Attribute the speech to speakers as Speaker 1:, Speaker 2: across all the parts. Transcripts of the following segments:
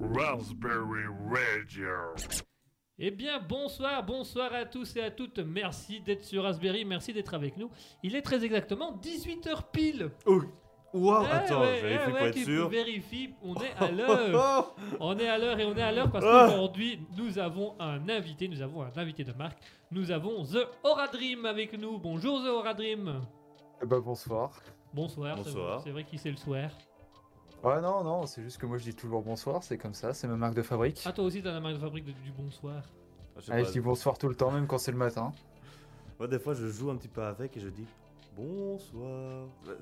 Speaker 1: Raspberry Radio.
Speaker 2: Ah,
Speaker 3: Eh bien, bonsoir, bonsoir à tous et à toutes. Merci d'être sur Raspberry, merci d'être avec nous. Il est très exactement 18h pile.
Speaker 2: Oh. Wow,
Speaker 3: Eh
Speaker 2: attends,
Speaker 3: ouais,
Speaker 2: je vérifie
Speaker 3: eh
Speaker 2: pour
Speaker 3: ouais,
Speaker 2: être
Speaker 3: tu
Speaker 2: sûr.
Speaker 3: vérifies, on est à
Speaker 2: Oh,
Speaker 3: l'heure.
Speaker 2: oh.
Speaker 3: On est à l'heure et on est à l'heure parce
Speaker 2: Ah.
Speaker 3: qu'aujourd'hui, nous avons un invité, nous avons un invité de marque. Nous avons The Aura Dream avec nous. Bonjour The Aura Dream.
Speaker 4: Eh ben bonsoir.
Speaker 3: Bonsoir. c'est vrai-
Speaker 2: Bonsoir.
Speaker 3: C'est vrai qu'il sait le soir.
Speaker 4: Ouais non non, c'est juste que moi je dis toujours bonsoir, c'est comme ça, c'est ma marque de fabrique.
Speaker 3: Ah, toi aussi, t'as la marque de fabrique de- du bonsoir.
Speaker 2: Je sais
Speaker 3: Ah,
Speaker 4: Allez,
Speaker 2: pas,
Speaker 4: je dis bonsoir tout le temps, même quand c'est le matin.
Speaker 2: Moi, des fois, je joue un petit peu avec et je dis bonsoir. Euh,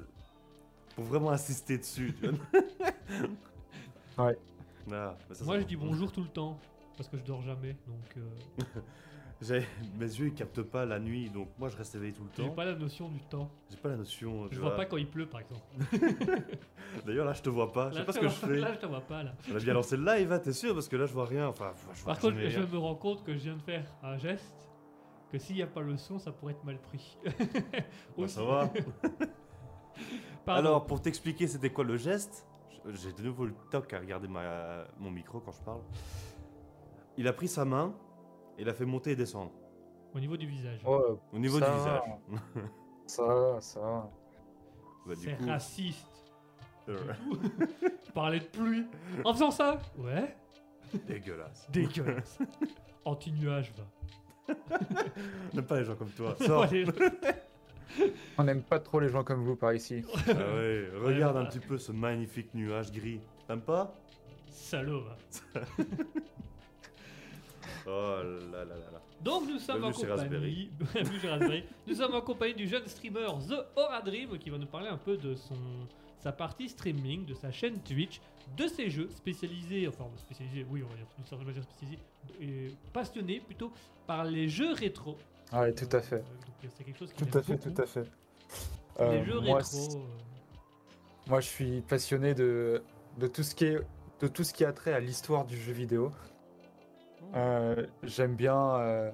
Speaker 2: Pour vraiment insister dessus, tu vois.
Speaker 4: Ouais.
Speaker 2: Ah, mais ça,
Speaker 3: Moi,
Speaker 2: ça-
Speaker 3: je dis bonjour tout le temps parce que je dors jamais. Donc, euh,
Speaker 2: J'ai- Mes yeux, ils captent pas la nuit, donc moi, je reste éveillé tout le
Speaker 3: j'ai
Speaker 2: temps.
Speaker 3: pas la notion du temps.
Speaker 2: J'ai pas la notion. tu
Speaker 3: Je vois pas quand il pleut, par exemple.
Speaker 2: D'ailleurs, là, je te vois pas. Ah, Je sais
Speaker 3: Là,
Speaker 2: pas
Speaker 3: je
Speaker 2: ce
Speaker 3: te
Speaker 2: que je
Speaker 3: vois-
Speaker 2: fais.
Speaker 3: Là, je te vois pas, là.
Speaker 2: On a bien lancé le live, hein, t'es sûr Parce que là, je vois rien. Enfin, je vois
Speaker 3: Par contre,
Speaker 2: jamais
Speaker 3: je
Speaker 2: rien.
Speaker 3: me rends compte que je viens de faire un geste, que s'il n'y a pas le son, ça pourrait être mal pris.
Speaker 2: Bah,
Speaker 3: Aussi.
Speaker 2: ça va.
Speaker 3: Pardon.
Speaker 2: Alors, pour t'expliquer c'était quoi le geste, je- j'ai de nouveau le toc à regarder ma, mon micro quand je parle. Il a pris sa main et l'a fait monter et descendre.
Speaker 3: au niveau du visage,
Speaker 4: Oh,
Speaker 2: Au niveau
Speaker 4: Ça
Speaker 2: du visage.
Speaker 4: ça, ça.
Speaker 2: Bah, du
Speaker 3: c'est
Speaker 2: coup,
Speaker 3: raciste.
Speaker 2: euh,
Speaker 3: Je parlais de pluie en faisant ça. Ouais,
Speaker 2: dégueulasse.
Speaker 3: dégueulasse. Anti-nuage, va.
Speaker 2: N'aime pas les gens comme toi.
Speaker 3: Bon,
Speaker 2: Sors.
Speaker 3: allez,
Speaker 4: On n'aime pas trop les gens comme vous par ici.
Speaker 2: Ah ouais, regarde un
Speaker 3: bah.
Speaker 2: petit peu ce magnifique nuage gris. T'aimes pas
Speaker 3: Salaud, va.
Speaker 2: Oh là là là là.
Speaker 3: Donc nous sommes en
Speaker 2: Bienvenue chez
Speaker 3: compagnie, Bienvenue chez Raspberry. nous sommes en compagnie du jeune streamer The Aura Dream qui va nous parler un peu de son sa partie streaming, de sa chaîne Twitch, de ses jeux spécialisés, enfin spécialisés, oui on va dire d'une certaine manière spécialisés, et passionné plutôt par les jeux rétro.
Speaker 4: Ouais, tout à fait.
Speaker 3: Euh, donc, c'est quelque chose qui
Speaker 4: Tout à fait, tout à fait. Euh,
Speaker 3: les jeux
Speaker 4: moi,
Speaker 3: rétro. euh,
Speaker 4: moi je suis passionné de, de tout ce qui est de tout ce qui a trait à l'histoire du jeu vidéo. Euh, j'aime bien euh,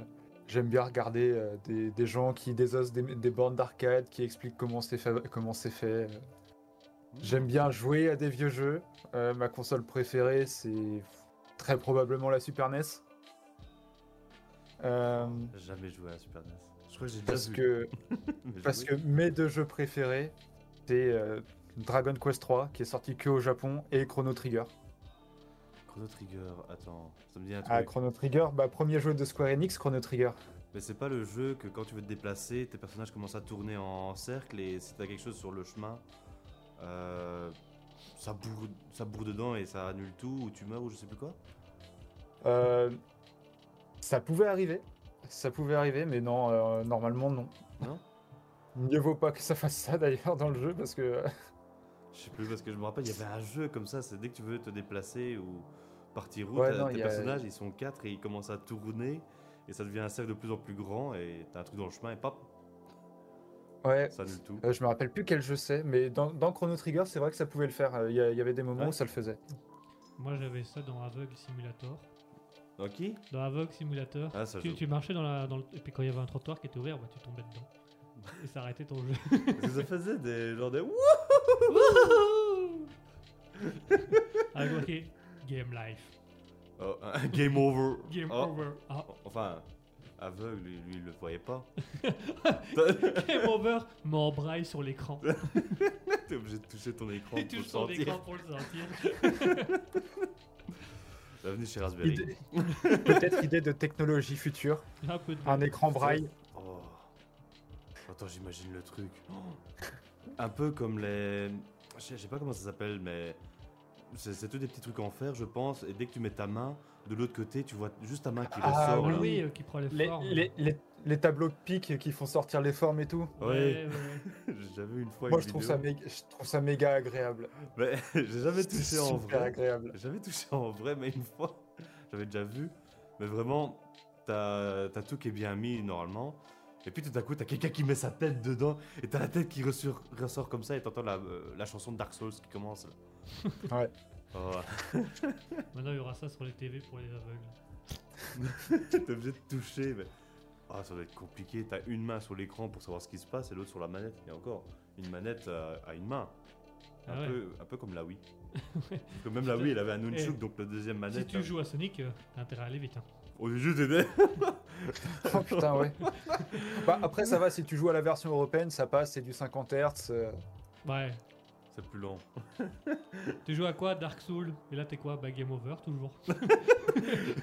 Speaker 4: j'aime bien regarder euh, des, des gens qui désossent des, des bornes d'arcade, qui expliquent comment c'est fa- comment c'est fait. euh. J'aime bien jouer à des vieux jeux. Euh, ma console préférée, c'est très probablement la Super NES. Euh,
Speaker 2: J'ai Jamais joué à la Super NES. Je crois que j'ai déjà
Speaker 4: parce
Speaker 2: vu.
Speaker 4: que
Speaker 2: Mais j'ai
Speaker 4: parce
Speaker 2: joué.
Speaker 4: que mes deux jeux préférés, c'est euh, Dragon Quest 3 qui est sorti que au Japon et Chrono Trigger.
Speaker 2: Chrono Trigger, attends, ça me dit un truc.
Speaker 4: Ah, Chrono Trigger, bah, premier jeu de Square Enix, Chrono Trigger.
Speaker 2: Mais c'est pas le jeu que quand tu veux te déplacer, tes personnages commencent à tourner en cercle et si t'as quelque chose sur le chemin, euh, ça, bourre, ça bourre dedans et ça annule tout ou tu meurs ou je sais plus quoi.
Speaker 4: Euh, ça pouvait arriver, ça pouvait arriver, mais non, euh, normalement non.
Speaker 2: Non
Speaker 4: Mieux vaut pas que ça fasse ça d'ailleurs dans le jeu parce que euh,
Speaker 2: Je sais plus parce que je me rappelle, il y avait un jeu comme ça, c'est dès que tu veux te déplacer ou partir route,
Speaker 4: Ouais,
Speaker 2: t'as-
Speaker 4: non,
Speaker 2: tes
Speaker 4: il y a-
Speaker 2: personnages ils sont quatre et ils commencent à tourner et ça devient un cercle de plus en plus grand et t'as un truc dans le chemin et pop,
Speaker 4: ouais,
Speaker 2: ça annule tout.
Speaker 4: Euh, je me rappelle plus quel jeu c'est, mais dans, dans Chrono Trigger, c'est vrai que ça pouvait le faire. Euh, Il y a- il y, avait des moments
Speaker 2: Ouais.
Speaker 4: où ça le faisait.
Speaker 3: moi j'avais ça dans Aveugle Simulator.
Speaker 2: Ok
Speaker 3: Dans Aveugle Simulator,
Speaker 2: Ah, ça
Speaker 3: tu,
Speaker 2: joue.
Speaker 3: tu marchais dans, la, dans le, et puis quand il y avait un trottoir qui était ouvert, bah, tu tombais dedans et ça arrêtait ton jeu.
Speaker 2: Parce que ça faisait des genre des.
Speaker 3: Ah, ok. Game life.
Speaker 2: Oh, un game over.
Speaker 3: Game
Speaker 2: Oh.
Speaker 3: over. Ah,
Speaker 2: Enfin, aveugle, lui, lui, il le voyait pas.
Speaker 3: game over. M'embraille sur l'écran.
Speaker 2: T'es obligé de toucher ton écran
Speaker 3: Tu
Speaker 2: pour le
Speaker 3: touches ton écran
Speaker 2: sentir.
Speaker 3: pour le sentir.
Speaker 2: Bienvenue chez Raspberry.
Speaker 4: Idée- Peut-être idée de technologie future,
Speaker 3: Un peu de.
Speaker 4: un écran braille.
Speaker 2: Oh. Attends, j'imagine le truc. Oh. Un peu comme les... Je sais- je sais pas comment ça s'appelle, mais... C'est c'est tous des petits trucs en fer, je pense, et dès que tu mets ta main, de l'autre côté, tu vois juste ta main qui
Speaker 4: Ah,
Speaker 2: ressort.
Speaker 3: Oui,
Speaker 2: là.
Speaker 3: oui, euh, qui prend les
Speaker 4: Les,
Speaker 3: formes.
Speaker 4: les- les- les tableaux de pique qui font sortir les formes et tout.
Speaker 3: Ouais,
Speaker 2: Ouais.
Speaker 3: ouais, ouais.
Speaker 2: J'ai jamais vu une fois
Speaker 4: Moi,
Speaker 2: une
Speaker 4: je trouve,
Speaker 2: vidéo.
Speaker 4: ça méga, je trouve ça méga agréable.
Speaker 2: Mais J'ai jamais
Speaker 4: C'est
Speaker 2: touché en
Speaker 4: super
Speaker 2: vrai.
Speaker 4: agréable.
Speaker 2: J'avais touché en vrai, mais une fois, j'avais déjà vu. Mais vraiment, t'as t'as tout qui est bien mis normalement. Et puis tout à coup, t'as quelqu'un qui met sa tête dedans. Et t'as la tête qui ressort, ressort comme ça. Et t'entends la, euh, la chanson de Dark Souls qui commence. Là.
Speaker 4: Ouais.
Speaker 2: Oh,
Speaker 3: Maintenant, il y aura ça sur les TV pour les aveugles.
Speaker 2: t'es obligé de toucher. Mais... Ah, ça doit être compliqué. T'as une main sur l'écran pour savoir ce qui se passe. Et l'autre sur la manette. Et encore, une manette à, à une main. Un,
Speaker 3: Ah ouais.
Speaker 2: peu, un peu comme la Wii. Parce que même la Wii, elle avait un Nunchuk, donc le deuxième
Speaker 3: Si
Speaker 2: manette.
Speaker 3: tu
Speaker 2: hein.
Speaker 3: joues à Sonic, euh, t'as intérêt à aller vite. hein.
Speaker 2: Au lieu d'aider.
Speaker 4: Oh putain, ouais. Bah, après, ça va, si tu joues à la version européenne, ça passe, c'est du 50 Hz. euh,
Speaker 3: Ouais.
Speaker 2: C'est plus long.
Speaker 3: Tu joues à quoi Dark Soul Et là, t'es quoi Bah, game over, toujours.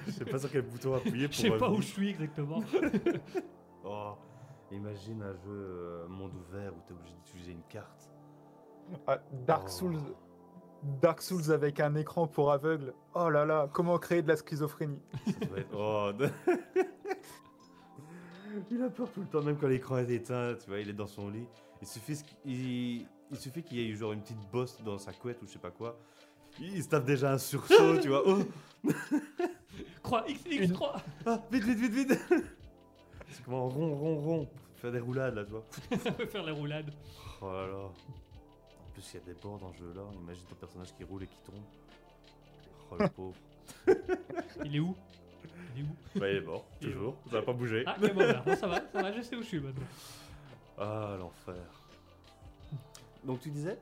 Speaker 2: Je sais pas sur quel bouton appuyer
Speaker 3: Je
Speaker 2: pour. euh,
Speaker 3: sais pas où
Speaker 2: revenir.
Speaker 3: je suis exactement.
Speaker 2: Oh, imagine un jeu euh, monde ouvert où t'es obligé d'utiliser une carte.
Speaker 4: ah, Dark
Speaker 2: Oh.
Speaker 4: Souls. Dark Souls avec un écran pour aveugle. Oh là là, comment créer de la schizophrénie
Speaker 2: Ça doit être- Oh, de- il a peur tout le temps, même quand l'écran est éteint, tu vois, il est dans son lit. Il suffit, ce qu'il- il... il suffit qu'il y ait genre une petite bosse dans sa couette ou je sais pas quoi. Il il se tape déjà un sursaut, tu vois. Oh,
Speaker 3: Croix XX3
Speaker 2: ah, vite, vite, vite, vite C'est comme un rond, rond, rond. Faire des roulades là, tu vois.
Speaker 3: Ça peut faire la roulade.
Speaker 2: Oh là là. En plus, il y a des bords dans ce jeu là. Imagine ton personnage qui roule et qui tombe. Oh le pauvre.
Speaker 3: Il est où Il est où
Speaker 2: Bah, il est mort,
Speaker 3: Il est
Speaker 2: toujours. Ça n'a pas bougé.
Speaker 3: Ah, game over. Bon, ça va, ça va, je sais où je suis maintenant.
Speaker 2: Ah, l'enfer. Donc, tu disais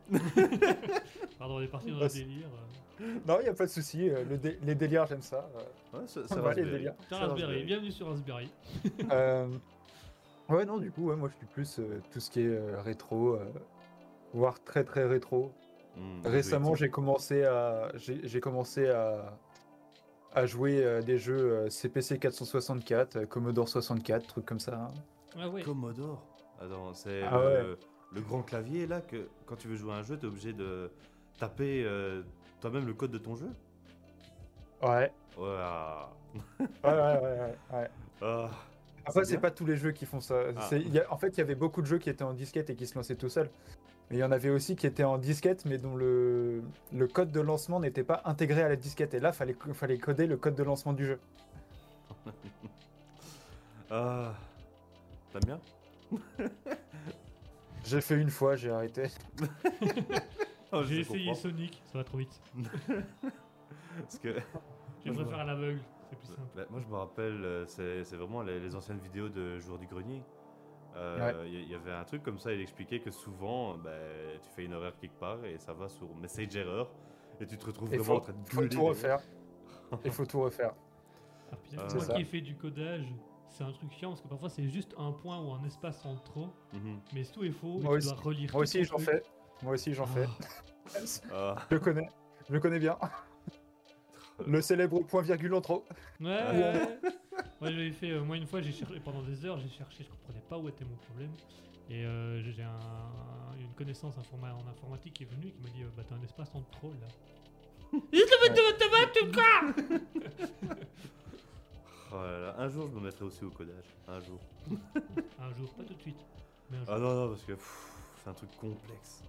Speaker 3: Pardon, on est parti dans
Speaker 4: Bah,
Speaker 3: le
Speaker 4: c'est-
Speaker 3: délire. euh.
Speaker 4: Non, il a pas de souci. euh, le dé- les délires, j'aime ça. euh.
Speaker 2: Ouais, ça,
Speaker 4: Ouais,
Speaker 2: va.
Speaker 4: les délires.
Speaker 3: Sur
Speaker 2: Ça va,
Speaker 3: Raspberry,
Speaker 2: Raspberry.
Speaker 3: bienvenue sur Raspberry.
Speaker 4: Euh, Ouais, non, du coup, ouais, moi je suis plus euh, tout ce qui est euh, rétro, euh, voire très très rétro.
Speaker 2: Hmm,
Speaker 4: Récemment, j'ai commencé à j'ai j'ai commencé à à jouer euh, des jeux euh, CPC 464, euh, Commodore 64, trucs comme ça. hein.
Speaker 3: Ah ouais.
Speaker 2: Commodore. Attends, c'est
Speaker 4: Ah
Speaker 2: euh, le grand clavier là que quand tu veux jouer à un jeu, t'es obligé de taper euh, toi-même le code de ton jeu.
Speaker 4: Ouais.
Speaker 2: Ouah.
Speaker 4: Ouais, ouais, ouais, ouais, ouais.
Speaker 2: Ah.
Speaker 4: Après,
Speaker 2: bien.
Speaker 4: c'est pas tous les jeux qui font ça.
Speaker 2: Ah.
Speaker 4: C'est- il y a- en fait, il y avait beaucoup de jeux qui étaient en disquette et qui se lançaient tout seuls. Mais il y en avait aussi qui étaient en disquette, mais dont le, le code de lancement n'était pas intégré à la disquette. Et là, fallait, co- fallait coder le code de lancement du jeu.
Speaker 2: Ah. T'aimes bien
Speaker 4: J'ai fait une fois, j'ai arrêté.
Speaker 2: Oh, je
Speaker 3: Ah, J'ai essayé
Speaker 2: comprends.
Speaker 3: Sonic, ça va trop vite.
Speaker 2: Parce que
Speaker 3: Je
Speaker 2: Moi, je
Speaker 3: préfère à l'aveugle, c'est plus simple.
Speaker 2: Bah, moi, je me rappelle, euh, c'est c'est vraiment les, les anciennes vidéos de Jour du Grenier. Euh, Il y, il y avait un truc comme ça, il expliquait que souvent, bah, tu fais une erreur quelque part et ça va sur Message Error et tu te retrouves
Speaker 4: Et
Speaker 2: vraiment
Speaker 4: faut-
Speaker 2: en train de
Speaker 4: Faut
Speaker 2: gueuler.
Speaker 4: tout refaire. Il faut tout refaire.
Speaker 3: Ah, putain,
Speaker 2: Euh,
Speaker 3: moi
Speaker 4: c'est ça.
Speaker 3: qui ai fait du codage, c'est un truc chiant parce que parfois c'est juste un point ou un espace en trop,
Speaker 2: Mhm.
Speaker 3: mais tout est faux et
Speaker 4: Moi
Speaker 3: tu
Speaker 4: aussi-
Speaker 3: dois relire.
Speaker 4: Moi
Speaker 3: tout
Speaker 4: aussi,
Speaker 3: ton
Speaker 4: j'en
Speaker 3: truc.
Speaker 4: fais. Moi aussi, j'en fais.
Speaker 3: Ah,
Speaker 2: Ah,
Speaker 4: Je connais. Je connais bien. Le célèbre point virgule en trop. Ah
Speaker 3: Ouais, ouais. Moi, j'avais fait, euh, moi, une fois, j'ai cherché pendant des heures, j'ai cherché, je comprenais pas où était mon problème. Et euh, j'ai un- une connaissance informa- en informatique qui est venue et qui m'a dit euh, Bah, t'as un espace en trop là.
Speaker 2: oh là là, Un jour, je me mettrai aussi au codage. Un jour.
Speaker 3: Un jour, pas tout de suite. Mais un jour.
Speaker 2: Ah non, non, parce que pff, c'est un truc complexe.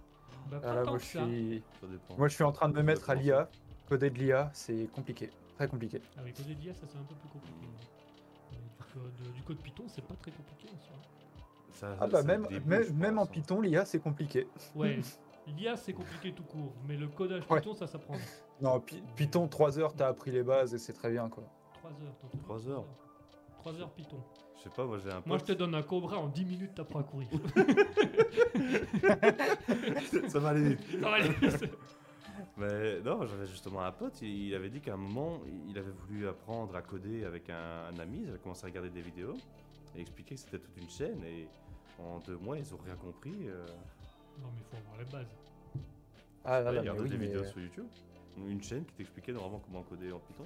Speaker 3: Bah,
Speaker 4: Ah
Speaker 3: pas
Speaker 4: là,
Speaker 3: tant
Speaker 4: moi,
Speaker 3: que
Speaker 4: je
Speaker 3: ça.
Speaker 4: suis...
Speaker 2: Ça dépend.
Speaker 4: moi, je suis en train de me
Speaker 2: Ça
Speaker 4: mettre à
Speaker 2: dépend.
Speaker 4: l'IA. Coder de l'IA, c'est compliqué. Très compliqué.
Speaker 3: Ah oui, code d'IA, ça c'est un peu plus compliqué. Mais du, code, du code Python, c'est pas très compliqué en soi.
Speaker 2: Ça-
Speaker 4: Ah
Speaker 2: c'est
Speaker 4: bah
Speaker 2: le
Speaker 4: même,
Speaker 2: début, je
Speaker 4: même, même en
Speaker 2: pense, hein.
Speaker 4: Python, l'IA c'est compliqué.
Speaker 3: Ouais, l'IA c'est compliqué tout court, mais le codage
Speaker 4: Ouais.
Speaker 3: Python, ça s'apprend.
Speaker 4: Non, Py- Python, 3 heures, t'as appris les bases et c'est très bien quoi.
Speaker 3: 3 heures.
Speaker 2: Trois heures.
Speaker 3: 3 heures Python.
Speaker 2: Je sais pas, moi j'ai un
Speaker 3: Moi
Speaker 2: pote.
Speaker 3: je te donne un cobra en 10 minutes, t'apprends à courir.
Speaker 2: ça va aller vite.
Speaker 3: Ça va aller.
Speaker 2: Mais non, j'avais justement un pote, il il avait dit qu'à un moment, il avait voulu apprendre à coder avec un, un ami, il avait commencé à regarder des vidéos, et expliquer que c'était toute une chaîne, et en deux mois, ils ont rien compris. euh.
Speaker 3: non, mais faut avoir les bases.
Speaker 4: Ah là
Speaker 2: Ouais,
Speaker 4: là,
Speaker 2: il
Speaker 4: mais
Speaker 2: regardait
Speaker 4: oui,
Speaker 2: des
Speaker 4: mais-
Speaker 2: vidéos sur YouTube, une chaîne qui t'expliquait normalement comment coder en Python.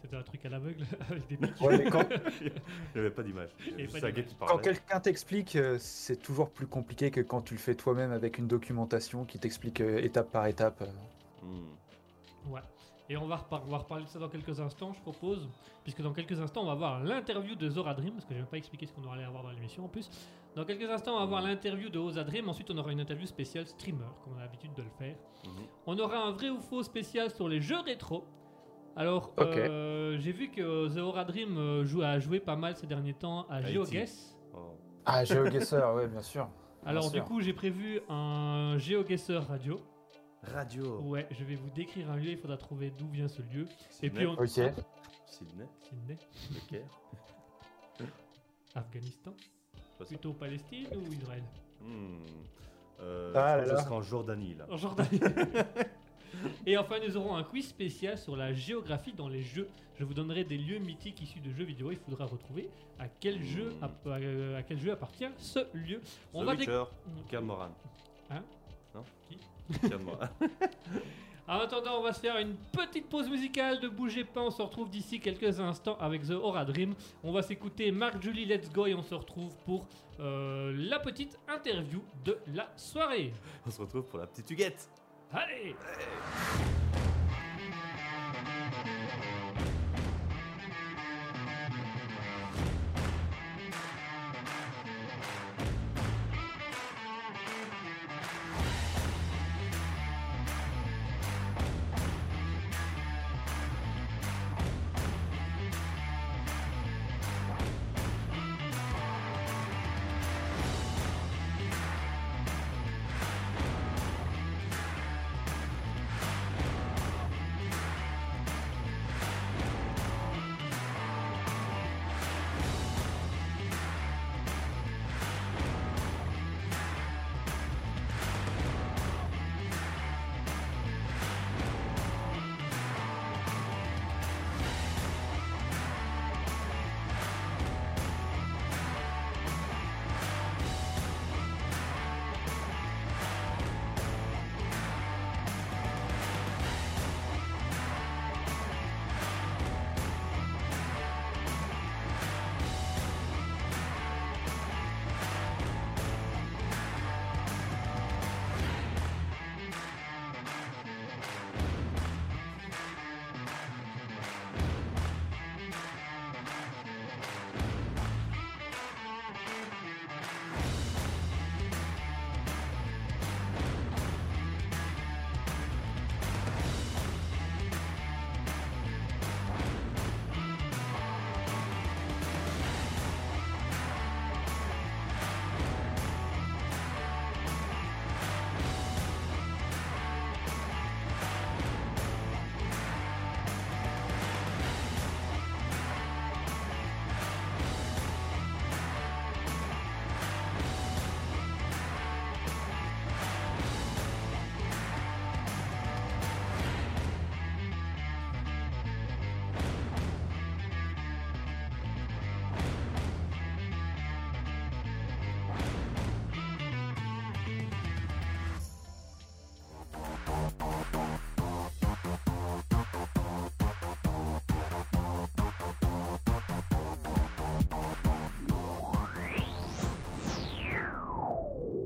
Speaker 3: C'était un truc à l'aveugle avec des pics.
Speaker 4: Ouais, mais quand,
Speaker 2: Il n'y avait pas d'image, il y
Speaker 3: avait
Speaker 2: avait juste
Speaker 3: pas
Speaker 2: un gars
Speaker 3: d'image.
Speaker 2: qui
Speaker 4: quand
Speaker 2: parlait.
Speaker 4: quelqu'un t'explique, euh, c'est toujours plus compliqué que quand tu le fais toi-même avec une documentation qui t'explique euh, étape par étape. euh.
Speaker 2: Hmm.
Speaker 3: Ouais. Et on va, repar- on va reparler de ça dans quelques instants, je propose. Puisque dans quelques instants, on va voir l'interview de Zora Dream. Parce que je n'ai même pas expliqué ce qu'on allait avoir dans l'émission en plus. Dans quelques instants, on va voir l'interview de Oza Dream. Ensuite, on aura une interview spéciale streamer, comme on a l'habitude de le faire.
Speaker 2: Mhm.
Speaker 3: On aura un vrai ou faux spécial sur les jeux rétro. Alors,
Speaker 4: Ok.
Speaker 3: euh, j'ai vu que Zora Dream euh, joue, a joué pas mal ces derniers temps à
Speaker 2: IT.
Speaker 3: GeoGuess.
Speaker 2: Oh.
Speaker 4: Ah, GeoGuessr, ouais, bien sûr.
Speaker 3: Alors, du
Speaker 4: sûr.
Speaker 3: coup, j'ai prévu un GeoGuessr radio.
Speaker 2: Radio
Speaker 3: Ouais, je vais vous décrire un lieu. Il faudra trouver d'où vient ce lieu. Et
Speaker 2: Sydney,
Speaker 3: puis, on.
Speaker 4: Ok.
Speaker 2: Sydney,
Speaker 3: Sydney.
Speaker 2: le Caire.
Speaker 3: Afghanistan
Speaker 2: Pas ça.
Speaker 3: Plutôt Palestine ou Israël
Speaker 2: Hmm. Euh, je
Speaker 4: Ah
Speaker 2: crois
Speaker 4: là
Speaker 2: que ça
Speaker 4: Ah là.
Speaker 2: sera en Jordanie là.
Speaker 3: En Jordanie Et enfin, nous aurons un quiz spécial sur la géographie dans les jeux. Je vous donnerai des lieux mythiques issus de jeux vidéo. Il faudra retrouver à quel jeu,
Speaker 2: Mm.
Speaker 3: app- à, à quel jeu appartient ce lieu. On
Speaker 2: The
Speaker 3: va déc-
Speaker 2: Witcher, Cameron.
Speaker 3: Hein
Speaker 2: Non
Speaker 3: Qui
Speaker 2: Cameron.
Speaker 3: En attendant, on va se faire une petite pause musicale de Bougez pas. On se retrouve d'ici quelques instants avec The Aura Dream. On va s'écouter Marc Julie Let's Go et on se retrouve pour euh, la petite interview de la soirée.
Speaker 2: On se retrouve pour la petite huguette.
Speaker 3: Allez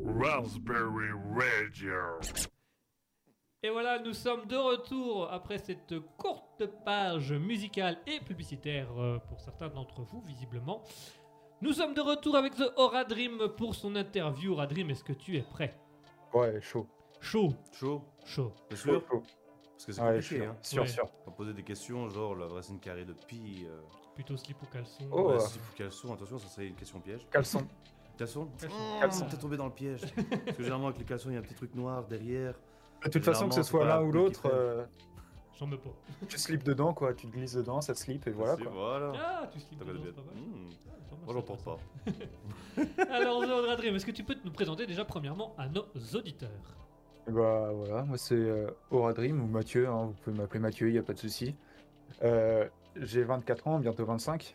Speaker 1: Raspberry Radio.
Speaker 3: Et voilà, nous sommes de retour après cette courte page musicale et publicitaire euh, pour certains d'entre vous, visiblement. Nous sommes de retour avec The Aura Dream pour son interview. Aura Dream, est-ce que tu es prêt
Speaker 4: Ouais, chaud.
Speaker 3: Chaud,
Speaker 2: Chaud,
Speaker 3: chaud.
Speaker 2: t'es
Speaker 4: Chaud,
Speaker 2: sûr
Speaker 4: chaud.
Speaker 2: Parce que c'est
Speaker 4: Ouais,
Speaker 2: compliqué,
Speaker 4: chaud.
Speaker 2: hein.
Speaker 4: Sûr,
Speaker 3: Ouais.
Speaker 4: sûr.
Speaker 2: On va poser des questions, genre la vraie scène carrée de pi. Euh...
Speaker 3: Plutôt slip ou caleçon.
Speaker 4: Oh.
Speaker 2: ouais, si, faut qu'elles sont, attention, ça serait une question piège.
Speaker 4: Caleçon.
Speaker 2: Caleçon
Speaker 3: Caleçon.
Speaker 2: Mmh,
Speaker 4: Caleçon.
Speaker 2: Peut-être tombé dans le piège. Parce que généralement, avec les caleçons, il y a un petit truc noir derrière.
Speaker 4: De toute façon, que
Speaker 2: Généralement, c'est
Speaker 4: ce soit
Speaker 2: pas
Speaker 4: l'un
Speaker 2: la
Speaker 4: ou
Speaker 2: pluie qui
Speaker 4: l'autre,
Speaker 2: traîne.
Speaker 4: euh,
Speaker 3: J'en veux pas.
Speaker 4: tu slips dedans, quoi. Tu te glisses dedans, ça te slip, et voilà,
Speaker 2: C'est-
Speaker 4: quoi.
Speaker 2: Voilà.
Speaker 3: Ah, tu slip
Speaker 2: T'as
Speaker 3: dedans,
Speaker 2: bien.
Speaker 3: c'est pas mal.
Speaker 2: Mmh,
Speaker 3: Ah, pas mal,
Speaker 2: Moi, j'en porte
Speaker 3: ça.
Speaker 2: pas.
Speaker 3: Alors, The Aura Dream, est-ce que tu peux nous présenter déjà premièrement à nos auditeurs
Speaker 4: Et Bah voilà, moi c'est euh, Aura Dream ou Mathieu, hein, vous pouvez m'appeler Mathieu, il n'y a pas de souci. Euh, J'ai 24 ans, bientôt 25.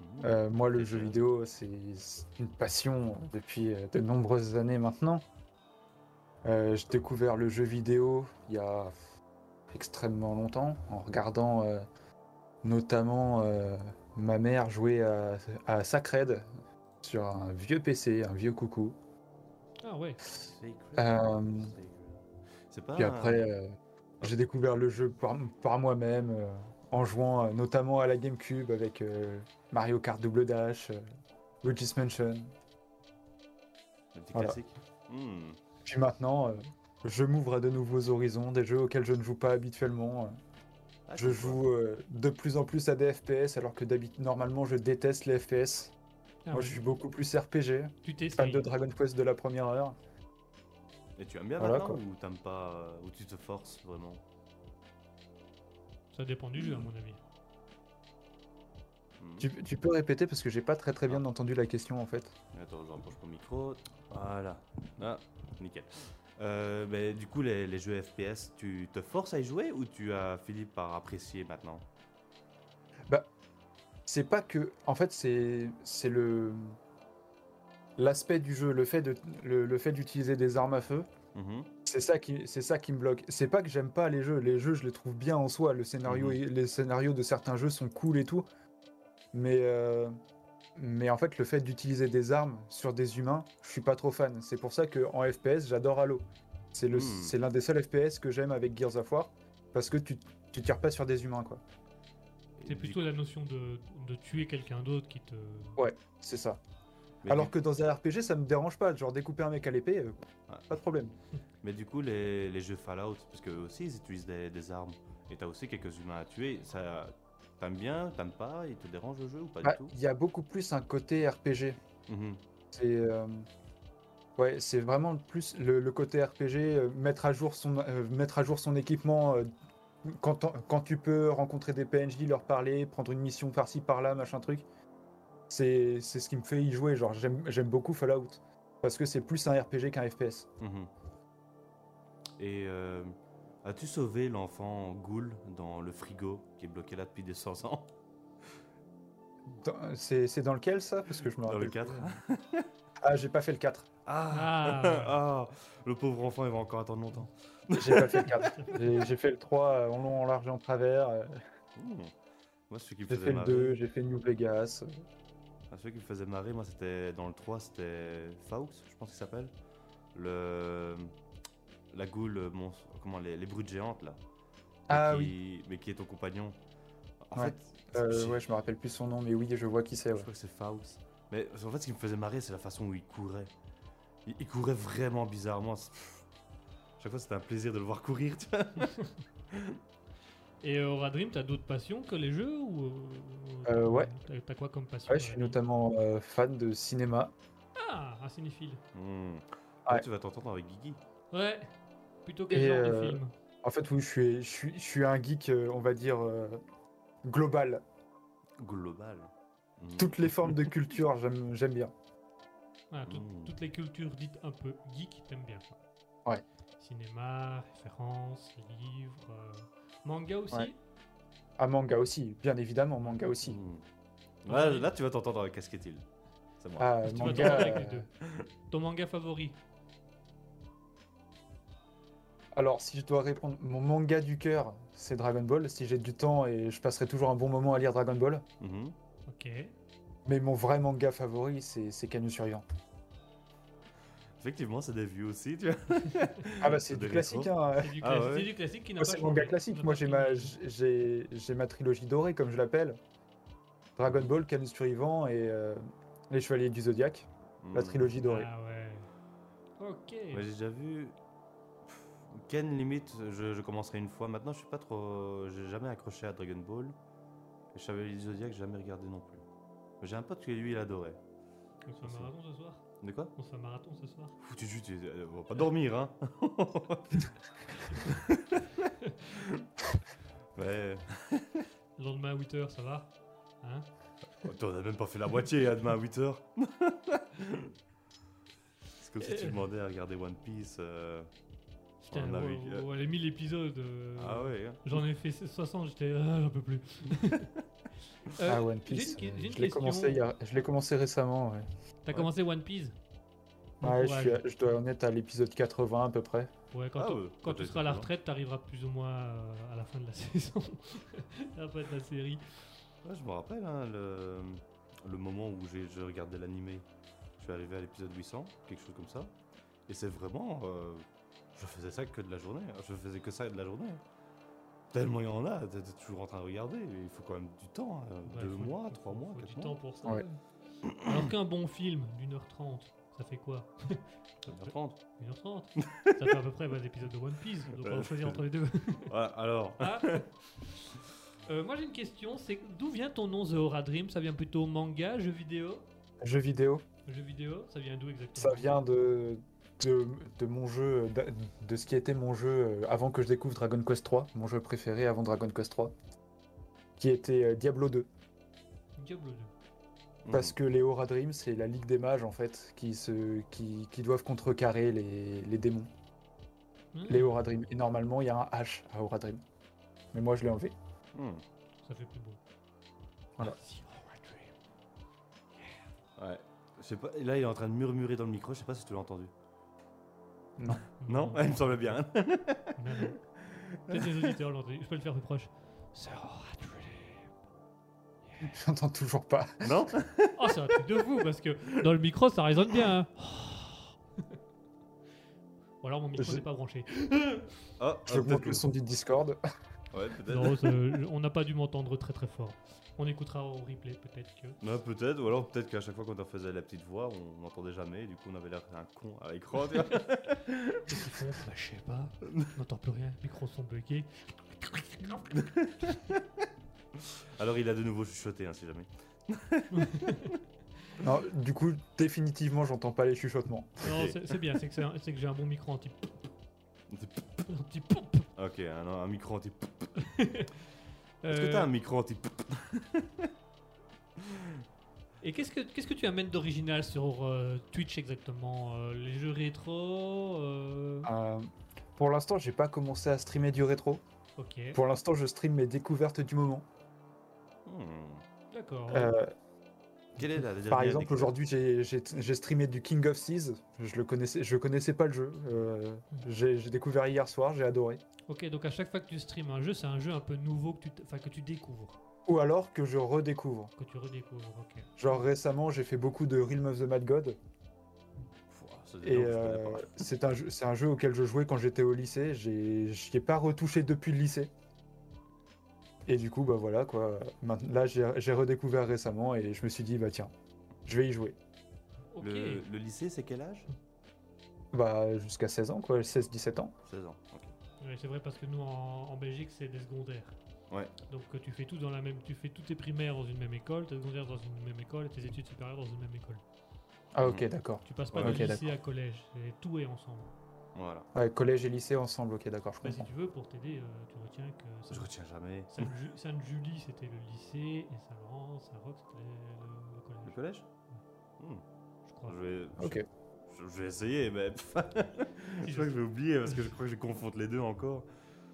Speaker 2: Mmh.
Speaker 4: Euh, moi le
Speaker 2: Très
Speaker 4: jeu
Speaker 2: bien.
Speaker 4: vidéo c'est c'est une passion depuis euh, de nombreuses années maintenant. Euh, J'ai découvert le jeu vidéo il y a extrêmement longtemps en regardant euh, notamment euh, ma mère jouer à, à Sacred sur un vieux PC, un vieux coucou.
Speaker 3: Ah ouais.
Speaker 2: Sacred.
Speaker 4: Euh,
Speaker 2: Sacred. C'est pas.
Speaker 4: Puis après, euh, j'ai découvert le jeu par, par moi-même euh, en jouant euh, notamment à la GameCube avec euh, Mario Kart Double Dash, euh, Luigi's Mansion.
Speaker 2: Un petit
Speaker 4: voilà.
Speaker 2: classique. Mmh.
Speaker 4: Puis maintenant, euh, je m'ouvre à de nouveaux horizons, des jeux auxquels je ne joue pas habituellement. euh.
Speaker 2: Ah,
Speaker 4: Je
Speaker 2: c'est cool.
Speaker 4: joue euh, de plus en plus à des FPS alors que d'habitude, normalement, je déteste les FPS.
Speaker 3: Ah
Speaker 4: Moi,
Speaker 3: ouais.
Speaker 4: je suis beaucoup plus RPG,
Speaker 3: Tu t'es
Speaker 4: fan de Dragon Quest de la première heure.
Speaker 2: Et tu aimes bien
Speaker 4: Voilà,
Speaker 2: maintenant
Speaker 4: quoi.
Speaker 2: ou t'aimes pas euh, ou tu te forces vraiment
Speaker 3: Ça dépend du jeu, à mon avis.
Speaker 2: Hmm.
Speaker 4: Tu, tu peux répéter parce que j'ai pas très très bien
Speaker 2: Ah.
Speaker 4: entendu la question en fait.
Speaker 2: Attends, je rapproche mon micro. Voilà. Ah, nickel. Euh, ben, du coup, les, les jeux FPS, tu te forces à y jouer ou tu as fini par apprécier maintenant
Speaker 4: C'est pas que. En fait, c'est c'est le l'aspect du jeu, le fait de le, le fait d'utiliser des armes à feu.
Speaker 2: Mhm.
Speaker 4: C'est ça qui c'est ça qui me bloque. C'est pas que j'aime pas les jeux. Les jeux, je les trouve bien en soi. Le scénario,
Speaker 2: Mhm.
Speaker 4: est- les scénarios de certains jeux sont cool et tout. Mais euh, mais en fait, le fait d'utiliser des armes sur des humains, je suis pas trop fan. C'est pour ça que en FPS, j'adore Halo. C'est le
Speaker 2: Hmm.
Speaker 4: c'est l'un des seuls FPS que j'aime avec Gears of War parce que tu tu tires pas sur des humains quoi.
Speaker 2: Et
Speaker 3: C'est
Speaker 2: du-
Speaker 3: plutôt la notion de, de tuer quelqu'un d'autre qui te.
Speaker 4: C'est ça.
Speaker 2: mais
Speaker 4: Alors
Speaker 2: du-
Speaker 4: que dans un RPG, ça me dérange pas. Genre découper un mec à l'épée, euh,
Speaker 2: Ah.
Speaker 4: pas de problème.
Speaker 2: Mais du coup, les, les jeux Fallout, parce qu'eux aussi, ils utilisent des, des armes. Et t'as aussi quelques humains à tuer. Ça, t'aimes bien, t'aimes pas, il te dérange le jeu ou pas
Speaker 4: Bah,
Speaker 2: du tout
Speaker 4: Il y a beaucoup plus un côté RPG.
Speaker 2: Mhm.
Speaker 4: C'est euh, ouais, c'est vraiment plus le, le côté RPG, euh, mettre à jour son euh, mettre à jour son équipement euh, quand, t'en- quand tu peux rencontrer des PNJ, leur parler, prendre une mission par-ci par-là, machin truc. C'est c'est ce qui me fait y jouer. Genre j'aime j'aime beaucoup Fallout parce que c'est plus un RPG qu'un FPS.
Speaker 2: Mhm. Et euh, as-tu sauvé l'enfant Ghoul dans le frigo qui est bloqué là depuis des 100 ans
Speaker 4: Dans- C'est c'est dans lequel ça Parce que je me
Speaker 2: Dans le
Speaker 4: rappelle
Speaker 2: 4
Speaker 4: plus. Ah, j'ai pas fait le 4.
Speaker 2: Ah
Speaker 3: Ah.
Speaker 2: Ah Le pauvre enfant, il va encore attendre longtemps.
Speaker 4: J'ai pas fait le 4. J'ai- J'ai fait le 3 euh, en long, en large et en travers. euh,
Speaker 2: Mmh. Moi, celui qui me
Speaker 4: J'ai
Speaker 2: faisait
Speaker 4: fait le
Speaker 2: marrer,
Speaker 4: 2, j'ai fait New Vegas.
Speaker 2: ah, celui qui me faisait marrer, moi, c'était dans le 3, c'était Faux, je pense qu'il s'appelle. Le... La Ghoul, euh, mon- comment, les, les brutes géantes, là. Mais
Speaker 4: Ah
Speaker 2: qui-
Speaker 4: oui.
Speaker 2: Mais qui est ton compagnon. En
Speaker 4: Ouais.
Speaker 2: fait,
Speaker 4: Euh,
Speaker 2: j'ai-
Speaker 4: ouais, je me rappelle plus son nom, mais oui, je vois qui c'est.
Speaker 2: Je
Speaker 4: ouais.
Speaker 2: crois que c'est Faust. Mais en fait, ce qui me faisait marrer, c'est la façon où il courait. Il, il courait vraiment bizarrement. C'est- pff. Chaque fois, c'était un plaisir de le voir courir. tu vois.
Speaker 3: Et euh, Aura Dream, t'as d'autres passions que les jeux ou euh,
Speaker 4: Euh, ouais.
Speaker 3: T'as- T'as quoi comme passion
Speaker 4: Ouais, je suis
Speaker 3: Aura Dream
Speaker 4: notamment euh, fan de cinéma.
Speaker 3: Ah, un cinéphile.
Speaker 2: Hmm. Toi,
Speaker 4: Ouais.
Speaker 2: Tu vas t'entendre avec Guigui.
Speaker 3: Ouais. Plutôt quel
Speaker 4: Et,
Speaker 3: genre de
Speaker 4: euh,
Speaker 3: film
Speaker 4: En fait, oui, je suis, je suis, je suis un geek, euh, on va dire, euh, global.
Speaker 2: Global. Hmm.
Speaker 4: Toutes les formes de culture, j'aime j'aime bien.
Speaker 3: Ah, tout-
Speaker 2: Mm.
Speaker 3: Toutes les cultures dites un peu geek, t'aimes bien quoi.
Speaker 4: Ouais.
Speaker 3: Cinéma, références, livres, euh, manga aussi.
Speaker 4: Ouais. Ah, manga aussi, bien évidemment, manga aussi.
Speaker 2: Hmm. Là, là, tu vas t'entendre avec Casquetil. C'est moi.
Speaker 4: Ah,
Speaker 3: Tu vas
Speaker 4: manga.
Speaker 3: t'entendre avec les
Speaker 4: euh,
Speaker 3: deux. Ton manga favori
Speaker 4: Alors, si je dois répondre, mon manga du cœur, c'est Dragon Ball. Si j'ai du temps et je passerai toujours un bon moment à lire Dragon Ball.
Speaker 2: Mhm.
Speaker 3: Ok.
Speaker 4: Mais mon vrai manga favori, c'est c'est Camus Survivant.
Speaker 2: Effectivement, c'est des vues aussi. Tu vois.
Speaker 4: Ah, bah, c'est
Speaker 2: Des
Speaker 4: du
Speaker 2: rétros.
Speaker 4: classique, hein.
Speaker 3: C'est du,
Speaker 2: Ah
Speaker 3: classi-
Speaker 2: ouais.
Speaker 3: c'est du classique qui n'a
Speaker 4: Moi,
Speaker 3: pas
Speaker 4: c'est
Speaker 3: changé,
Speaker 4: manga
Speaker 3: n'a
Speaker 4: classique.
Speaker 3: pas
Speaker 4: Moi, j'ai ma,
Speaker 3: changé.
Speaker 4: j'ai j'ai ma trilogie dorée, comme je l'appelle. Dragon Ball, Camus Survivant et euh, Les Chevaliers du Zodiaque. La
Speaker 2: Hmm.
Speaker 4: trilogie dorée.
Speaker 3: Ah ouais. Ok.
Speaker 2: Ouais, j'ai déjà vu. Pff, Ken, limite, je, je commencerai une fois. Maintenant, je suis pas trop. J'ai jamais accroché à Dragon Ball. Et Chevalier du Zodiac, j'ai jamais regardé non plus. Mais J'ai un pote qui, lui, il adorait.
Speaker 3: On se fait un marathon ce soir
Speaker 2: De quoi
Speaker 3: On se fait un marathon ce soir
Speaker 2: Fou, tu, tu, tu- euh, on va pas dormir, hein Ouais.
Speaker 3: Le lendemain à 8h, ça va Hein
Speaker 2: Attends, on a Oh, même pas fait la moitié, à demain à 8h. C'est comme si tu demandais à regarder One Piece. euh,
Speaker 3: Putain,
Speaker 2: On a
Speaker 3: ouais,
Speaker 2: vu-
Speaker 3: ouais, ouais, les 1000 épisodes. euh,
Speaker 2: Ah ouais. hein.
Speaker 3: J'en ai fait 60, j'étais. ah, j'en peux plus. Euh,
Speaker 4: Ah, One
Speaker 3: j'ai
Speaker 4: Piece.
Speaker 3: une- j'ai
Speaker 4: euh,
Speaker 3: une
Speaker 4: Je l'ai
Speaker 3: question.
Speaker 4: commencé, il y a- je l'ai commencé récemment. Ouais,
Speaker 3: T'as
Speaker 2: Ouais.
Speaker 3: commencé One Piece Bon
Speaker 4: Ouais, je,
Speaker 3: courage.
Speaker 4: suis à- je dois en être à l'épisode 80 à peu près.
Speaker 3: Ouais, quand,
Speaker 2: Ah
Speaker 3: tu-
Speaker 2: ouais,
Speaker 3: quand
Speaker 2: ça peut
Speaker 3: tu
Speaker 2: être
Speaker 3: seras à la
Speaker 2: cool, hein.
Speaker 3: retraite, t'arriveras plus ou moins euh, à la fin de la saison. à la fin de la série.
Speaker 2: Ouais, je me rappelle hein, le, le moment où j'ai je regardais l'animé. Je suis arrivé à l'épisode 800, quelque chose comme ça. Et c'est vraiment. euh, je faisais ça que de la journée. hein. Je faisais que ça de la journée. hein. Tellement il y en a, t'es t'es toujours en train de regarder. Il faut quand même du temps. hein.
Speaker 3: Ouais,
Speaker 2: Deux
Speaker 3: faut-
Speaker 2: mois,
Speaker 3: faut-
Speaker 2: trois
Speaker 3: faut-
Speaker 2: mois,
Speaker 3: faut
Speaker 2: quatre
Speaker 3: du temps
Speaker 2: mois.
Speaker 3: pour ça.
Speaker 4: Ouais.
Speaker 3: ouais. Alors qu'un bon film d'une heure trente, ça fait quoi
Speaker 2: 1h30.
Speaker 3: 1h30 Ça fait à peu près bah, l'épisode de One Piece, donc on va choisir entre les deux.
Speaker 2: Ouais, alors.
Speaker 3: Ah. Euh, moi j'ai une question, c'est d'où vient ton nom The Aura Dream Ça vient plutôt manga, jeu vidéo
Speaker 4: Jeux vidéo,
Speaker 3: Jeu vidéo, ça vient d'où exactement
Speaker 4: ça vient de, de, de mon jeu, de, de ce qui était mon jeu euh, avant que je découvre Dragon Quest 3, mon jeu préféré avant Dragon Quest 3, qui était euh, Diablo 2.
Speaker 3: Diablo 2.
Speaker 4: Parce que les Aura Dreams, c'est la Ligue des Mages en fait, qui, se, qui, qui doivent contrecarrer les, les démons.
Speaker 3: Hmm.
Speaker 4: les Aura Dream. Et normalement, il y a un H à Aura Dream. Mais moi, je l'ai enlevé.
Speaker 2: Hmm.
Speaker 3: Ça fait plus beau.
Speaker 4: Voilà.
Speaker 3: Merci, Aura Dream.
Speaker 2: Ouais. Je sais pas, et là il est en train de murmurer dans le micro, je sais pas si tu l'as entendu. Non
Speaker 3: Non,
Speaker 2: Il me semble bien.
Speaker 3: non, non. Peut-être les auditeurs l'ont entendu. Je peux le faire plus proche. C'est Aura Dream.
Speaker 4: J'entends toujours pas.
Speaker 2: non
Speaker 3: Oh, c'est un truc de fou parce que dans le micro, ça résonne bien. hein. Ou alors mon micro
Speaker 4: Je-
Speaker 3: n'est pas branché.
Speaker 2: Oh,
Speaker 4: Je monte le son du Discord.
Speaker 2: Ouais, peut-être.
Speaker 3: Non, ça- on n'a pas dû m'entendre très très fort. On écoutera au replay peut-être que.
Speaker 2: Ouais, peut-être, ou alors peut-être qu'à chaque fois qu'on te faisait la petite voix, on n'entendait jamais, et du coup on avait l'air d'un con à l'écran. tu vois.
Speaker 3: Qu'est-ce qu'ils font Bah, je sais pas. On n'entend plus rien. Les micros sont buggés.
Speaker 2: alors il a de nouveau chuchoté, hein, si jamais.
Speaker 4: Non, du coup, définitivement, j'entends pas les chuchotements.
Speaker 3: Non,
Speaker 2: Ok.
Speaker 3: c'est- c'est bien. C'est que, c'est un- c'est que j'ai un bon micro anti.
Speaker 2: Anti-
Speaker 3: anti poup.
Speaker 2: Ok, un, un micro anti.
Speaker 3: Euh,
Speaker 2: Est-ce que
Speaker 4: Euh.
Speaker 2: t'as un micro anti.
Speaker 3: Et qu'est-ce que qu'est-ce que tu amènes d'original sur euh, Twitch exactement Euh, Les jeux rétro. euh,
Speaker 2: Ah.
Speaker 4: Euh, pour l'instant, j'ai pas commencé à streamer du rétro.
Speaker 3: Ok.
Speaker 4: Pour l'instant, je stream mes découvertes du moment.
Speaker 2: Hmm.
Speaker 3: D'accord.
Speaker 4: Euh,
Speaker 2: Quelle est la dernière
Speaker 4: par exemple,
Speaker 2: découverte
Speaker 4: aujourd'hui, j'ai- j'ai j'ai streamé du King of Seas. Je le connaissais, je connaissais pas le jeu. Euh, j'ai j'ai découvert hier soir, j'ai adoré.
Speaker 3: Ok. Donc à chaque fois que tu streames un jeu, c'est un jeu un peu nouveau que tu t- enfin que tu découvres,
Speaker 4: Ou alors que je redécouvre.
Speaker 3: que tu redécouvres. Ok.
Speaker 4: Genre récemment, j'ai fait beaucoup de Realm of the Mad God.
Speaker 2: Pouah, ce
Speaker 4: Et
Speaker 2: dernier, je connais
Speaker 4: euh,
Speaker 2: pas.
Speaker 4: c'est un, jeu- c'est un jeu auquel je jouais quand j'étais au lycée. J'ai- J'y ai pas retouché depuis le lycée. Et du coup, bah voilà quoi. Mainte- Là, j'ai j'ai redécouvert récemment et je me suis dit, bah tiens, je vais y jouer.
Speaker 3: Ok.
Speaker 2: le, le lycée, c'est quel âge
Speaker 4: Bah jusqu'à 16 ans quoi, 16-17 ans.
Speaker 2: 16 ans. ok.
Speaker 3: Ouais, c'est vrai parce que nous en, en Belgique c'est des secondaires.
Speaker 2: Ouais.
Speaker 3: Donc euh, tu fais tout dans la même, tu fais tous tes primaires dans une même école, tes secondaires dans une même école, et tes études supérieures dans une même école.
Speaker 4: Ah ok,
Speaker 2: Mhm.
Speaker 4: d'accord.
Speaker 3: Tu passes pas
Speaker 2: Ouais.
Speaker 3: de
Speaker 4: Ok,
Speaker 3: lycée à collège, et tout est ensemble.
Speaker 2: Voilà.
Speaker 4: Ouais, collège et lycée ensemble, ok, d'accord, je
Speaker 3: Bah, si
Speaker 4: comprends.
Speaker 3: tu veux pour t'aider, euh, tu retiens que
Speaker 2: Je
Speaker 3: Sainte-
Speaker 2: retiens jamais.
Speaker 3: Sainte Ju- Sainte-Julie c'était le lycée et Saint-Laurent, Saint-Roch c'était le, le
Speaker 2: Le
Speaker 3: collège,
Speaker 2: collège
Speaker 3: je
Speaker 2: Je
Speaker 3: crois.
Speaker 2: vais.
Speaker 4: Ok.
Speaker 2: Je, je vais essayer, mais. pff, je
Speaker 3: Si,
Speaker 2: crois que
Speaker 3: je sais.
Speaker 2: je vais oublier parce que je crois que je confonde les deux encore.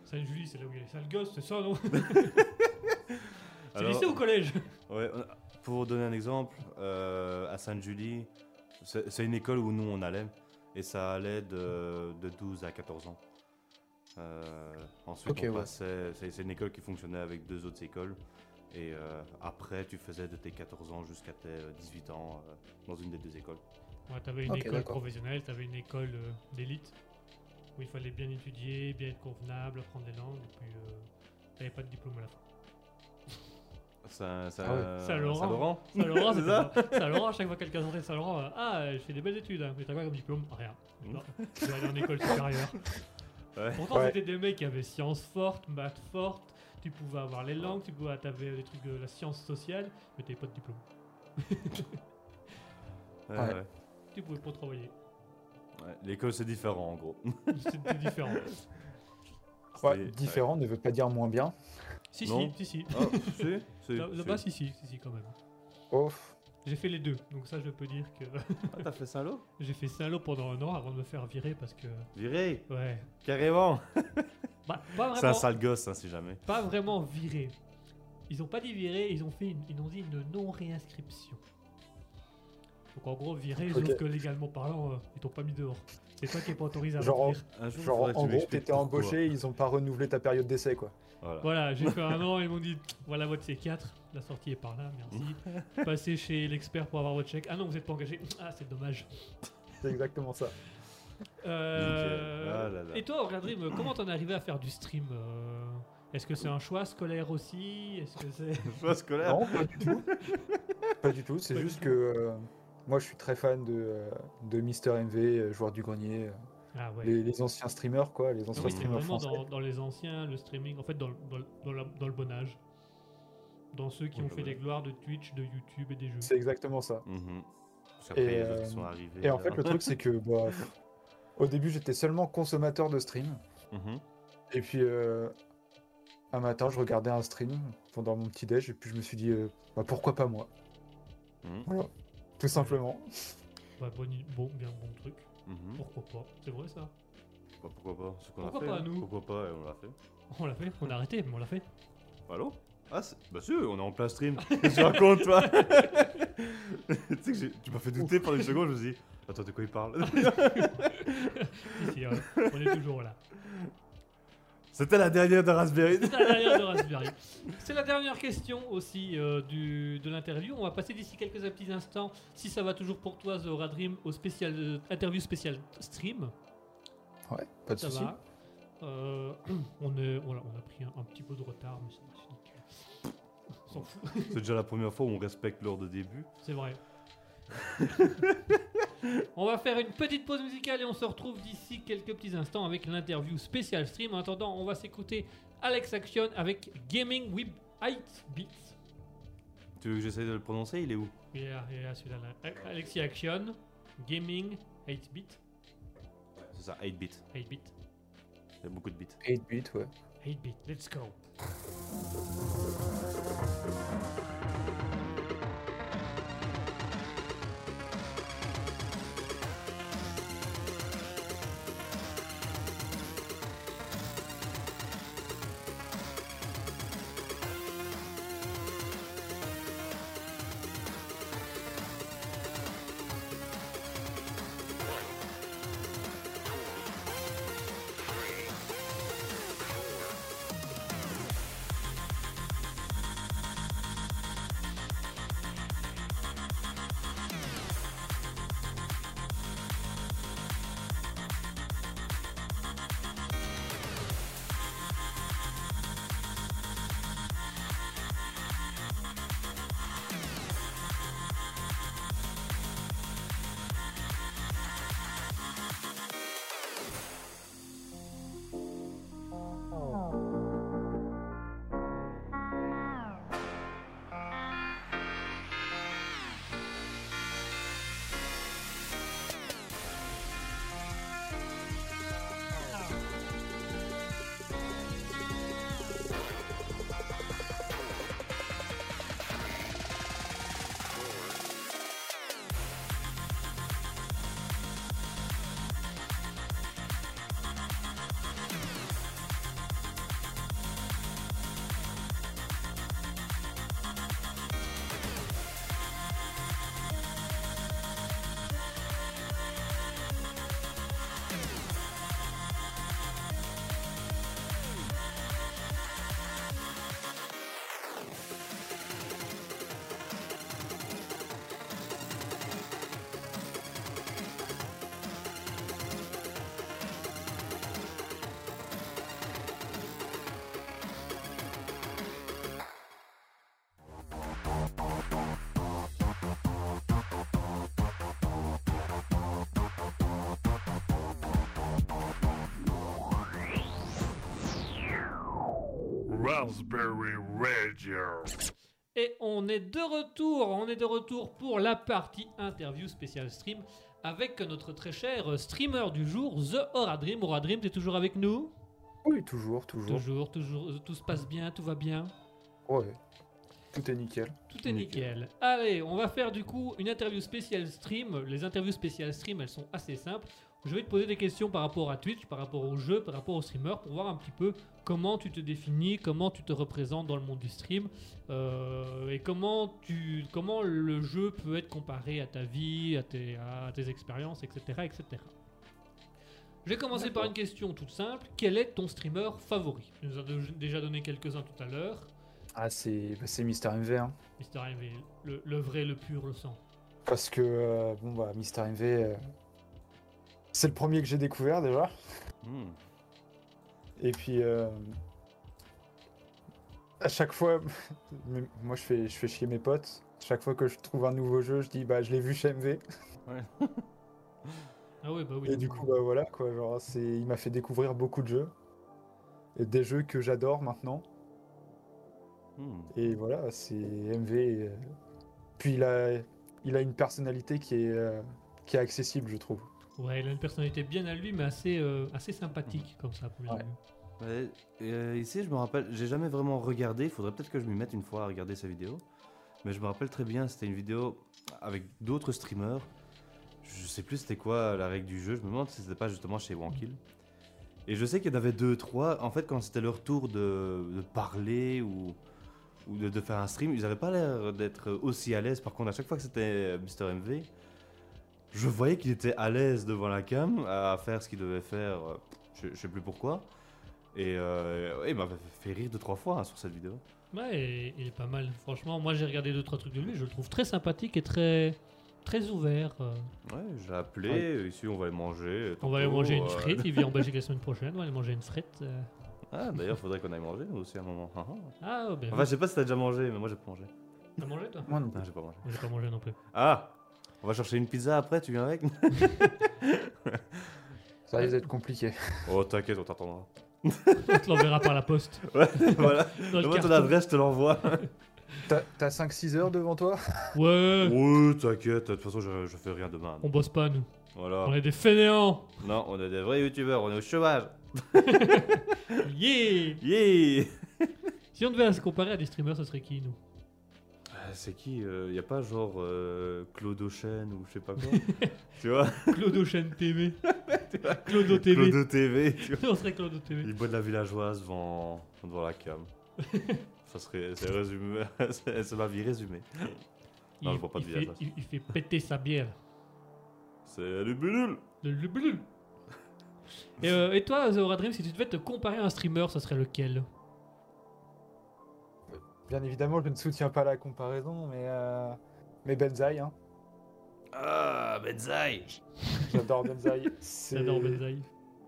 Speaker 3: Sainte-Julie c'est là où il y a les sales gosses, c'est ça non C'est
Speaker 2: Alors-
Speaker 3: lycée ou collège
Speaker 2: Ouais, on a- pour donner un exemple, euh, à Sainte-Julie, c'est c'est une école où nous on allait, et ça allait de, de 12 à 14 ans. Euh, ensuite,
Speaker 4: Ok,
Speaker 2: on
Speaker 4: ouais.
Speaker 2: passait. C'est c'est une école qui fonctionnait avec deux autres écoles, et euh, après, tu faisais de tes 14 ans jusqu'à tes euh, 18 ans euh, dans une des deux écoles.
Speaker 3: Ouais, t'avais une
Speaker 4: Ok,
Speaker 3: école
Speaker 4: d'accord.
Speaker 3: professionnelle, t'avais une école euh, d'élite où il fallait bien étudier, bien être convenable, apprendre les langues, et puis euh, t'avais pas de diplôme à la fin.
Speaker 2: Ça, ça, euh,
Speaker 4: Ah ouais.
Speaker 3: Saint-Laurent. Saint-Laurent, c'était pas- Saint-Laurent, à chaque fois que quelqu'un rentrait Saint-Laurent, euh, ah, euh, je fais des belles études, hein, mais t'as quoi comme diplôme Rien.
Speaker 2: Mm.
Speaker 3: Non, je vais aller en école supérieure.
Speaker 2: Ouais.
Speaker 3: Pourtant,
Speaker 4: Ouais.
Speaker 3: c'était des mecs qui avaient sciences fortes, maths fortes, tu pouvais avoir les langues, tu pouvais, t'avais des trucs de la science sociale, mais t'avais pas de diplôme.
Speaker 2: Ouais,
Speaker 4: Ouais.
Speaker 2: ouais.
Speaker 3: Tu pouvais pas travailler.
Speaker 2: Ouais, L'école c'est différent en gros.
Speaker 3: C'était différent.
Speaker 4: Ouais,
Speaker 2: C'est-
Speaker 4: différent ne veut pas dire moins bien.
Speaker 3: Si,
Speaker 2: Non.
Speaker 3: si, si, si.
Speaker 2: Oh, si, si,
Speaker 3: Là-
Speaker 2: si.
Speaker 3: Là-bas, si, si, si, si, quand même.
Speaker 4: Oh,
Speaker 3: J'ai fait les deux, donc ça, je peux dire que
Speaker 2: Ah, t'as fait Saint-Lô
Speaker 3: j'ai fait Saint-Lô pendant un an avant de me faire virer parce que.
Speaker 2: Viré
Speaker 3: Ouais.
Speaker 2: Carrément
Speaker 3: Bah, pas
Speaker 2: C'est un
Speaker 3: vraiment.
Speaker 2: sale gosse, hein, si jamais.
Speaker 3: pas vraiment viré. Ils ont pas dit viré, ils ont fait une, ils ont dit une non-réinscription. Donc en gros, viré,
Speaker 4: Ok.
Speaker 3: sauf que légalement parlant, euh, ils t'ont pas mis dehors. C'est toi qui n'es pas autorisé à
Speaker 4: Genre,
Speaker 3: m'inscrire.
Speaker 2: Un jour,
Speaker 4: genre
Speaker 2: faudrait que
Speaker 4: en
Speaker 2: tu
Speaker 4: gros,
Speaker 2: m'expliques
Speaker 4: t'étais
Speaker 2: pourquoi.
Speaker 4: embauché, ils ont pas renouvelé ta période d'essai quoi.
Speaker 2: Voilà.
Speaker 3: Voilà, j'ai fait un an, ils m'ont dit voilà votre C4, la sortie est par là, merci. Passez chez l'expert pour avoir votre chèque. Ah non, vous n'êtes pas engagé. Ah, c'est dommage.
Speaker 4: C'est exactement ça.
Speaker 3: Euh,
Speaker 2: Nickel. Ah là là.
Speaker 3: Et toi, Aurélien Dream, comment t'en es arrivé à faire du stream euh, Est-ce que c'est un choix scolaire aussi Est-ce que c'est.
Speaker 2: Choix scolaire.
Speaker 4: Non, pas du tout. pas du tout, c'est
Speaker 3: Pas du
Speaker 4: juste
Speaker 3: tout.
Speaker 4: que euh, moi je suis très fan de, euh, de Mister MV, euh, joueur du grenier, euh,
Speaker 3: Ah ouais.
Speaker 4: les, les anciens streamers quoi, les
Speaker 3: Ah
Speaker 4: anciens
Speaker 3: oui, c'est
Speaker 4: streamers
Speaker 3: vraiment
Speaker 4: français.
Speaker 3: dans, dans les anciens, le streaming, en fait, dans, le- dans le- dans la- dans le bon âge. Dans ceux qui
Speaker 2: Oui,
Speaker 3: ont
Speaker 2: bah
Speaker 3: fait
Speaker 2: voilà.
Speaker 3: des gloires de Twitch, de YouTube et des jeux.
Speaker 4: C'est exactement ça.
Speaker 2: Mhm. Parce qu'après, il y a les autres
Speaker 4: euh,
Speaker 2: qui sont arrivés.
Speaker 4: Et en fait le truc c'est que bah, au début j'étais seulement consommateur de stream.
Speaker 2: Mhm.
Speaker 4: Et puis euh, un matin, je regardais un stream pendant mon petit déj, et puis je me suis dit, euh, bah, pourquoi pas moi
Speaker 3: Mmh.
Speaker 2: Mhm.
Speaker 4: Voilà, tout simplement.
Speaker 3: Bah, bon, bon, bien, bon truc.
Speaker 2: Mhm.
Speaker 3: Pourquoi pas C'est vrai ça
Speaker 2: Bah, pourquoi pas ce qu'on a
Speaker 3: Pourquoi
Speaker 2: fait,
Speaker 3: pas,
Speaker 2: hein.
Speaker 3: nous
Speaker 2: Pourquoi pas, et on l'a fait.
Speaker 3: On l'a fait, on a arrêté, mais on l'a fait.
Speaker 2: Allô Ah, c'est- bah si, on est en plein stream. Qu'est-ce que tu racontes, toi Tu sais que j'ai- tu m'as fait douter pendant une seconde, je me suis dit, attends, de quoi il parle
Speaker 3: Si, si, euh, on est toujours là.
Speaker 2: C'était la dernière de Raspberry.
Speaker 3: C'est la dernière de Raspberry. C'est la dernière question aussi euh, du, de l'interview. On va passer d'ici quelques petits instants, si ça va toujours pour toi, Zora Dream, au spécial euh, interview spécial stream.
Speaker 4: Ouais, pas de
Speaker 3: Ça
Speaker 4: souci.
Speaker 3: va. Euh, on, est, voilà, on a pris un, un petit peu de retard, mais c'est c'est nickel. On s'en fout.
Speaker 2: C'est déjà la première fois où on respecte l'heure de début.
Speaker 3: C'est vrai. on va faire une petite pause musicale et on se retrouve d'ici quelques petits instants avec l'interview spécial stream. En attendant, on va s'écouter Alex Action avec Gaming with 8 Beats.
Speaker 2: Tu veux que j'essaye de le prononcer Il est où
Speaker 3: Il est là, il est là celui-là. là. A- Alexis Action, Gaming 8 bit,
Speaker 2: C'est ça, 8 bits.
Speaker 3: 8 bit,
Speaker 2: Il y a beaucoup de bits.
Speaker 4: 8 bits, ouais.
Speaker 3: 8 bit. Let's go.
Speaker 1: Raspberry Radio.
Speaker 3: Et on est de retour, on est de retour pour la partie interview spécial stream avec notre très cher streamer du jour, The Oradrim. Oradrim, t'es toujours avec nous
Speaker 4: Oui, toujours, toujours.
Speaker 3: Toujours, toujours, euh, tout se passe bien, tout va bien.
Speaker 4: Ouais. Tout est nickel.
Speaker 3: Tout est nickel.
Speaker 2: Nickel.
Speaker 3: Allez, on va faire du coup une interview spéciale stream. Les interviews spéciales stream, elles sont assez simples. Je vais te poser des questions par rapport à Twitch, par rapport au jeu, par rapport au streamer, pour voir un petit peu comment tu te définis, comment tu te représentes dans le monde du stream, euh, et comment, tu, comment le jeu peut être comparé à ta vie, à tes, à tes expériences, etc., etc. Je vais commencer par une question toute simple. Quel est ton streamer favori Tu nous as de- déjà donné quelques-uns tout à l'heure.
Speaker 4: Ah, c'est bah, c'est Mister MV. hein.
Speaker 3: Mister MV, le, le vrai, le pur, le sang.
Speaker 4: Parce que, euh, bon, bah, Mister MV, euh, c'est le premier que j'ai découvert déjà.
Speaker 2: Hmm.
Speaker 4: Et puis, euh, à chaque fois, mais moi je fais, je fais chier mes potes. Chaque fois que je trouve un nouveau jeu, je dis bah je l'ai vu chez MV.
Speaker 3: Ah ouais, bah oui.
Speaker 4: Et du coup, bah voilà quoi, genre c'est, il m'a fait découvrir beaucoup de jeux. Et des jeux que j'adore maintenant.
Speaker 2: Hmm.
Speaker 4: Et voilà, c'est MV. euh, Puis il a, il a une personnalité qui est, euh, qui est accessible, je trouve.
Speaker 3: Ouais, il a une personnalité bien à lui, mais assez, euh, assez sympathique, comme ça, à première
Speaker 4: Ouais.
Speaker 3: vue.
Speaker 2: Ouais, et, euh, ici, je me rappelle, j'ai jamais vraiment regardé. Il faudrait peut-être que je m'y mette une fois à regarder sa vidéo. Mais je me rappelle très bien, c'était une vidéo avec d'autres streamers. Je sais plus c'était quoi la règle du jeu. Je me demande si c'était pas justement chez Wankill. Et je sais qu'il y en avait deux, trois. En fait, quand c'était leur tour de, de parler ou, ou de, de faire un stream, ils n'avaient pas l'air d'être aussi à l'aise. Par contre, à chaque fois que c'était euh, Mister MV, je voyais qu'il était à l'aise devant la cam, à faire ce qu'il devait faire. euh, Je, je sais plus pourquoi. Et euh, ouais, il m'avait fait rire deux, trois fois hein, sur cette vidéo.
Speaker 3: Ouais, et- il est pas mal. Franchement, moi j'ai regardé deux trois trucs de lui, je le trouve très sympathique et très très ouvert. euh.
Speaker 2: Ouais, je l'ai appelé. Ici, on va aller manger. euh,
Speaker 3: On va aller manger une
Speaker 2: frite
Speaker 3: frite, il vient en Belgique la semaine prochaine, on va aller manger une frite. euh.
Speaker 2: Ah, d'ailleurs, faudrait qu'on aille manger nous aussi à un moment. Ah, ah.
Speaker 3: Ah, ben,
Speaker 2: Enfin, je sais pas si t'as déjà mangé, mais moi j'ai pas mangé.
Speaker 3: t'as mangé toi
Speaker 4: Moi non
Speaker 2: Non,
Speaker 4: plus.
Speaker 2: j'ai pas mangé.
Speaker 3: Moi, J'ai pas mangé non plus.
Speaker 2: Ah On va chercher une pizza après, tu viens avec
Speaker 4: Ça risque d'être compliqué.
Speaker 2: Oh, t'inquiète, on t'attendra.
Speaker 3: On te l'enverra par la poste.
Speaker 2: voilà,
Speaker 3: Dans le
Speaker 2: donne-moi ton
Speaker 3: carton.
Speaker 2: adresse, je te l'envoie.
Speaker 4: T'as t'as 5-6 heures devant toi
Speaker 3: Ouais,
Speaker 2: ouais, t'inquiète, de toute façon, je, je fais rien demain.
Speaker 3: on bosse pas nous.
Speaker 2: Voilà.
Speaker 3: On est des fainéants.
Speaker 2: Non, on est des vrais youtubeurs, on est au chômage.
Speaker 3: Yeah
Speaker 2: Yeah
Speaker 3: Si on devait se comparer à des streamers, ce serait qui nous
Speaker 2: Ah, C'est qui euh, Y a pas genre euh, Claude Ochen ou je sais pas quoi Tu vois
Speaker 3: Claude Ocean TV. Claude TV.
Speaker 2: Claude TV, tu vois
Speaker 3: On serait Claude TV.
Speaker 2: Il boit de la villageoise devant, devant la cam. Ça serait. C'est résumé. c'est c'est ma vie résumée. Non, je vois pas de
Speaker 3: il
Speaker 2: visage,
Speaker 3: fait,
Speaker 2: là.
Speaker 3: il, il fait péter sa bière.
Speaker 2: C'est le bulule
Speaker 3: Le- le bleu. Et, euh, et toi, Zora Dream, si tu devais te comparer à un streamer, ce serait lequel
Speaker 4: Bien évidemment, je ne soutiens pas la comparaison, mais, euh, mais Benzaï, hein.
Speaker 2: Ah, Benzaï
Speaker 4: j'adore Benzaï. C'est-
Speaker 3: J'adore Benzaï.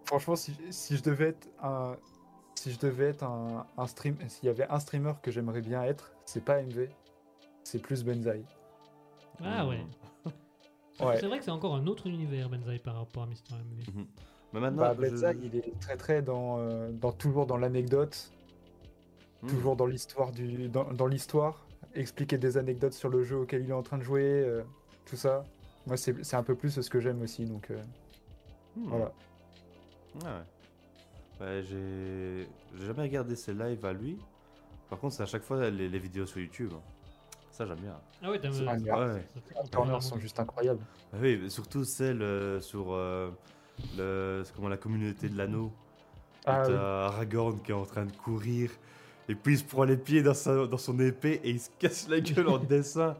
Speaker 4: Franchement, si, si je devais être un, si je devais être un, un stream, s'il y avait un streamer que j'aimerais bien être, c'est pas MV, c'est plus Benzaï.
Speaker 2: hmm.
Speaker 3: Ah ouais.
Speaker 4: Ouais.
Speaker 3: C'est vrai que c'est encore un autre univers, Benzaï, par rapport à Mr. MV.
Speaker 2: Mais maintenant,
Speaker 4: Bah,
Speaker 2: Ah je-
Speaker 4: Benzaï, il est très très dans, euh, dans toujours dans l'anecdote,
Speaker 2: Hmm.
Speaker 4: toujours dans l'histoire du, dans, dans l'histoire, expliquer des anecdotes sur le jeu auquel il est en train de jouer, euh, tout ça. Moi, c'est c'est un peu plus ce que j'aime aussi, donc euh,
Speaker 2: Hmm.
Speaker 4: voilà.
Speaker 2: Ah ouais. Ouais, j'ai... j'ai jamais regardé ses lives à lui. Par contre, c'est à chaque fois les, les vidéos sur YouTube. hein. Ça, j'aime bien.
Speaker 3: Ah ouais, t'as
Speaker 4: C'est un
Speaker 3: ça-
Speaker 4: univers.
Speaker 2: Ouais.
Speaker 3: ça-
Speaker 4: Les corners sont juste incroyables.
Speaker 2: Ah Oui, mais surtout celle euh, sur euh, le, c'est comment, la communauté de l'anneau. où
Speaker 4: Ah,
Speaker 2: T'as
Speaker 4: oui.
Speaker 2: Aragorn qui est en train de courir. Et puis il se prend les pieds dans, sa- dans son épée et il se casse la gueule en dessin.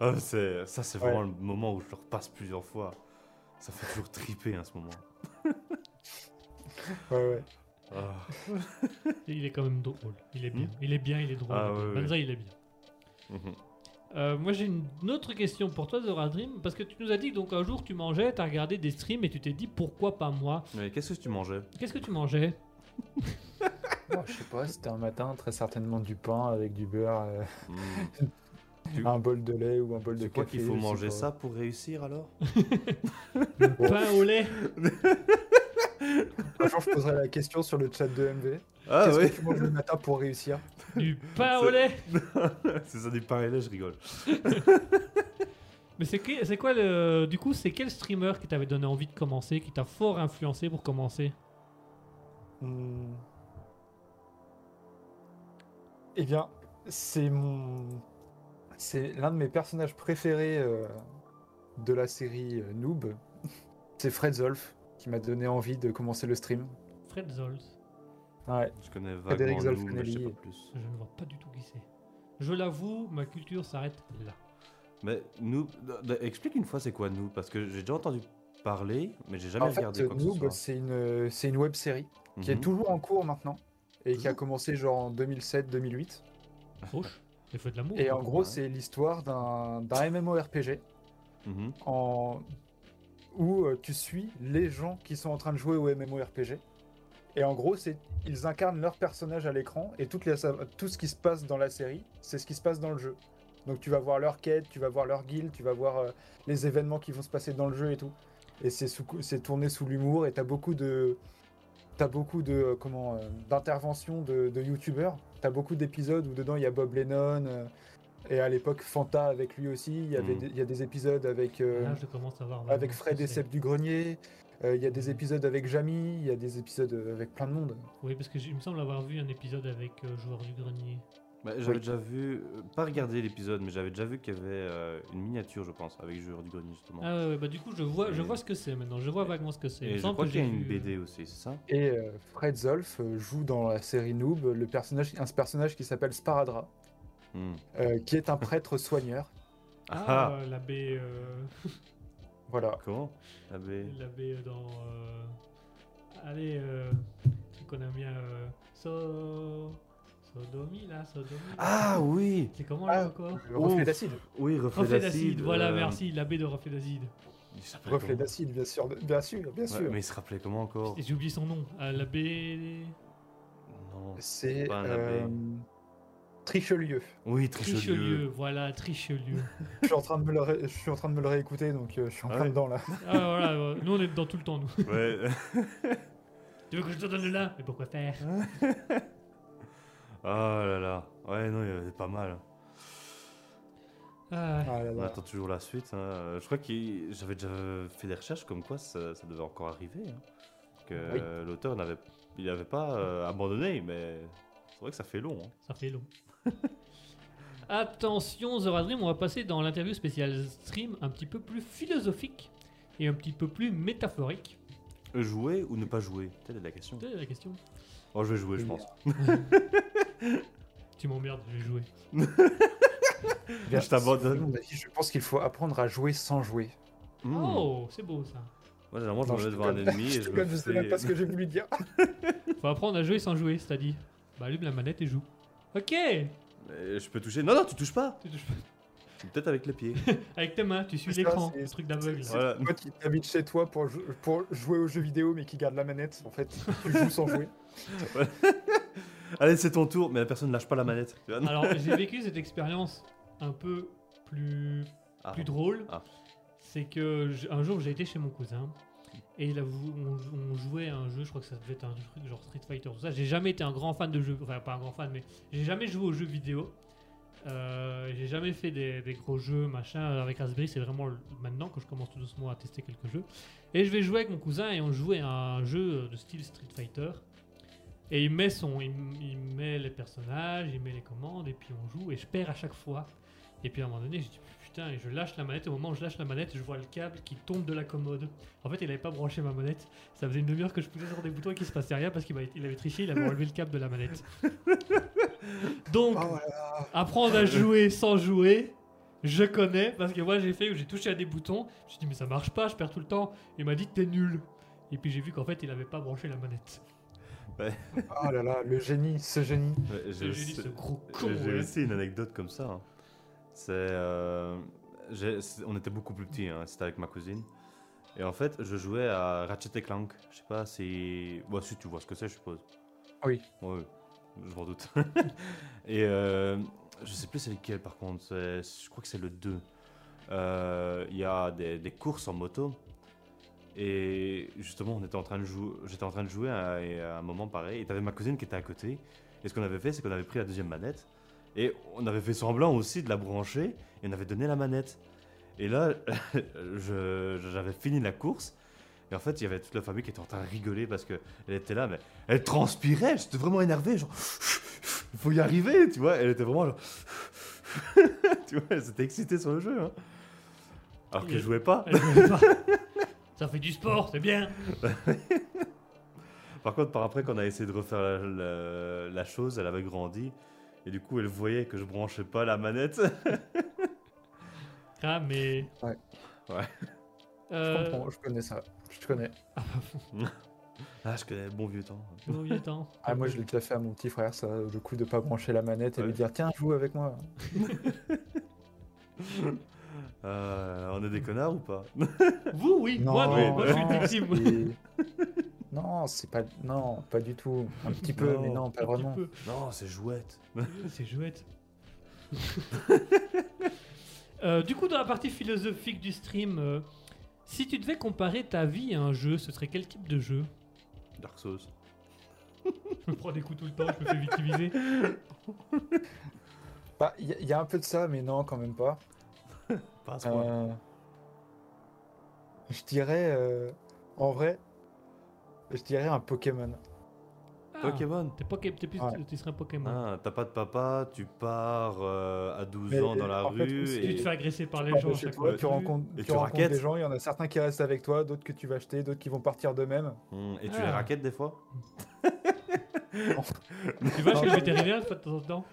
Speaker 2: Ah, c'est... Ça, c'est
Speaker 4: Ouais.
Speaker 2: vraiment le moment où je le repasse plusieurs fois. Ça fait toujours triper à ce moment.
Speaker 4: Ouais, ouais.
Speaker 2: Ah.
Speaker 3: Il est quand même drôle. Il est bien.
Speaker 2: Hmm
Speaker 3: Il est bien, il est drôle.
Speaker 2: Ah ouais, ouais.
Speaker 3: Benzaï, il est bien.
Speaker 2: Mhm.
Speaker 3: Euh, moi, j'ai une une autre question pour toi, Zora Dream, parce que tu nous as dit que donc un jour tu mangeais, t'as regardé des streams et tu t'es dit pourquoi pas moi
Speaker 2: Mais qu'est-ce que tu mangeais
Speaker 3: Qu'est-ce que tu mangeais
Speaker 4: Oh, je sais pas, c'était un matin, très certainement du pain avec du beurre, euh,
Speaker 2: Hmm. Tu-
Speaker 4: un bol de lait ou un bol de
Speaker 2: Tu
Speaker 4: café.
Speaker 2: crois qu'il faut
Speaker 4: je sais
Speaker 2: manger
Speaker 4: pas.
Speaker 2: ça pour réussir alors
Speaker 3: Pain au lait
Speaker 4: Un jour, je poserai la question sur le chat de MV.
Speaker 2: Ah
Speaker 4: Qu'est-ce que tu manges le matin pour réussir
Speaker 3: Du pain au
Speaker 2: C'est-
Speaker 3: lait
Speaker 2: C'est ça du pain et lait, je rigole.
Speaker 3: Mais c'est que- c'est quoi le. Du coup, c'est quel streamer qui t'avait donné envie de commencer, qui t'a fort influencé pour commencer
Speaker 4: Hmm. Eh bien, c'est mon. C'est l'un de mes personnages préférés euh, de la série euh, Noob. C'est Fred Zolf qui m'a donné envie de commencer le stream.
Speaker 3: Fred Zolt.
Speaker 4: Ouais,
Speaker 2: Je connais
Speaker 4: Frédéric
Speaker 2: vaguement le nom, mais je sais
Speaker 4: Zolfanelli.
Speaker 2: pas plus.
Speaker 3: Je ne vois pas du tout qui c'est. Je l'avoue, ma culture s'arrête là.
Speaker 2: Mais nous, d- d- explique une fois c'est quoi nous, parce que j'ai déjà entendu parler, mais j'ai jamais
Speaker 4: en fait,
Speaker 2: regardé quoi que ce
Speaker 4: Noob,
Speaker 2: soit.
Speaker 4: c'est une, c'est une web série qui est
Speaker 2: Mhm.
Speaker 4: toujours en cours maintenant et qui a
Speaker 2: Toujours
Speaker 4: commencé genre en 2007-2008.
Speaker 3: Roche, les feux de l'amour.
Speaker 4: Et en
Speaker 3: du coup.
Speaker 4: gros,
Speaker 2: ouais.
Speaker 4: c'est l'histoire d'un d'un MMORPG
Speaker 2: Mhm.
Speaker 4: en... où euh, tu suis les gens qui sont en train de jouer au MMORPG. Et en gros, c'est ils incarnent leur personnage à l'écran et toute la- tout ce qui se passe dans la série, c'est ce qui se passe dans le jeu. Donc tu vas voir leur quête, tu vas voir leur guild, tu vas voir euh, les événements qui vont se passer dans le jeu et tout. Et c'est sous- c'est tourné sous l'humour et t'as beaucoup de t'as beaucoup de euh, comment euh, d'interventions de, de youtubeurs. T'as beaucoup d'épisodes où dedans il y a Bob Lennon euh, et à l'époque Fanta avec lui aussi. Il y avait
Speaker 2: Mhm.
Speaker 4: des- il y a des épisodes avec euh,
Speaker 2: Ah,
Speaker 3: Là, je commence à voir. vraiment
Speaker 4: avec
Speaker 3: qui
Speaker 4: Fred et
Speaker 3: c'est.
Speaker 4: Seb du Grenier. euh, Il y a des épisodes avec Jamie, il y a des épisodes euh, avec plein de monde.
Speaker 3: Oui, parce que j'ai- il me semble avoir vu un épisode avec euh, Joueur du Grenier.
Speaker 2: Bah, j'avais
Speaker 4: Oui.
Speaker 2: déjà vu, euh, pas regardé l'épisode, mais j'avais déjà vu qu'il y avait euh, une miniature, je pense, avec Joueur du Grenier, justement.
Speaker 3: Ah ouais, ouais, bah du coup, je vois, je
Speaker 2: Et-
Speaker 3: vois ce que c'est maintenant. Je vois vaguement ce que c'est. Il me
Speaker 2: Et je
Speaker 3: semble
Speaker 2: crois
Speaker 3: que
Speaker 2: qu'il y a
Speaker 3: j'ai
Speaker 2: une
Speaker 3: vu- euh,
Speaker 2: BD aussi, c'est ça
Speaker 4: Et euh, Fred Zolf euh, joue dans la série Noob le personnage, un personnage qui s'appelle Sparadra,
Speaker 2: Hmm.
Speaker 4: euh, qui est un prêtre soigneur.
Speaker 3: Ah,
Speaker 2: Ah,
Speaker 3: euh, la baie, euh,
Speaker 4: Voilà.
Speaker 2: Comment Ah, ben,
Speaker 3: la baie dans. euh, Allez, euh, truc qu'on aime bien. euh, So... Sodomie là, Sodomie. là.
Speaker 2: Ah oui
Speaker 3: C'est comment
Speaker 4: Ah,
Speaker 3: là encore
Speaker 4: Le reflet
Speaker 2: Ouf.
Speaker 4: d'acide.
Speaker 2: Oui, Reflet,
Speaker 3: Reflet d'acide, voilà,
Speaker 2: euh,
Speaker 3: merci, la baie de reflet d'acide.
Speaker 2: il s'appelait
Speaker 4: Reflet
Speaker 2: comment
Speaker 4: d'acide, bien sûr, bien sûr, bien
Speaker 2: Ouais,
Speaker 4: sûr.
Speaker 2: mais il se rappelait comment encore
Speaker 3: Et J'ai oublié son nom. Ah, la baie.
Speaker 2: Non.
Speaker 4: C'est
Speaker 2: Pas un
Speaker 4: euh,
Speaker 2: abbé.
Speaker 4: Trichelieu.
Speaker 2: Oui,
Speaker 3: Trichelieu.
Speaker 2: Trichelieu.
Speaker 3: voilà, Trichelieu.
Speaker 4: je suis en train de me le, ré- je suis en train de me le réécouter, donc euh, je suis en
Speaker 2: Ah
Speaker 4: plein
Speaker 2: ouais.
Speaker 4: dedans là.
Speaker 3: ah, voilà, euh, nous on est dedans tout le temps, nous.
Speaker 2: ouais.
Speaker 3: Tu veux que je te donne le là Mais pourquoi faire
Speaker 2: Oh là là. Ouais, non, il y avait pas mal.
Speaker 3: Ah,
Speaker 4: Ah là
Speaker 2: On
Speaker 4: là.
Speaker 2: attend toujours la suite. hein. Euh, Je crois que j'avais déjà fait des recherches comme quoi ça, ça devait encore arriver. hein. Que
Speaker 4: Oui.
Speaker 2: euh, l'auteur n'avait il n'avait pas euh, abandonné, mais c'est vrai que ça fait long. hein.
Speaker 3: Ça fait long. Attention, Zora Dream, on va passer dans l'interview spéciale stream un petit peu plus philosophique et un petit peu plus métaphorique.
Speaker 2: hein. Jouer ou ne pas jouer Telle est la question.
Speaker 3: Telle est la question.
Speaker 2: Oh, je vais jouer, je pense.
Speaker 3: Tu m'emmerdes, je vais jouer.
Speaker 4: Bien,
Speaker 2: Je t'abandonne.
Speaker 4: on m'a dit, Je pense qu'il faut apprendre à jouer sans jouer.
Speaker 2: Hmm.
Speaker 3: Oh, c'est beau ça.
Speaker 2: Moi, généralement, je
Speaker 4: Non,
Speaker 2: me
Speaker 4: je
Speaker 2: mets devant un
Speaker 4: déconne.
Speaker 2: ennemi et
Speaker 4: Je
Speaker 2: je
Speaker 4: te
Speaker 2: me
Speaker 4: connais, je sais même pas ce
Speaker 2: fais...
Speaker 4: que j'ai voulu dire.
Speaker 3: Faut apprendre à jouer sans jouer, c'est-à-dire. Bah, allume la manette et joue. Ok
Speaker 2: Euh, Je peux toucher. Non, non, tu touches pas
Speaker 3: Tu touches pas.
Speaker 2: Peut-être avec les pieds.
Speaker 3: Avec tes mains, tu suis
Speaker 4: C'est ça,
Speaker 3: l'écran,
Speaker 4: c'est-
Speaker 3: le truc d'aveugle.
Speaker 4: c'est-
Speaker 2: voilà.
Speaker 4: Toi qui t'habites chez toi pour, jou- pour jouer aux jeux vidéo mais qui garde la manette, en fait, tu joues sans jouer.
Speaker 2: Allez, c'est ton tour, mais la personne ne lâche pas la manette. Tu vois, non
Speaker 3: Alors, j'ai vécu cette expérience un peu plus
Speaker 2: Ah.
Speaker 3: plus drôle,
Speaker 2: Ah.
Speaker 3: c'est que j- un jour j'ai été chez mon cousin et il a vou- on, on jouait à un jeu, je crois que ça devait être un truc genre Street Fighter, tout ça. J'ai jamais été un grand fan de jeux, enfin pas un grand fan, mais j'ai jamais joué aux jeux vidéo. Euh, j'ai jamais fait des, des gros jeux, machin. Avec Raspberry, c'est vraiment le- maintenant que je commence tout doucement à tester quelques jeux. Et je vais jouer avec mon cousin et on jouait à un jeu euh, de style Street Fighter. Et il met son, il, il met les personnages, il met les commandes et puis on joue et je perds à chaque fois. Et puis à un moment donné, je dis putain, et je lâche la manette. Au moment où je lâche la manette, je vois le câble qui tombe de la commode. En fait, il avait pas branché ma manette. Ça faisait une demi-heure que je poussais sur des boutons et qu'il se passait rien parce qu'il m'avait- il avait triché, il avait enlevé le câble de la manette. Donc,
Speaker 4: Oh là là.
Speaker 3: apprendre à jouer sans jouer, je connais parce que moi j'ai fait où j'ai touché à des boutons. Je me suis dit, mais ça marche pas, je perds tout le temps. Il m'a dit, t'es nul. Et puis j'ai vu qu'en fait, il avait pas branché la manette.
Speaker 4: Oh là là, le génie, ce génie.
Speaker 2: Ouais,
Speaker 3: J'ai
Speaker 2: je
Speaker 3: dit,
Speaker 2: sais-
Speaker 3: ce gros con.
Speaker 2: J'ai
Speaker 3: ouais.
Speaker 2: aussi une anecdote comme ça. hein. C'est, euh, j'ai- c'est- on était beaucoup plus petits, hein, c'était avec ma cousine. Et en fait, je jouais à Ratchet et Clank. Je sais pas si. Bah, si tu vois ce que c'est, je suppose.
Speaker 4: Oui.
Speaker 2: Ouais, je m'en doute. et euh, je sais plus c'est lequel par contre. c'est- Je crois que c'est le 2. Euh, Il y a des, des courses en moto. Et justement, on était en train de jouer. J'étais en train de jouer à, et à un moment pareil. Et t'avais ma cousine qui était à côté. Et ce qu'on avait fait, c'est qu'on avait pris la deuxième manette. Et on avait fait semblant aussi de la brancher. Et on avait donné la manette. Et là, je- j'avais fini la course. Et en fait, il y avait toute la famille qui était en train de rigoler parce qu'elle était là, mais elle transpirait, j'étais vraiment énervé, genre, il faut y arriver, tu vois, elle était vraiment genre, tu vois, elle s'était excitée sur le jeu, hein. Alors qu'elle jouait pas.
Speaker 3: Elle jouait pas. Ça fait du sport, c'est bien.
Speaker 2: Par contre, par après, quand on a essayé de refaire la, la- la chose, elle avait grandi, et du coup, elle voyait que je branchais pas la manette.
Speaker 3: Ah, mais.
Speaker 4: Ouais.
Speaker 2: Ouais.
Speaker 4: Je
Speaker 3: Euh,
Speaker 4: comprends, je connais ça. Je te connais.
Speaker 2: Ah, je connais le bon vieux temps.
Speaker 3: bon, il est temps.
Speaker 4: Ah, moi, je l'ai déjà fait à mon petit frère, ça, le coup de pas brancher la manette et
Speaker 2: Ouais.
Speaker 4: lui dire Tiens, joue avec moi.
Speaker 2: Euh, on est des connards ou pas
Speaker 3: Vous, oui. moi, non.
Speaker 2: Oui,
Speaker 3: moi, je suis une
Speaker 4: non,
Speaker 3: victime.
Speaker 4: c'est- Non, c'est pas. Non, pas du tout. Un petit peu,
Speaker 2: Non,
Speaker 4: mais non, pas
Speaker 3: Un petit
Speaker 4: vraiment.
Speaker 3: peu.
Speaker 2: Non, c'est jouette.
Speaker 3: C'est jouette. Euh, du coup, dans la partie philosophique du stream, euh, si tu devais comparer ta vie à un jeu, ce serait quel type de jeu
Speaker 2: Dark Souls.
Speaker 3: Je me prends des coups tout le temps, je me fais victimiser.
Speaker 4: Bah, il y, a- il y a un peu de ça, mais non, quand même pas.
Speaker 2: Pas à ce point.
Speaker 4: Euh, Je dirais. euh, En vrai, je dirais un Pokémon.
Speaker 2: Pokémon.
Speaker 3: Ah, T'es poké- t'es plus-
Speaker 4: Ouais.
Speaker 3: tu serais un Pokémon.
Speaker 2: Ah, t'as pas de papa, tu pars euh, à 12
Speaker 4: Mais-
Speaker 2: ans dans la
Speaker 4: en fait,
Speaker 2: rue
Speaker 4: c'est-
Speaker 3: Tu
Speaker 2: et
Speaker 3: te fais agresser par les
Speaker 4: Tu
Speaker 3: gens
Speaker 4: rentres
Speaker 3: à
Speaker 4: chez
Speaker 3: chaque
Speaker 4: toi,
Speaker 3: fois.
Speaker 4: tu rencontres,
Speaker 2: Et
Speaker 4: tu
Speaker 2: tu
Speaker 4: rencontres
Speaker 2: raquettes.
Speaker 4: des gens, il y en a certains qui restent avec toi, d'autres que tu vas acheter, d'autres qui vont partir d'eux-mêmes.
Speaker 2: Hmm, et tu
Speaker 3: Ah.
Speaker 2: les raquettes des fois
Speaker 3: Tu vas chez le vétérinaire de temps en temps.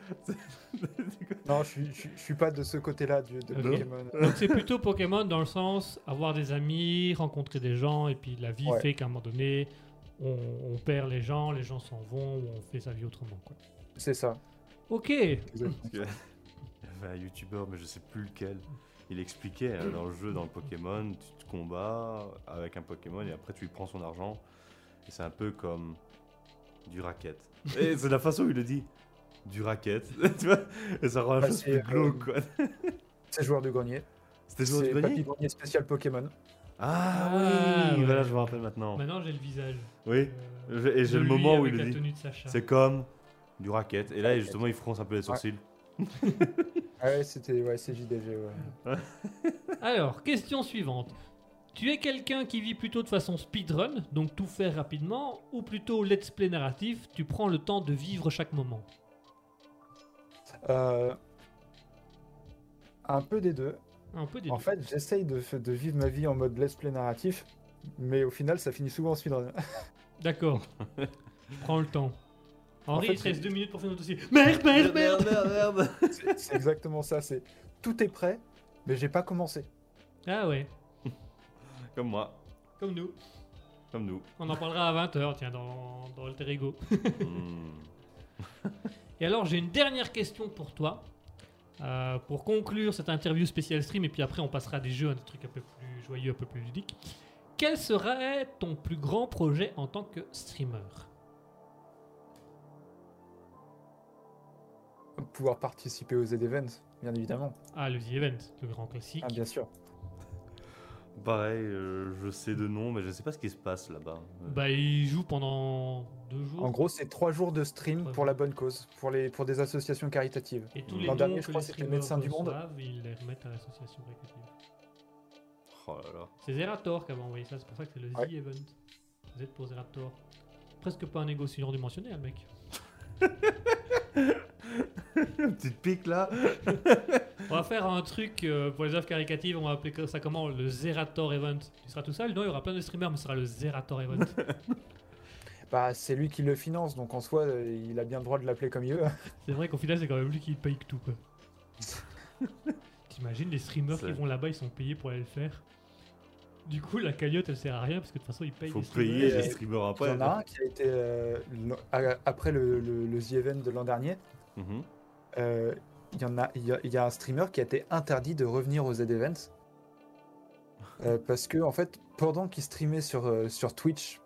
Speaker 4: Non, je suis, je, suis- je suis pas de ce côté-là du de
Speaker 3: Ok.
Speaker 4: Pokémon.
Speaker 3: Donc c'est plutôt Pokémon dans le sens avoir des amis, rencontrer des gens, et puis la vie
Speaker 4: Ouais.
Speaker 3: fait qu'à un moment donné, on, on perd les gens, les gens s'en vont, ou on fait sa vie autrement. Quoi.
Speaker 4: C'est ça.
Speaker 3: Ok,
Speaker 2: Il y avait un youtubeur, mais je sais plus lequel. Il expliquait hein, dans le jeu, dans le Pokémon, tu te combats avec un Pokémon et après tu lui prends son argent. Et c'est un peu comme du racket. Et c'est la façon où il le dit. Du racket. tu vois Et ça rend la
Speaker 4: Bah,
Speaker 2: chose
Speaker 4: c'est,
Speaker 2: plus glauque, quoi.
Speaker 4: C'est joueur de grenier.
Speaker 2: C'était toujours
Speaker 4: C'est
Speaker 2: du
Speaker 4: Papy
Speaker 2: grenier
Speaker 4: Grenier spécial Pokémon.
Speaker 2: Ah oui
Speaker 3: Ah, ouais.
Speaker 2: Voilà, je me rappelle maintenant.
Speaker 3: maintenant j'ai le visage.
Speaker 2: Oui.
Speaker 3: euh,
Speaker 2: Je- Et j'ai
Speaker 3: de
Speaker 2: le
Speaker 3: lui
Speaker 2: moment où
Speaker 3: avec
Speaker 2: il
Speaker 3: la
Speaker 2: le dit.
Speaker 3: tenue de Sacha.
Speaker 2: C'est comme du racket. Et là, justement, il fronce un peu les sourcils.
Speaker 4: Ah ouais, c'était ouais, c'est JDG. ouais.
Speaker 3: Alors, question suivante. Tu es quelqu'un qui vit plutôt de façon speedrun, donc tout faire rapidement, ou plutôt let's play narratif, tu prends le temps de vivre chaque moment
Speaker 4: Euh, un peu des deux.
Speaker 3: Un peu des
Speaker 4: En
Speaker 3: deux.
Speaker 4: fait, j'essaye de, f- de vivre ma vie en mode let's play narratif, mais au final, ça finit souvent en speedrun.
Speaker 3: D'accord. Je prends le temps. Henri,
Speaker 4: En fait,
Speaker 3: il te reste
Speaker 4: c'est-
Speaker 3: deux minutes pour faire notre dossier. Merde, merde, merde
Speaker 2: merde
Speaker 4: c'est c'est exactement ça. C'est tout est prêt, mais j'ai pas commencé.
Speaker 3: Ah ouais,
Speaker 2: Comme moi,
Speaker 3: comme nous.
Speaker 2: comme nous.
Speaker 3: On en parlera à 20h, tiens, dans, dans Alter Ego.
Speaker 2: Hmm.
Speaker 3: Et alors, j'ai une dernière question pour toi. Euh, pour conclure cette interview spéciale stream, et puis après, on passera à des jeux, à des trucs un peu plus joyeux, un peu plus ludiques. Quel serait ton plus grand projet en tant que streamer
Speaker 4: Pouvoir participer aux Z-Events, bien évidemment.
Speaker 3: Ah, le The Event, le grand classique.
Speaker 4: Ah, bien sûr.
Speaker 2: Pareil, euh, je sais de nom, mais je sais pas ce qui se passe là-bas. Euh,
Speaker 3: Bah, il joue pendant deux jours.
Speaker 4: En gros, c'est trois jours de stream
Speaker 3: Trois
Speaker 4: pour la bonne cause, pour, les, pour des associations caritatives.
Speaker 3: et tous
Speaker 2: L'an
Speaker 3: les dons
Speaker 4: dernier,
Speaker 3: que
Speaker 4: je crois
Speaker 3: les
Speaker 4: que c'était
Speaker 3: streamers
Speaker 4: Médecins du Monde.
Speaker 3: reçoivent, ils les remettent à l'association récréative.
Speaker 2: Oh là là.
Speaker 3: C'est Zerator qui avait envoyé ça, c'est pour ça que c'est le
Speaker 4: Ouais.
Speaker 3: The Event. Vous êtes pour Zerator. Presque pas un égo surdimensionnel, le mec.
Speaker 2: Une petite pique là
Speaker 3: Bah, On va faire un truc euh, pour les œuvres caricatives, on va appeler ça comment Le Zerator Event. Tu seras tout seul Non, il y aura plein de streamers, mais ce sera le Zerator Event.
Speaker 4: Bah, c'est lui qui le finance, donc en soi, euh, il a bien le droit de l'appeler comme il veut.
Speaker 3: c'est vrai qu'au final, c'est quand même lui qui paye que tout, quoi. T'imagines les streamers qui
Speaker 2: C'est-
Speaker 3: vont là-bas, ils sont payés pour aller le faire. Du coup, la cagnotte, elle sert à rien, parce que de toute façon, ils payent
Speaker 2: Faut
Speaker 3: les streamers.
Speaker 2: payer
Speaker 4: euh,
Speaker 2: les streamers
Speaker 4: Il y
Speaker 2: après.
Speaker 4: en a un qui a été, euh, l'an- a- après le, le- le The Event de l'an dernier,
Speaker 2: Mhm.
Speaker 4: euh, il y, en a, il y a- il y a un streamer qui a été interdit de revenir aux Z-Events. euh, parce que, en fait, pendant qu'il streamait sur, euh, sur Twitch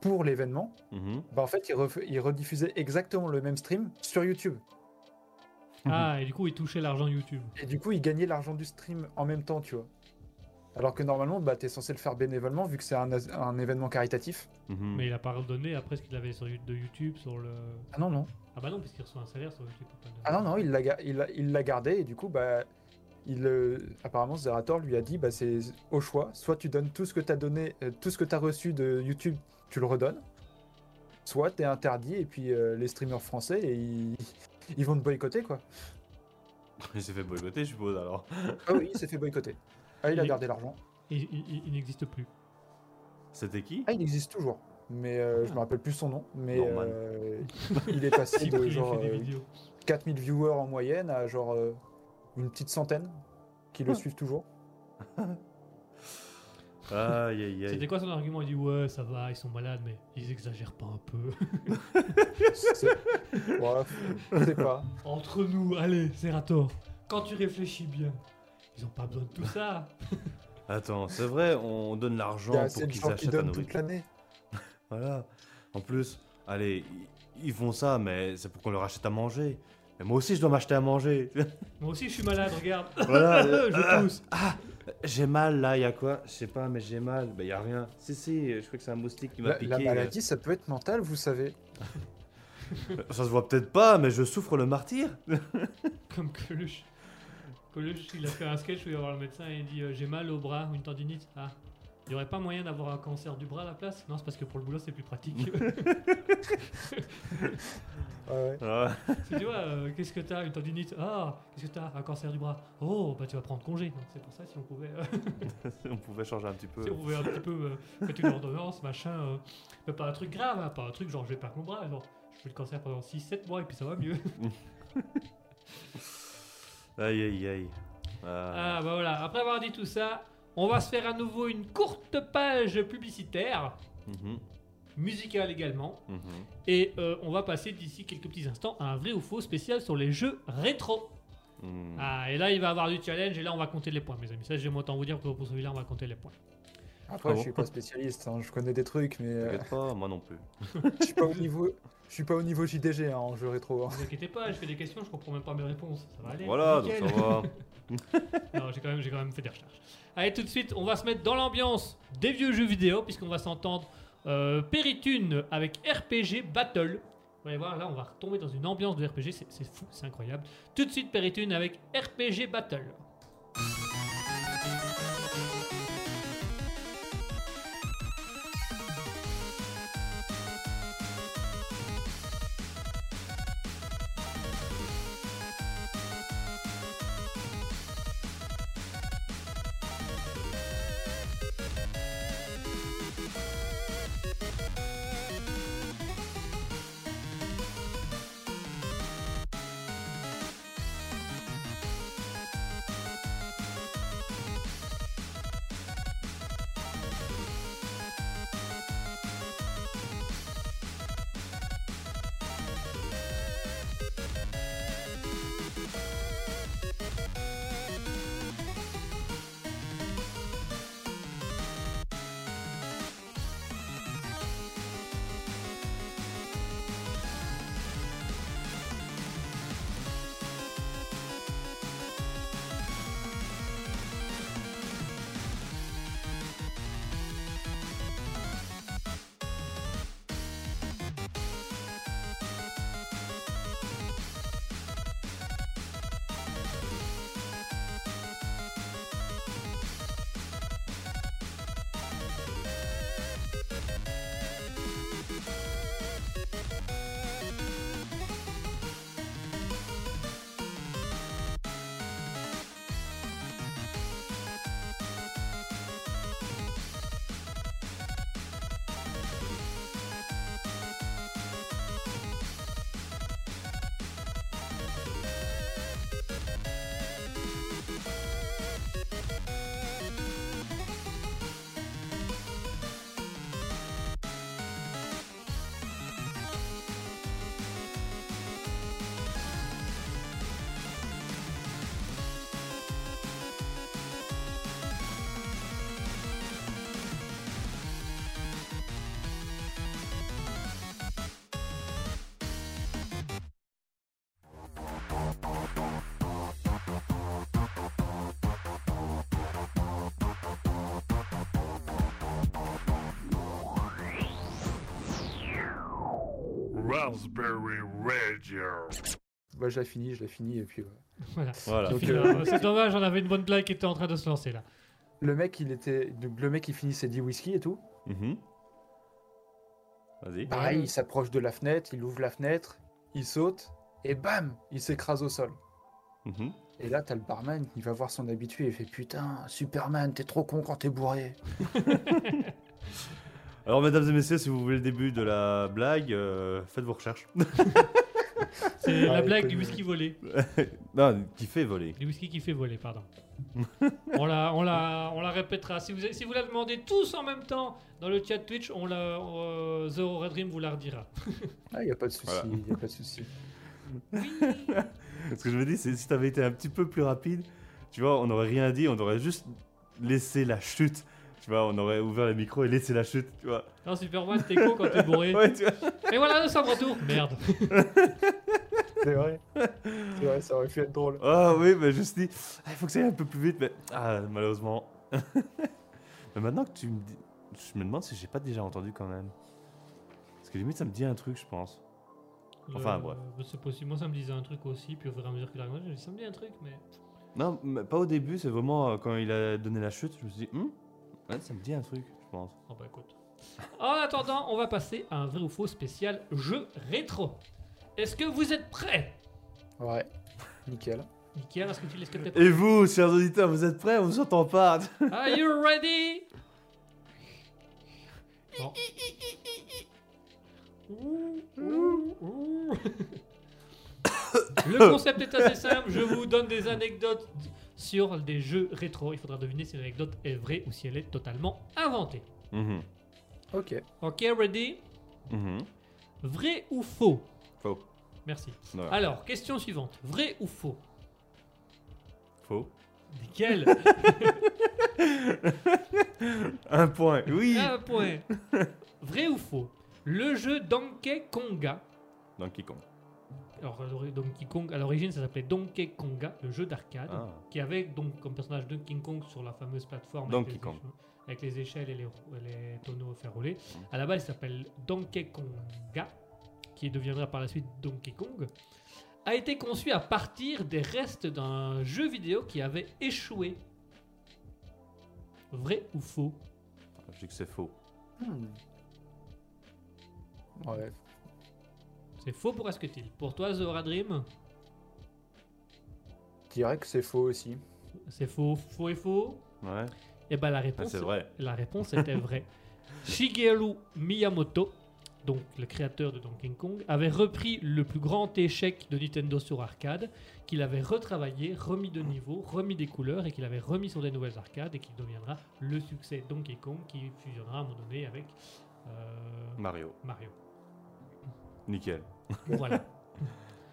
Speaker 4: pour l'événement,
Speaker 2: Mhm.
Speaker 4: bah, en fait, il, ref- il rediffusait exactement le même stream sur YouTube.
Speaker 3: Ah, et du coup, ils touchaient l'argent YouTube.
Speaker 2: Mm.
Speaker 4: Et du coup, il gagnait l'argent du stream en même temps, tu vois. Alors que normalement, bah, t'es censé le faire bénévolement, vu que c'est un, as- un événement caritatif.
Speaker 2: Mhm.
Speaker 3: Mais il a pas redonné après ce qu'il avait sur, you- de YouTube, sur le...
Speaker 4: Ah non, non.
Speaker 3: Ah bah non, parce qu'il reçoit un salaire sur YouTube. pas de-
Speaker 4: Ah non, non, il l'a, ga- il l'a- il l'a gardé, et du coup, bah, il, euh, apparemment, Zerator lui a dit, bah, c'est au choix, soit tu donnes tout ce que t'as donné, euh, tout ce que t'as reçu de YouTube, tu le redonnes, soit t'es interdit, et puis euh, les streamers français, et ils, ils vont te boycotter, quoi.
Speaker 2: Il s'est fait boycotter, je suppose alors.
Speaker 4: Ah oui, il s'est fait boycotter. Ah, il a
Speaker 3: Il-
Speaker 4: gardé l'argent.
Speaker 3: Il, il- il- il n'existe plus.
Speaker 2: C'était qui
Speaker 4: Ah, il existe toujours. Mais euh, je me rappelle plus son nom. Mais
Speaker 2: Norman.
Speaker 4: euh, il est passé
Speaker 3: Cyprien
Speaker 4: de
Speaker 3: fait
Speaker 4: genre
Speaker 3: des
Speaker 4: euh,
Speaker 3: vidéos.
Speaker 4: 4000 viewers en moyenne à genre euh, une petite centaine qui le suivent toujours.
Speaker 2: Aïe aïe
Speaker 3: C'était
Speaker 2: aïe.
Speaker 3: quoi son argument Il dit ouais, ça va, ils sont malades, mais ils exagèrent pas un peu.
Speaker 4: C'est- Ouais, je sais pas.
Speaker 3: Entre nous, allez, Zerator, quand tu réfléchis bien, ils ont pas besoin de tout ça.
Speaker 2: Attends, c'est vrai, on donne l'argent
Speaker 4: Il y a assez
Speaker 2: pour
Speaker 4: de
Speaker 2: qu'ils
Speaker 4: gens qui
Speaker 2: achètent un
Speaker 4: donnent toute
Speaker 2: nourriture.
Speaker 4: l'année.
Speaker 2: Voilà. En plus, allez, i- ils font ça, mais c'est pour qu'on leur achète à manger. Mais moi aussi, je dois m'acheter à manger.
Speaker 3: Moi aussi, je suis malade, regarde.
Speaker 2: voilà. euh,
Speaker 3: je tousse.
Speaker 2: J'ai mal là, y a quoi Je sais pas, mais j'ai mal. Bah y a rien. Si si, je crois que c'est un moustique qui m'a
Speaker 4: La,
Speaker 2: piqué.
Speaker 4: la maladie, ça peut être mental, vous savez.
Speaker 2: euh, Ça se voit peut-être pas, mais je souffre le martyr.
Speaker 3: Comme Coluche. Coluche, il a fait un sketch où il va voir le médecin et il dit euh, j'ai mal au bras, une tendinite. Ah, Il n'y aurait pas moyen d'avoir un cancer du bras à la place Non, c'est parce que pour le boulot, c'est plus pratique.
Speaker 4: Ouais, ouais.
Speaker 2: Ah,
Speaker 3: Parce que tu vois, euh, qu'est-ce que t'as Une tendinite Ah, qu'est-ce que t'as Un cancer du bras Oh, bah tu vas prendre congé. Donc, C'est pour ça, si on pouvait, euh,
Speaker 2: on pouvait changer un petit peu.
Speaker 3: si on pouvait un petit peu euh, mettre une ordonnance, machin. euh, mais pas un truc grave, hein, pas un truc genre je vais perdre mon bras, genre je fais le cancer pendant 6-7 mois et puis ça va mieux.
Speaker 2: Aïe aïe aïe. Ah.
Speaker 3: Ah, bah voilà, après avoir dit tout ça, on va se faire à nouveau une courte page publicitaire,
Speaker 2: Mhm,
Speaker 3: musicale également.
Speaker 2: mhm.
Speaker 3: Et euh, on va passer d'ici quelques petits instants à un vrai ou faux spécial sur les jeux rétro.
Speaker 2: Mm.
Speaker 3: Ah, et là, il va y avoir du challenge, et là, on va compter les points, mes amis. Ça, j'aime autant vous dire que pour celui-là, on va compter les points.
Speaker 4: Après,
Speaker 2: Ah bon
Speaker 4: je suis pas spécialiste, hein, je connais des trucs, mais euh,
Speaker 2: T'inquiète pas, moi non plus.
Speaker 4: je suis pas au niveau, je suis pas au niveau JDG hein, en jeu rétro. hein.
Speaker 3: Ne vous inquiétez pas, je fais des questions, je comprends même pas mes réponses. Ça va aller.
Speaker 2: Voilà, donc
Speaker 3: nickel.
Speaker 2: ça va.
Speaker 3: Non, j'ai quand, même- j'ai quand même fait des recherches. Allez, tout de suite, on va se mettre dans l'ambiance des vieux jeux vidéo, puisqu'on va s'entendre euh, Péritune avec RPG Battle. Vous allez voir, là, on va retomber dans une ambiance de RPG, c'est c'est fou, c'est incroyable. Tout de suite, Péritune avec RPG Battle.
Speaker 1: Raspberry Radio.
Speaker 4: Bah, je la finis, je la finis et puis. ouais.
Speaker 3: Voilà.
Speaker 2: Voilà.
Speaker 4: Donc,
Speaker 3: Puis,
Speaker 4: euh,
Speaker 3: euh, c'est dommage, on avait une bonne blague qui était en train de se lancer là.
Speaker 4: Le mec, il était, donc, le mec, il finissait 10 whisky et tout.
Speaker 2: Mhm. Vas-y.
Speaker 4: Pareil, il s'approche de la fenêtre, il ouvre la fenêtre, il saute et bam, il s'écrase au sol.
Speaker 2: Mhm.
Speaker 4: Et là, t'as le barman, il va voir son habitué et fait putain, Superman, t'es trop con quand t'es bourré.
Speaker 2: Alors, mesdames et messieurs, si vous voulez le début de la blague, euh, faites vos recherches.
Speaker 3: C'est
Speaker 4: Ah,
Speaker 3: la blague du
Speaker 4: écoute,
Speaker 3: whisky volé.
Speaker 2: non, qui fait voler.
Speaker 3: Du whisky qui fait voler, pardon. on, la, on, la, on la répétera. Si vous, si vous la demandez tous en même temps dans le chat Twitch, on la, euh, The Horror Dream vous la redira.
Speaker 4: Ah, y a pas de souci,
Speaker 2: Voilà.
Speaker 4: y a pas de souci.
Speaker 2: Ce que je me dis, c'est si t'avais été un petit peu plus rapide, tu vois, on n'aurait rien dit, on aurait juste laissé la chute. Tu vois, on aurait ouvert le micro et laissé la chute, tu vois.
Speaker 3: Non, Superman, t'es con quand t'es bourré.
Speaker 2: Ouais, tu vois.
Speaker 3: Et voilà, nous sommes retour. Merde.
Speaker 4: C'est vrai, c'est vrai, ça aurait pu être drôle.
Speaker 2: Ah oui, mais je me suis dit, ah, il faut que ça aille un peu plus vite, mais ah, malheureusement. mais maintenant que tu me dis, je me demande si j'ai pas déjà entendu quand même. Parce que limite, ça me dit un truc, je pense. Enfin, bref.
Speaker 3: Euh, C'est possible. Moi, ça me disait un truc aussi. Puis au fur et à mesure que la j'ai dit, ça me dit un truc, mais.
Speaker 2: Non, mais pas au début, c'est vraiment euh, quand il a donné la chute, je me suis dit, Hum, Ouais, ça me dit un truc, je pense.
Speaker 3: Oh bah écoute. En attendant, on va passer à un vrai ou faux spécial jeu rétro. Est-ce que vous êtes prêts
Speaker 4: Ouais. Nickel.
Speaker 3: Mickaël, est-ce que tu est-ce que t'es prêt
Speaker 2: Et vous, chers auditeurs, vous êtes prêts On vous entend pas.
Speaker 3: Are you ready Bon. Ouh, ouh, ouh. Le concept est assez simple, je vous donne des anecdotes sur des jeux rétro. Il faudra deviner si l'anecdote est vraie ou si elle est totalement inventée.
Speaker 2: Mhm,
Speaker 4: Ok.
Speaker 3: Ok, ready
Speaker 2: mhm.
Speaker 3: Vrai ou faux
Speaker 2: Faux.
Speaker 3: Merci.
Speaker 2: Ouais.
Speaker 3: Alors, question suivante. Vrai ou faux
Speaker 2: Faux.
Speaker 3: Nickel
Speaker 2: Un point. Oui.
Speaker 3: Un point. Vrai ou faux Le jeu Donkey Konga.
Speaker 2: Dans quiconque.
Speaker 3: Alors, à l'ori- Donkey Kong, à l'origine, ça s'appelait Donkey Konga, le jeu d'arcade,
Speaker 2: Ah.
Speaker 3: qui avait donc comme personnage Donkey Kong sur la fameuse plateforme
Speaker 2: Donkey
Speaker 3: avec, les
Speaker 2: Kong.
Speaker 3: éche- avec les échelles et les, rou- et les tonneaux à faire rouler.
Speaker 2: Mmh.
Speaker 3: À la base, il s'appelle Donkey Konga, qui deviendra par la suite Donkey Kong, a été conçu à partir des restes d'un jeu vidéo qui avait échoué. Vrai ou faux
Speaker 2: Je dis que c'est faux.
Speaker 4: Hmm. Ouais.
Speaker 3: C'est faux pour Asketil. Pour toi, Zora Dream,
Speaker 4: Je dirais que c'est faux aussi.
Speaker 3: c'est faux, faux et faux
Speaker 2: Ouais.
Speaker 3: Eh ben la
Speaker 2: Ah,
Speaker 3: réponse,
Speaker 2: c'est vrai.
Speaker 3: la réponse était vraie. Shigeru Miyamoto, donc le créateur de Donkey Kong, avait repris le plus grand échec de Nintendo sur arcade, qu'il avait retravaillé, remis de niveau, remis des couleurs et qu'il avait remis sur des nouvelles arcades et qui deviendra le succès Donkey Kong qui fusionnera à un moment donné avec euh,
Speaker 2: Mario.
Speaker 3: Mario.
Speaker 2: Nickel.
Speaker 3: Voilà.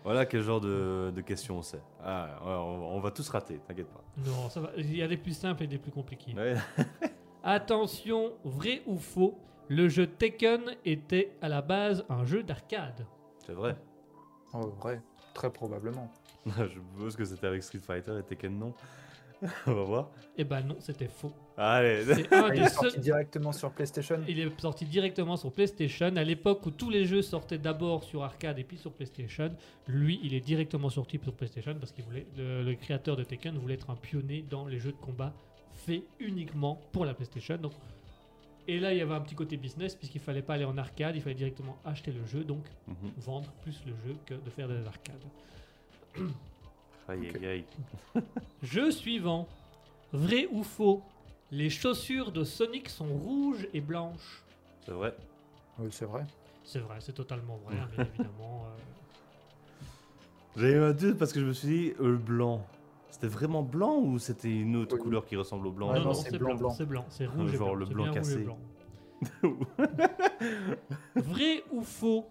Speaker 2: Voilà quel genre de, de questions c'est. Ah, ouais, on, on va tous rater, t'inquiète pas.
Speaker 3: Non, ça va. Il y a des plus simples et des plus compliqués.
Speaker 2: Ouais.
Speaker 3: Attention, vrai ou faux, le jeu Tekken était à la base un jeu d'arcade.
Speaker 2: C'est vrai.
Speaker 4: En vrai. Très probablement.
Speaker 2: Je suppose que c'était avec Street Fighter et Tekken, non On va voir.
Speaker 3: Eh ben non, c'était faux.
Speaker 2: Allez.
Speaker 3: C'est un
Speaker 4: Ah, il
Speaker 3: des
Speaker 4: est sorti
Speaker 3: seuls-
Speaker 4: directement sur PlayStation.
Speaker 3: Il est sorti directement sur PlayStation. À l'époque où tous les jeux sortaient d'abord sur arcade et puis sur PlayStation, lui, il est directement sorti sur PlayStation parce qu'il voulait le, le créateur de Tekken voulait être un pionnier dans les jeux de combat faits uniquement pour la PlayStation. Donc, et là, il y avait un petit côté business puisqu'il fallait pas aller en arcade, il fallait directement acheter le jeu, donc
Speaker 2: Mhm.
Speaker 3: vendre plus le jeu que de faire des arcades.
Speaker 2: Aïe, aïe, aïe.
Speaker 3: Jeu suivant. Vrai ou faux Les chaussures de Sonic sont rouges et blanches.
Speaker 2: C'est vrai.
Speaker 4: Oui, c'est vrai.
Speaker 3: C'est vrai, c'est totalement vrai, hein, bien évidemment. euh.
Speaker 2: J'ai eu un doute parce que je me suis dit, euh, le blanc. C'était vraiment blanc ou c'était une autre
Speaker 4: Oui.
Speaker 2: couleur qui ressemble au blanc
Speaker 4: Ah
Speaker 3: non,
Speaker 4: non,
Speaker 3: non,
Speaker 4: c'est
Speaker 3: c'est
Speaker 4: blanc,
Speaker 3: blanc,
Speaker 4: blanc.
Speaker 3: c'est blanc, c'est rouge
Speaker 2: Ah, Genre
Speaker 3: et blanc.
Speaker 2: le
Speaker 3: c'est
Speaker 2: blanc
Speaker 3: bien rouge et
Speaker 2: cassé.
Speaker 3: blanc. vrai ou faux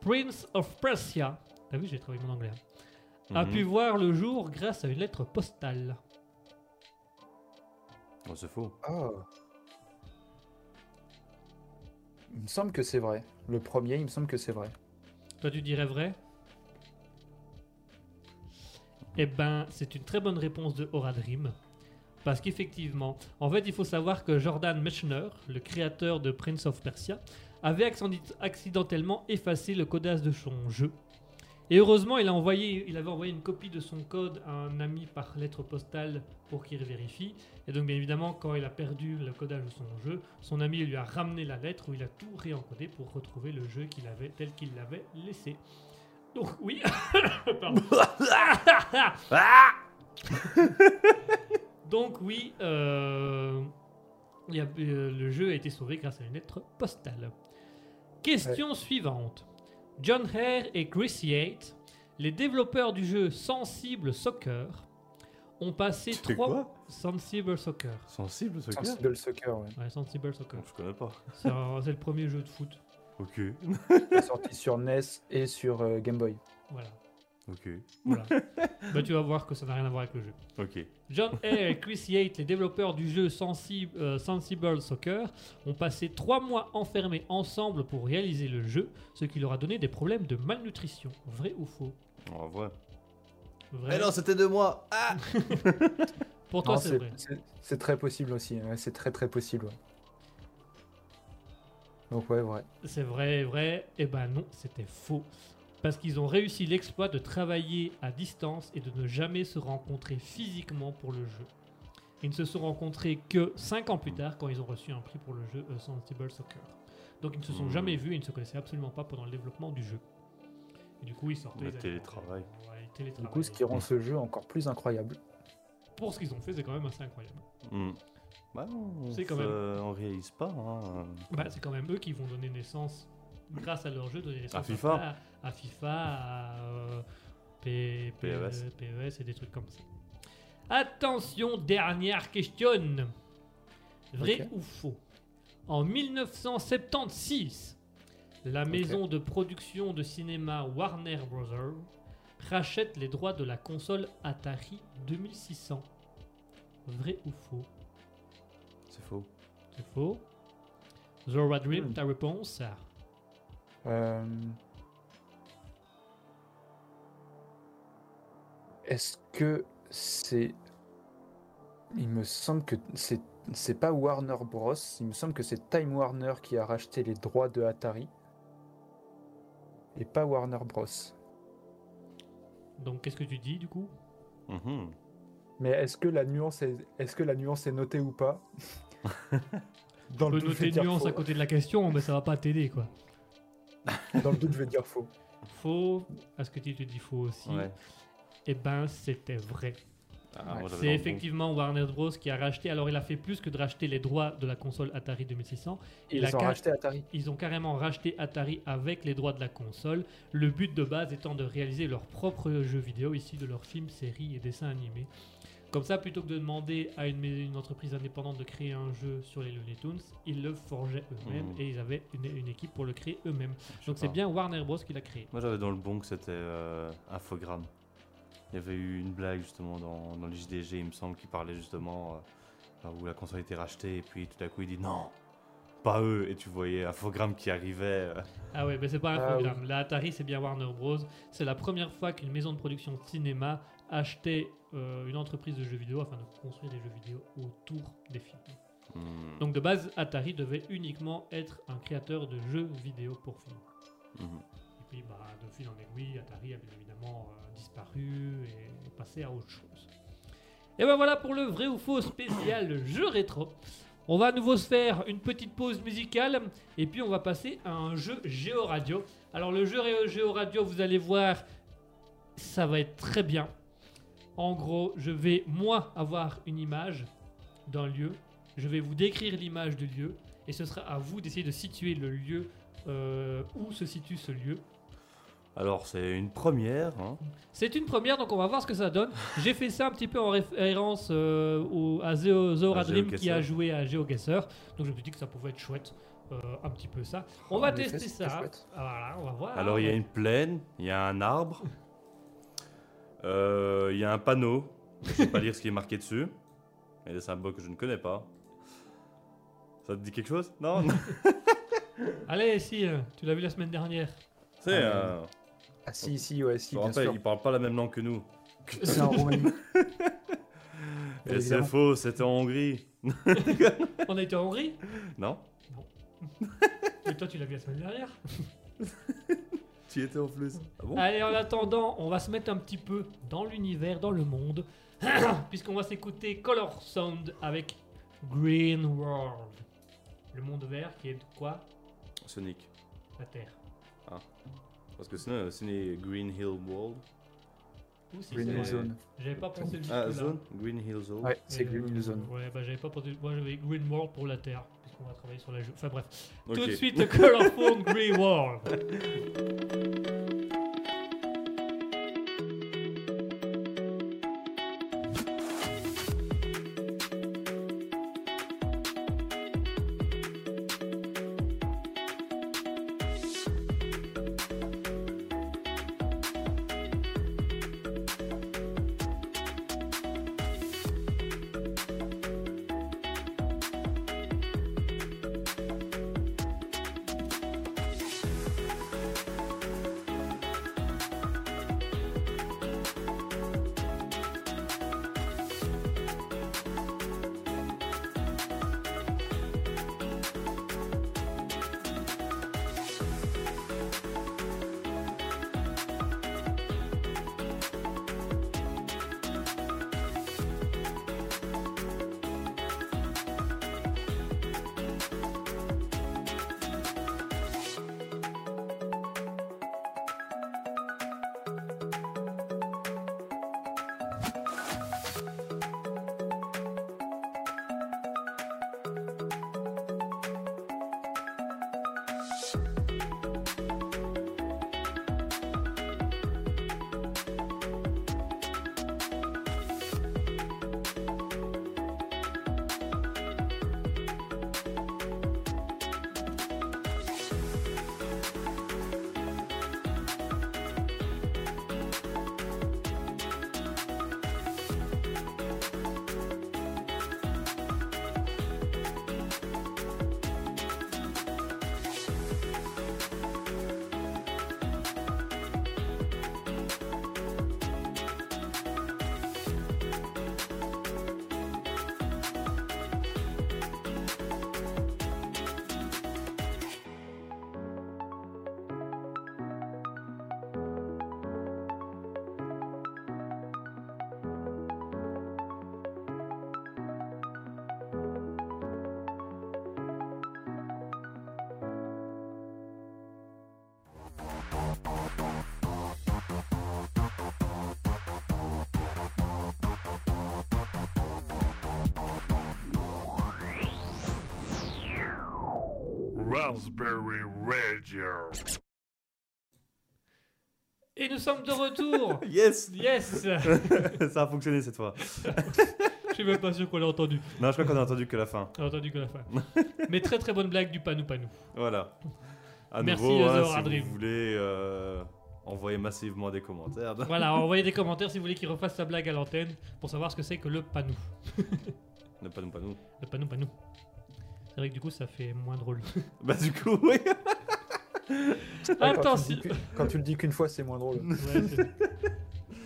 Speaker 3: Prince of Persia, t'as vu, j'ai travaillé mon anglais, hein, a
Speaker 2: Mhm.
Speaker 3: pu voir le jour grâce à une lettre postale.
Speaker 2: Oh, c'est faux.
Speaker 4: Ah. Il me semble que c'est vrai. Le premier, il me semble que c'est vrai.
Speaker 3: Toi, tu dirais vrai Eh ben, c'est une très bonne réponse de Horadrim. Parce qu'effectivement, en fait, il faut savoir que Jordan Mechner, le créateur de Prince of Persia, avait accen- accidentellement effacé le codage de son jeu. Et heureusement, il, a envoyé, il avait envoyé une copie de son code à un ami par lettre postale pour qu'il vérifie. Et donc, bien évidemment, quand il a perdu le codage de son jeu, son ami lui a ramené la lettre où il a tout réencodé pour retrouver le jeu qu'il avait tel qu'il l'avait laissé. Donc, oui. Pardon. donc, oui, euh, il y a- euh, le jeu a été sauvé grâce à une lettre postale. Question suivante. John Hare et Chris Yates, les développeurs du jeu Sensible Soccer, ont passé
Speaker 2: C'est
Speaker 3: trois...
Speaker 2: quoi
Speaker 3: Sensible Soccer.
Speaker 2: Sensible, ce gars
Speaker 4: Sensible Soccer, ouais.
Speaker 3: Ouais, Sensible Soccer.
Speaker 2: Je connais pas.
Speaker 3: C'est un- c'est le premier jeu de foot.
Speaker 2: Ok.
Speaker 4: Il est sorti sur NES et sur euh, Game Boy.
Speaker 3: Voilà.
Speaker 2: Ok.
Speaker 3: voilà. bah, tu vas voir que ça n'a rien à voir avec le jeu.
Speaker 2: Ok.
Speaker 3: John Hare et Chris Yates, les développeurs du jeu Sensi- euh, Sensible Soccer, ont passé trois mois enfermés ensemble pour réaliser le jeu, ce qui leur a donné des problèmes de malnutrition. Vrai ou faux
Speaker 2: En vrai.
Speaker 3: Vrai.
Speaker 2: Eh c'était de moi Ah
Speaker 3: Pour toi,
Speaker 4: Non,
Speaker 3: c'est vrai.
Speaker 4: c'est- c'est très possible aussi. ouais, c'est très très possible. ouais. Donc ouais, vrai.
Speaker 3: C'est vrai, vrai. Eh ben non, c'était faux. Parce qu'ils ont réussi l'exploit de travailler à distance et de ne jamais se rencontrer physiquement pour le jeu. Ils ne se sont rencontrés que 5 ans plus tard quand ils ont reçu un prix pour le jeu euh, Sensible Soccer. Donc ils ne se sont
Speaker 2: Mhm.
Speaker 3: jamais vus, ils ne se connaissaient absolument pas pendant le développement du jeu. Et du coup, ils sortaient.
Speaker 2: Le
Speaker 3: ils allaient-
Speaker 2: télétravail.
Speaker 3: Ouais, le
Speaker 4: Du
Speaker 3: télétravail.
Speaker 4: coup, ce qui rend ce jeu encore plus incroyable.
Speaker 3: Pour ce qu'ils ont fait, c'est quand même assez incroyable.
Speaker 2: Hmm. Bah, on,
Speaker 3: C'est quand
Speaker 2: se-
Speaker 3: même-
Speaker 2: on réalise pas. hein.
Speaker 3: Bah, c'est quand même eux qui vont donner naissance, grâce à leur jeu, donner naissance
Speaker 2: FIFA.
Speaker 3: À, à FIFA, à euh, P- euh, P-
Speaker 2: PES.
Speaker 3: PES et des trucs comme ça. Attention, dernière question. Vrai
Speaker 4: Ok.
Speaker 3: ou faux En 1976, la maison de production de cinéma Warner Bros. rachète les droits de la console Atari 2600. Vrai ou faux
Speaker 2: C'est faux.
Speaker 3: c'est faux. Zora Dream,
Speaker 4: Hmm.
Speaker 3: ta réponse
Speaker 4: Euh, Est-ce que c'est. Il me semble que c'est. C'est pas Warner Bros. Il me semble que c'est Time Warner qui a racheté les droits de Atari. Et pas Warner Bros.
Speaker 3: Donc qu'est-ce que tu dis du coup
Speaker 2: Mhm.
Speaker 4: Mais est-ce que la nuance est, est-ce que la nuance est notée ou pas Dans
Speaker 3: On peut
Speaker 4: doute, je
Speaker 3: noter
Speaker 4: vais
Speaker 3: une
Speaker 4: dire
Speaker 3: nuance
Speaker 4: faux.
Speaker 3: à côté de la question, mais ça va pas t'aider quoi.
Speaker 4: Dans le doute, je vais dire faux.
Speaker 3: Faux, à ce que tu te dis faux aussi.
Speaker 2: Ouais.
Speaker 3: Eh ben c'était vrai.
Speaker 2: Ah,
Speaker 4: Ouais.
Speaker 2: moi, j'avais
Speaker 3: C'est
Speaker 2: dans le
Speaker 3: effectivement Warner Bros qui a racheté. Alors il a fait plus que de racheter les droits de la console Atari 2600. Il
Speaker 4: Ils
Speaker 3: a
Speaker 4: ont
Speaker 3: car-
Speaker 4: racheté Atari.
Speaker 3: Ils ont carrément racheté Atari avec les droits de la console, le but de base étant de réaliser leurs propres jeux vidéo, ici de leurs films, séries et dessins animés. Comme ça, plutôt que de demander à une, une entreprise indépendante de créer un jeu sur les Looney Tunes, ils le forgeaient eux-mêmes
Speaker 2: Mhm.
Speaker 3: et ils avaient une, une équipe pour le créer eux-mêmes.
Speaker 2: bon- je sais
Speaker 3: Donc c'est
Speaker 2: pas.
Speaker 3: bien Warner Bros. qui l'a créé.
Speaker 2: Moi j'avais dans le bon que c'était euh, infogramme. Il y avait eu une blague justement dans, dans les JDG, il me semble, qui parlait justement euh, où la console était rachetée et puis tout à coup il dit non, pas eux. Et tu voyais infogramme qui arrivait. euh,
Speaker 3: Ah ouais, mais c'est pas un
Speaker 4: Ah
Speaker 3: programme. La Atari, c'est bien Warner Bros. C'est la première fois qu'une maison de production de cinéma achetait euh, une entreprise de jeux vidéo afin de construire des jeux vidéo autour des films.
Speaker 2: hmm,
Speaker 3: Donc de base, Atari devait uniquement être un créateur de jeux vidéo pour films.
Speaker 2: mhm.
Speaker 3: Et puis, bah, de fil en aiguille, Atari a bien évidemment euh, disparu et est passé à autre chose. Et ben voilà pour le vrai ou faux spécial jeu rétro. On va à nouveau se faire une petite pause musicale et puis on va passer à un jeu géoradio. Alors le jeu ré- géoradio, vous allez voir, ça va être très bien. En gros, je vais moi avoir une image d'un lieu. Je vais vous décrire l'image du lieu et ce sera à vous d'essayer de situer le lieu euh, où se situe ce lieu.
Speaker 2: Alors c'est une première. hein.
Speaker 3: C'est une première, donc on va voir ce que ça donne. J'ai fait ça un petit peu en référence euh, au, à Zeo- Zora
Speaker 2: À
Speaker 3: Dream qui a
Speaker 2: GeoGuessr.
Speaker 3: joué à GeoGuessr. Donc je me suis dit que ça pouvait être chouette, euh, un petit peu ça.
Speaker 2: Ah,
Speaker 3: On
Speaker 4: Oh,
Speaker 3: va
Speaker 4: en effet,
Speaker 3: tester
Speaker 4: c'est
Speaker 3: ça.
Speaker 4: chouette.
Speaker 3: Voilà, on va voir.
Speaker 2: Alors il y a une plaine, il y a un arbre, euh, il y a un panneau. Je sais pas lire ce qui est marqué dessus. Il y a des symboles que je ne connais pas. Ça te dit quelque chose Non
Speaker 3: Allez, si, euh, tu l'as vu la semaine dernière.
Speaker 2: C'est euh,
Speaker 4: Ah si, si, ouais, si,
Speaker 2: Je me
Speaker 4: bien
Speaker 2: rappelle,
Speaker 4: sûr.
Speaker 2: ils parlent pas la même langue que nous.
Speaker 4: C'est en Roumanie.
Speaker 2: Et c'est
Speaker 4: Évidemment.
Speaker 2: faux, c'était en Hongrie.
Speaker 3: On a été en Hongrie,
Speaker 2: Non
Speaker 3: mais toi tu l'as vu la semaine dernière.
Speaker 2: Tu y étais en plus. Ah bon
Speaker 3: Allez, en attendant, on va se mettre un petit peu dans l'univers, dans le monde, puisqu'on va s'écouter Color Sound avec Green World. Le monde vert qui est de quoi
Speaker 2: Sonic.
Speaker 3: La Terre.
Speaker 2: Parce que sinon, euh, c'est né Green Hill World.
Speaker 3: Ou si
Speaker 2: Ouais.
Speaker 3: c'est
Speaker 4: Green Hill
Speaker 3: vrai.
Speaker 4: Zone.
Speaker 3: J'avais pas pensé le
Speaker 2: Ah,
Speaker 3: là.
Speaker 2: Zone Green Hill Zone.
Speaker 4: Ouais, c'est Green Hill Zone.
Speaker 3: Ouais, bah j'avais pas pensé. Moi j'avais Green World pour la Terre, puisqu'on va travailler sur la jeu. Enfin bref.
Speaker 2: Ok.
Speaker 3: Tout de suite, Color Sound Green World.
Speaker 1: Raspberry Radio.
Speaker 3: Et nous sommes de retour
Speaker 2: Yes
Speaker 3: Yes
Speaker 2: Ça a fonctionné cette fois.
Speaker 3: Je suis même pas sûr qu'on l'a entendu.
Speaker 2: Non, je crois qu'on a entendu que la fin.
Speaker 3: On l'a entendu que la fin. Mais très très bonne blague du panou panou.
Speaker 2: Voilà. À
Speaker 3: Merci,
Speaker 2: nouveau, hein,
Speaker 3: Azor
Speaker 2: si
Speaker 3: Adrim.
Speaker 2: vous voulez euh, envoyer massivement des commentaires.
Speaker 3: Voilà, envoyez des commentaires si vous voulez qu'il refasse sa blague à l'antenne pour savoir ce que c'est que le panou.
Speaker 2: Ne pas nous, pas nous.
Speaker 3: Le panou panou. C'est vrai que du coup ça fait moins drôle.
Speaker 2: Bah du coup, oui.
Speaker 4: Ouais, quand,
Speaker 3: Attends,
Speaker 4: tu
Speaker 3: si...
Speaker 4: le dis qu'une- quand tu le dis qu'une fois, c'est moins drôle.
Speaker 3: Ouais, c'est-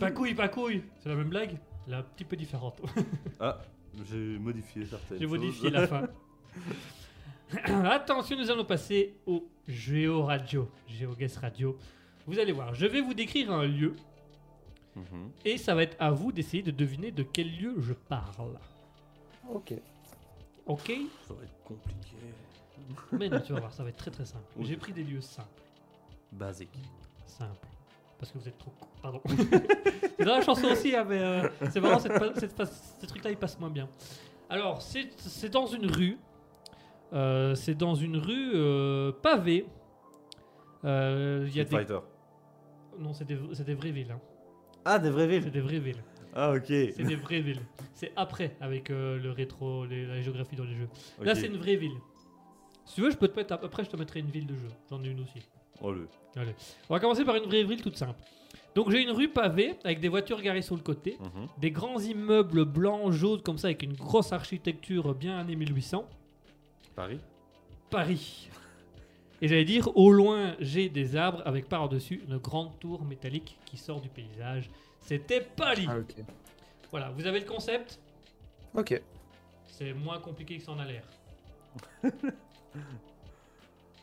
Speaker 3: pas couille, pas couille C'est la même blague Là, un petit peu différente.
Speaker 2: Ah, j'ai modifié certaines
Speaker 3: J'ai
Speaker 2: choses.
Speaker 3: modifié la fin. Attention, nous allons passer au Géo Radio, Géo Guess Radio. Vous allez voir, je vais vous décrire un lieu
Speaker 2: Mhm.
Speaker 3: et ça va être à vous d'essayer de deviner de quel lieu je parle.
Speaker 4: Ok.
Speaker 3: Ok
Speaker 2: Ça va être compliqué.
Speaker 3: Mais non, tu vas voir, ça va être très très simple.
Speaker 2: Oui.
Speaker 3: J'ai pris des lieux simples.
Speaker 2: Basique.
Speaker 3: Simples. Parce que vous êtes trop. con- Pardon. c'est dans la chanson aussi, hein, mais euh, c'est marrant, cette, pa- cette, pa- ce truc-là il passe moins bien. Alors, c'est c'est dans une rue. Euh, c'est dans une rue euh, pavée. Euh, Il y a
Speaker 2: Street
Speaker 3: des...
Speaker 2: Fighter.
Speaker 3: Non, c'est des, c'est des vraies villes. hein.
Speaker 2: Ah, des vraies
Speaker 3: C'est
Speaker 2: villes.
Speaker 3: des vraies villes.
Speaker 2: Ah, ok.
Speaker 3: C'est des vraies villes. C'est après, avec euh, le rétro, les- la géographie dans les jeux. Là,
Speaker 2: Ok.
Speaker 3: c'est une vraie ville. Si tu veux, je peux te mettre. Après, je te mettrai une ville de jeu. J'en ai une aussi.
Speaker 2: Oh le.
Speaker 3: On va commencer par une vraie ville toute simple. Donc j'ai une rue pavée avec des voitures garées sur le côté,
Speaker 2: Mhm.
Speaker 3: des grands immeubles blancs, jaunes comme ça avec une grosse architecture bien années 1800.
Speaker 2: Paris.
Speaker 3: Paris. Et j'allais dire, au loin, j'ai des arbres avec par-dessus une grande tour métallique qui sort du paysage. C'était Paris.
Speaker 4: Ah, ok.
Speaker 3: Voilà, vous avez le concept
Speaker 4: Ok.
Speaker 3: C'est moins compliqué que ça en a l'air.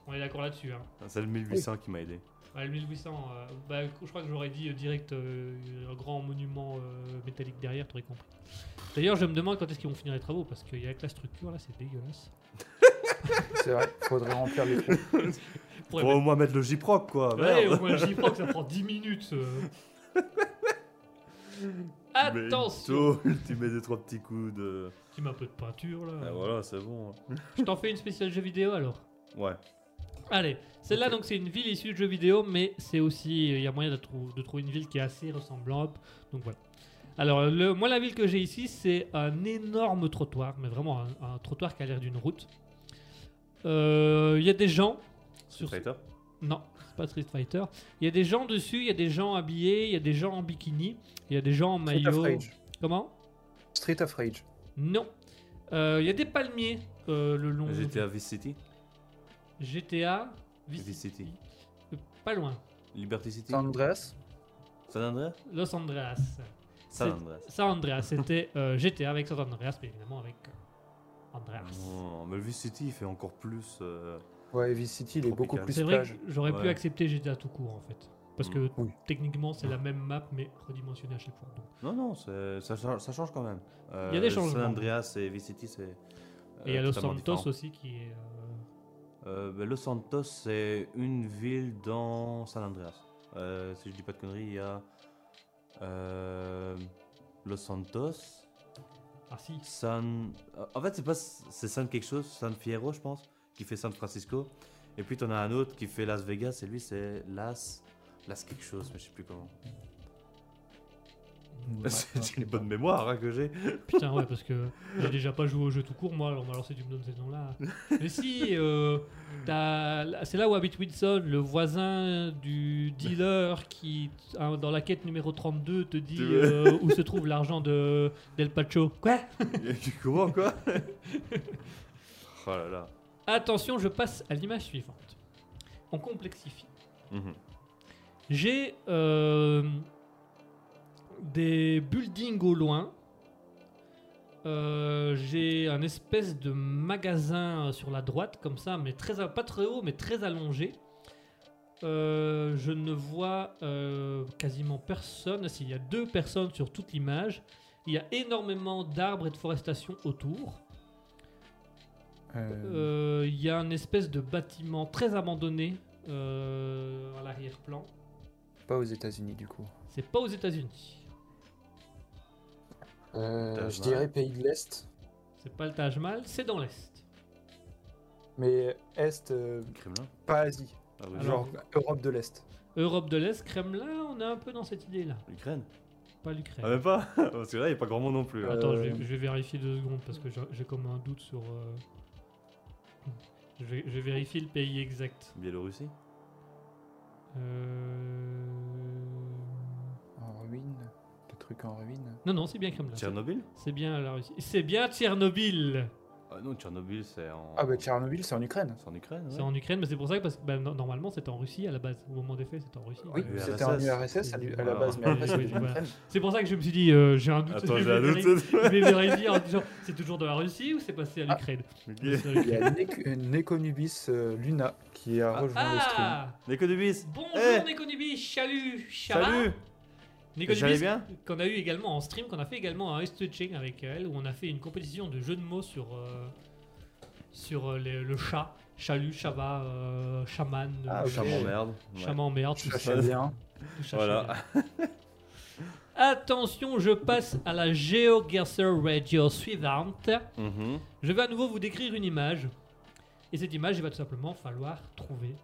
Speaker 3: On est d'accord là-dessus. Hein.
Speaker 2: Ah, C'est le 1800 qui m'a aidé.
Speaker 3: Ouais, le 1800, euh, bah, je crois que j'aurais dit euh, direct euh, un grand monument euh, métallique derrière, t'aurais compris. D'ailleurs, je me demande quand est-ce qu'ils vont finir les travaux parce qu'il y a que la structure là, c'est dégueulasse.
Speaker 4: C'est vrai. Faudrait remplir les trous.
Speaker 3: Pour
Speaker 2: Faut au moins mettre le J-Proc, quoi.
Speaker 3: Ouais,
Speaker 2: bah
Speaker 3: au
Speaker 2: Merde.
Speaker 3: moins j'y crois que ça prend 10 minutes. euh. Attention
Speaker 2: Mais une tôle, Tu mets des trois petits coups de.
Speaker 3: Tu mets un peu de peinture là.
Speaker 2: Ah, voilà, c'est bon.
Speaker 3: Je t'en fais une spéciale jeu vidéo alors.
Speaker 2: Ouais.
Speaker 3: Allez, celle-là, donc c'est une ville issue de jeux vidéo, mais c'est aussi, il y a moyen de, trou- de trouver une ville qui est assez ressemblante. Donc voilà. Alors, le, moi, la ville que j'ai ici, c'est un énorme trottoir, mais vraiment un, un trottoir qui a l'air d'une route. Euh, Il y a des gens.
Speaker 2: Street
Speaker 3: Sur ce-
Speaker 2: Fighter.
Speaker 3: Non, c'est pas Street Fighter. Il y a des gens dessus, il y a des gens habillés, il y a des gens en bikini, il y a des gens en
Speaker 4: Street of
Speaker 3: maillot.
Speaker 4: Rage.
Speaker 3: Comment
Speaker 4: Street of Rage.
Speaker 3: Non. Euh, Il y a des palmiers euh, le long.
Speaker 2: GTA Vice City.
Speaker 3: GTA. Vice
Speaker 2: Vice City.
Speaker 3: Euh, Pas loin.
Speaker 2: Liberty City.
Speaker 4: San Andreas.
Speaker 2: San Andreas.
Speaker 3: Los Andreas.
Speaker 2: San
Speaker 3: C'est-
Speaker 2: Andreas.
Speaker 3: San Andreas, c'était euh, GTA avec San Andreas, mais évidemment avec euh, Andreas.
Speaker 2: Non, Oh, mais le Vice City, il fait encore plus. euh,
Speaker 4: Ouais, Vice City, il est beaucoup
Speaker 2: Tropical.
Speaker 4: plus
Speaker 3: C'est vrai
Speaker 4: plage.
Speaker 3: que j'aurais pu
Speaker 2: Ouais. Mm.
Speaker 3: accepter GTA tout court en fait. Parce que
Speaker 4: Oui.
Speaker 3: techniquement, c'est la même map mais redimensionnée à chaque fois. Donc.
Speaker 2: Non, non, c'est- ça, change- ça change quand même. Euh,
Speaker 3: Il y a des changements.
Speaker 2: San Andreas et Vice City, c'est. euh,
Speaker 3: Et il y a Los
Speaker 2: totalement
Speaker 3: Santos
Speaker 2: différent.
Speaker 3: aussi qui est. euh,
Speaker 2: Euh, ben, Los Santos, c'est une ville dans San Andreas. Euh, si je dis pas de conneries, il y a. euh, Los Santos,
Speaker 3: Ah si,
Speaker 2: San. euh, En fait, c'est pas. C'est San quelque chose, San Fierro, je pense, qui fait San Francisco. Et puis, t'en as un autre qui fait Las Vegas, et lui, c'est Las. Las quelque chose, mais je sais plus comment.
Speaker 4: Ouais, ouais.
Speaker 2: c'est une bonne mémoire hein, que j'ai.
Speaker 3: putain, ouais, parce que j'ai déjà pas joué au jeu tout court, moi, alors, alors si tu me donnes ces noms-là. Mais si, euh, t'as- c'est là où habite Wilson, le voisin du dealer qui, hein, dans la quête numéro 32, te dit
Speaker 2: Tu veux-
Speaker 3: euh, où se trouve l'argent de Del Pacho. Quoi
Speaker 2: Comment, quoi Oh là là.
Speaker 3: Attention, je passe à l'image suivante. On complexifie.
Speaker 2: Mhm.
Speaker 3: J'ai euh, des buildings au loin. Euh, J'ai un espèce de magasin euh, sur la droite, comme ça, mais très, à- pas très haut, mais très allongé. Euh, je ne vois euh, quasiment personne. S'il y a deux personnes sur toute l'image, il y a énormément d'arbres et de forestation autour.
Speaker 4: Euh,
Speaker 3: Euh, Il y a un espèce de bâtiment très abandonné euh, à l'arrière-plan.
Speaker 4: Pas aux États-Unis, du coup.
Speaker 3: C'est pas aux États-Unis.
Speaker 4: Euh,
Speaker 2: Taj
Speaker 4: je
Speaker 2: Mahal.
Speaker 4: Euh, dirais pays de l'Est.
Speaker 3: C'est pas le Taj Mahal, c'est dans l'Est.
Speaker 4: mais Est, euh,
Speaker 2: Kremlin
Speaker 4: pas Asie,
Speaker 2: Ah oui,
Speaker 3: Alors-
Speaker 4: genre Europe de l'Est.
Speaker 3: Europe de l'Est, Kremlin, on est un peu dans cette idée-là.
Speaker 2: l'Ukraine
Speaker 3: Pas
Speaker 2: Ah,
Speaker 3: l'Ukraine.
Speaker 2: même pas Parce que là, il n'y a pas grand monde non plus. hein.
Speaker 3: Attends, je
Speaker 4: euh,
Speaker 3: vais, je vais vérifier deux secondes parce que j'ai j'ai comme un doute sur. euh, Je, vais, je vais vérifier le pays exact.
Speaker 2: Biélorussie
Speaker 3: Euh,
Speaker 4: En ruine Des trucs en ruine
Speaker 3: Non, non, c'est bien Kremlin.
Speaker 2: Tchernobyl
Speaker 3: C'est bien la Russie. C'est bien Tchernobyl
Speaker 2: Ah non, Tchernobyl, c'est en.
Speaker 4: Ah bah Tchernobyl, c'est en Ukraine.
Speaker 2: C'est en Ukraine, ouais.
Speaker 3: C'est en Ukraine, mais c'est pour ça que parce que, bah, no- normalement c'était en Russie à la base. Au moment des faits, c'était en Russie.
Speaker 4: Oui,
Speaker 2: URSS.
Speaker 4: c'était en URSS à l- à la base, mais après
Speaker 3: Oui, oui,
Speaker 4: c'était en
Speaker 3: voilà.
Speaker 4: Ukraine.
Speaker 3: C'est pour ça que je me suis dit, euh, j'ai un doute.
Speaker 2: Attends,
Speaker 3: je
Speaker 2: j'ai
Speaker 3: vais
Speaker 2: un
Speaker 3: vérifier- Je
Speaker 2: doute.
Speaker 3: vais vérifier en disant, c'est toujours dans la Russie ou c'est passé à
Speaker 4: Ah.
Speaker 3: l'Ukraine
Speaker 2: Ok.
Speaker 4: Il y a Nec- Neconubis euh, Luna qui a rejoint le stream.
Speaker 3: Ah
Speaker 2: Nico de bis
Speaker 3: Bonjour
Speaker 2: Eh.
Speaker 3: Nekonubis, salut,
Speaker 2: Salut J'allais bien
Speaker 3: qu'on a eu également en stream, qu'on a fait également un Est-Cheng avec elle, où on a fait une compétition de jeux de mots sur, euh, sur euh, les- le chat. Chalut, Chava, euh, chaman,
Speaker 2: Ah,
Speaker 4: ok.
Speaker 2: chaman merde. Ouais.
Speaker 3: chaman merde, tout
Speaker 4: Je
Speaker 3: ça.
Speaker 4: cherchais bien.
Speaker 3: Tout ça,
Speaker 2: Voilà.
Speaker 3: c'est bien. Attention, je passe à la GeoGuessr Radio suivante.
Speaker 2: Mhm.
Speaker 3: Je vais à nouveau vous décrire une image. Et cette image, il va tout simplement falloir trouver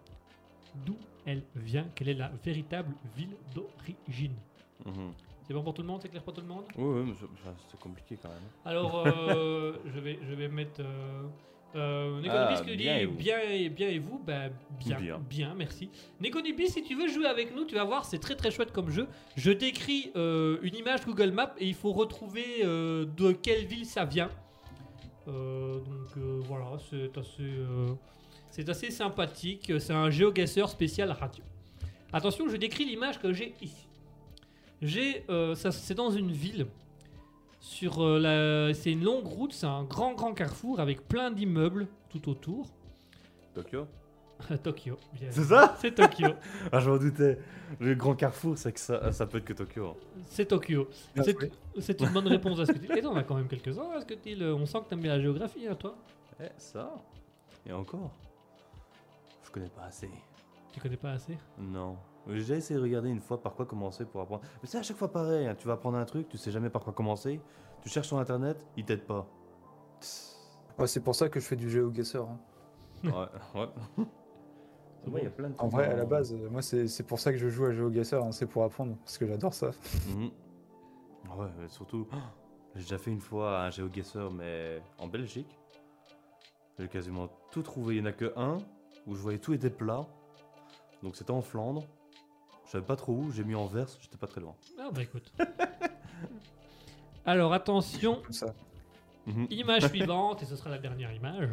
Speaker 3: d'où elle vient, quelle est la véritable ville d'origine.
Speaker 2: Mhm.
Speaker 3: C'est bon pour tout le monde C'est clair pour tout le monde
Speaker 2: Oui, oui, mais c'est- ça, c'est compliqué quand même.
Speaker 3: Alors, euh, je, vais, je vais mettre... Euh, euh, Nekonibis
Speaker 2: Ah,
Speaker 3: qui nous
Speaker 2: bien et
Speaker 3: dit
Speaker 2: vous.
Speaker 3: bien et, bien et vous bah, bien, bien,
Speaker 2: Bien.
Speaker 3: merci. Nekonibis, si tu veux jouer avec nous, tu vas voir, c'est très très chouette comme jeu. Je décris euh, une image Google Maps et il faut retrouver euh, de quelle ville ça vient. Euh, donc euh, voilà, c'est assez, euh, c'est assez sympathique. C'est un GeoGuessr spécial radio. Attention, je décris l'image que j'ai ici. J'ai, euh, ça, c'est dans une ville. Sur euh, la, c'est une longue route, c'est un grand grand carrefour avec plein d'immeubles tout autour.
Speaker 2: Tokyo
Speaker 3: À Tokyo. bien.
Speaker 2: C'est ça
Speaker 3: C'est Tokyo.
Speaker 2: Ah, je m'en doutais. Le grand carrefour, c'est que ça, ça peut être que Tokyo. hein.
Speaker 3: c'est Tokyo. C'est,
Speaker 4: Oui.
Speaker 3: c'est une bonne réponse à ce que tu. Et on a quand même quelques-uns. à ce que tu- le- On sent que t'aimes bien la géographie, hein, toi.
Speaker 2: Eh, ça Et encore Je connais pas assez.
Speaker 3: Tu connais pas assez.
Speaker 2: Non. J'ai déjà essayé de regarder une fois par quoi commencer pour apprendre. Mais c'est à chaque fois pareil. hein. Tu vas apprendre un truc, tu sais jamais par quoi commencer. Tu cherches sur internet, il t'aide pas.
Speaker 4: Ouais, c'est pour ça que je fais du GeoGuessr. hein.
Speaker 2: ouais, ouais.
Speaker 3: C'est bon.
Speaker 2: il y a plein de
Speaker 4: En
Speaker 2: trucs
Speaker 4: vrai, à la
Speaker 2: dans-
Speaker 4: base, euh, moi, c'est c'est pour ça que je joue à GeoGuessr, hein, c'est pour apprendre, parce que j'adore ça.
Speaker 2: Mhm. Ouais, mais surtout, oh, j'ai déjà fait une fois un GeoGuessr, mais en Belgique. J'ai quasiment tout trouvé. Il n'y en a que un où je voyais tout était plat. Donc c'était en Flandre. Je savais pas trop où, j'ai mis en verse, j'étais pas très loin.
Speaker 3: Ah bah écoute. Alors attention,
Speaker 4: Comme ça.
Speaker 2: Mhm.
Speaker 3: image suivante, et ce sera la dernière image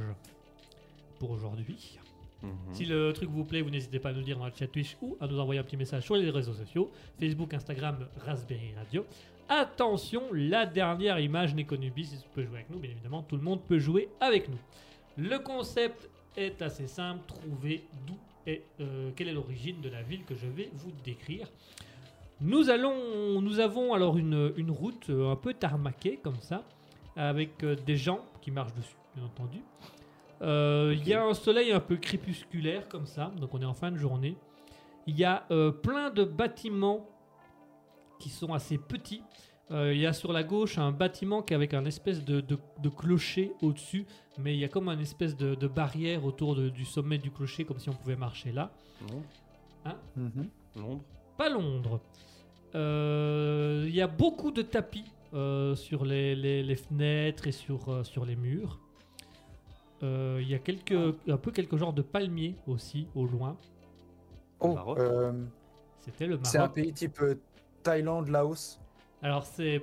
Speaker 3: pour aujourd'hui.
Speaker 2: Mhm.
Speaker 3: Si le truc vous plaît, vous n'hésitez pas à nous le dire dans le chat Twitch ou à nous envoyer un petit message sur les réseaux sociaux Facebook, Instagram, Raspberry Radio. Attention, la dernière image n'est connue. bis, Si tu peux jouer avec nous, bien évidemment, tout le monde peut jouer avec nous. Le concept est assez simple trouver d'où est, euh, quelle est l'origine de la ville que je vais vous décrire. Nous, allons, nous avons alors une, une route euh, un peu tarmaquée comme ça, avec euh, des gens qui marchent dessus, bien entendu. Euh, Il y a un soleil un peu crépusculaire comme ça, donc on est en fin de journée. Il y a euh, plein de bâtiments qui sont assez petits. Euh, il y a sur la gauche un bâtiment qui est avec un espèce de, de- de clocher au-dessus, mais il y a comme un espèce de, de barrière autour de- du sommet du clocher, comme si on pouvait marcher là.
Speaker 2: Londres
Speaker 4: Mhm.
Speaker 2: Londres
Speaker 3: Pas Londres. Euh, Il y a beaucoup de tapis euh, sur les, les- les fenêtres et sur, euh, sur les murs. Euh, Il y a quelques, un peu quelques genres de palmiers aussi au loin.
Speaker 4: Oh,
Speaker 2: Maroc.
Speaker 4: euh,
Speaker 3: C'était le
Speaker 4: c'est un
Speaker 3: Maroc.
Speaker 4: pays type euh, Thaïlande, Laos.
Speaker 3: Alors c'est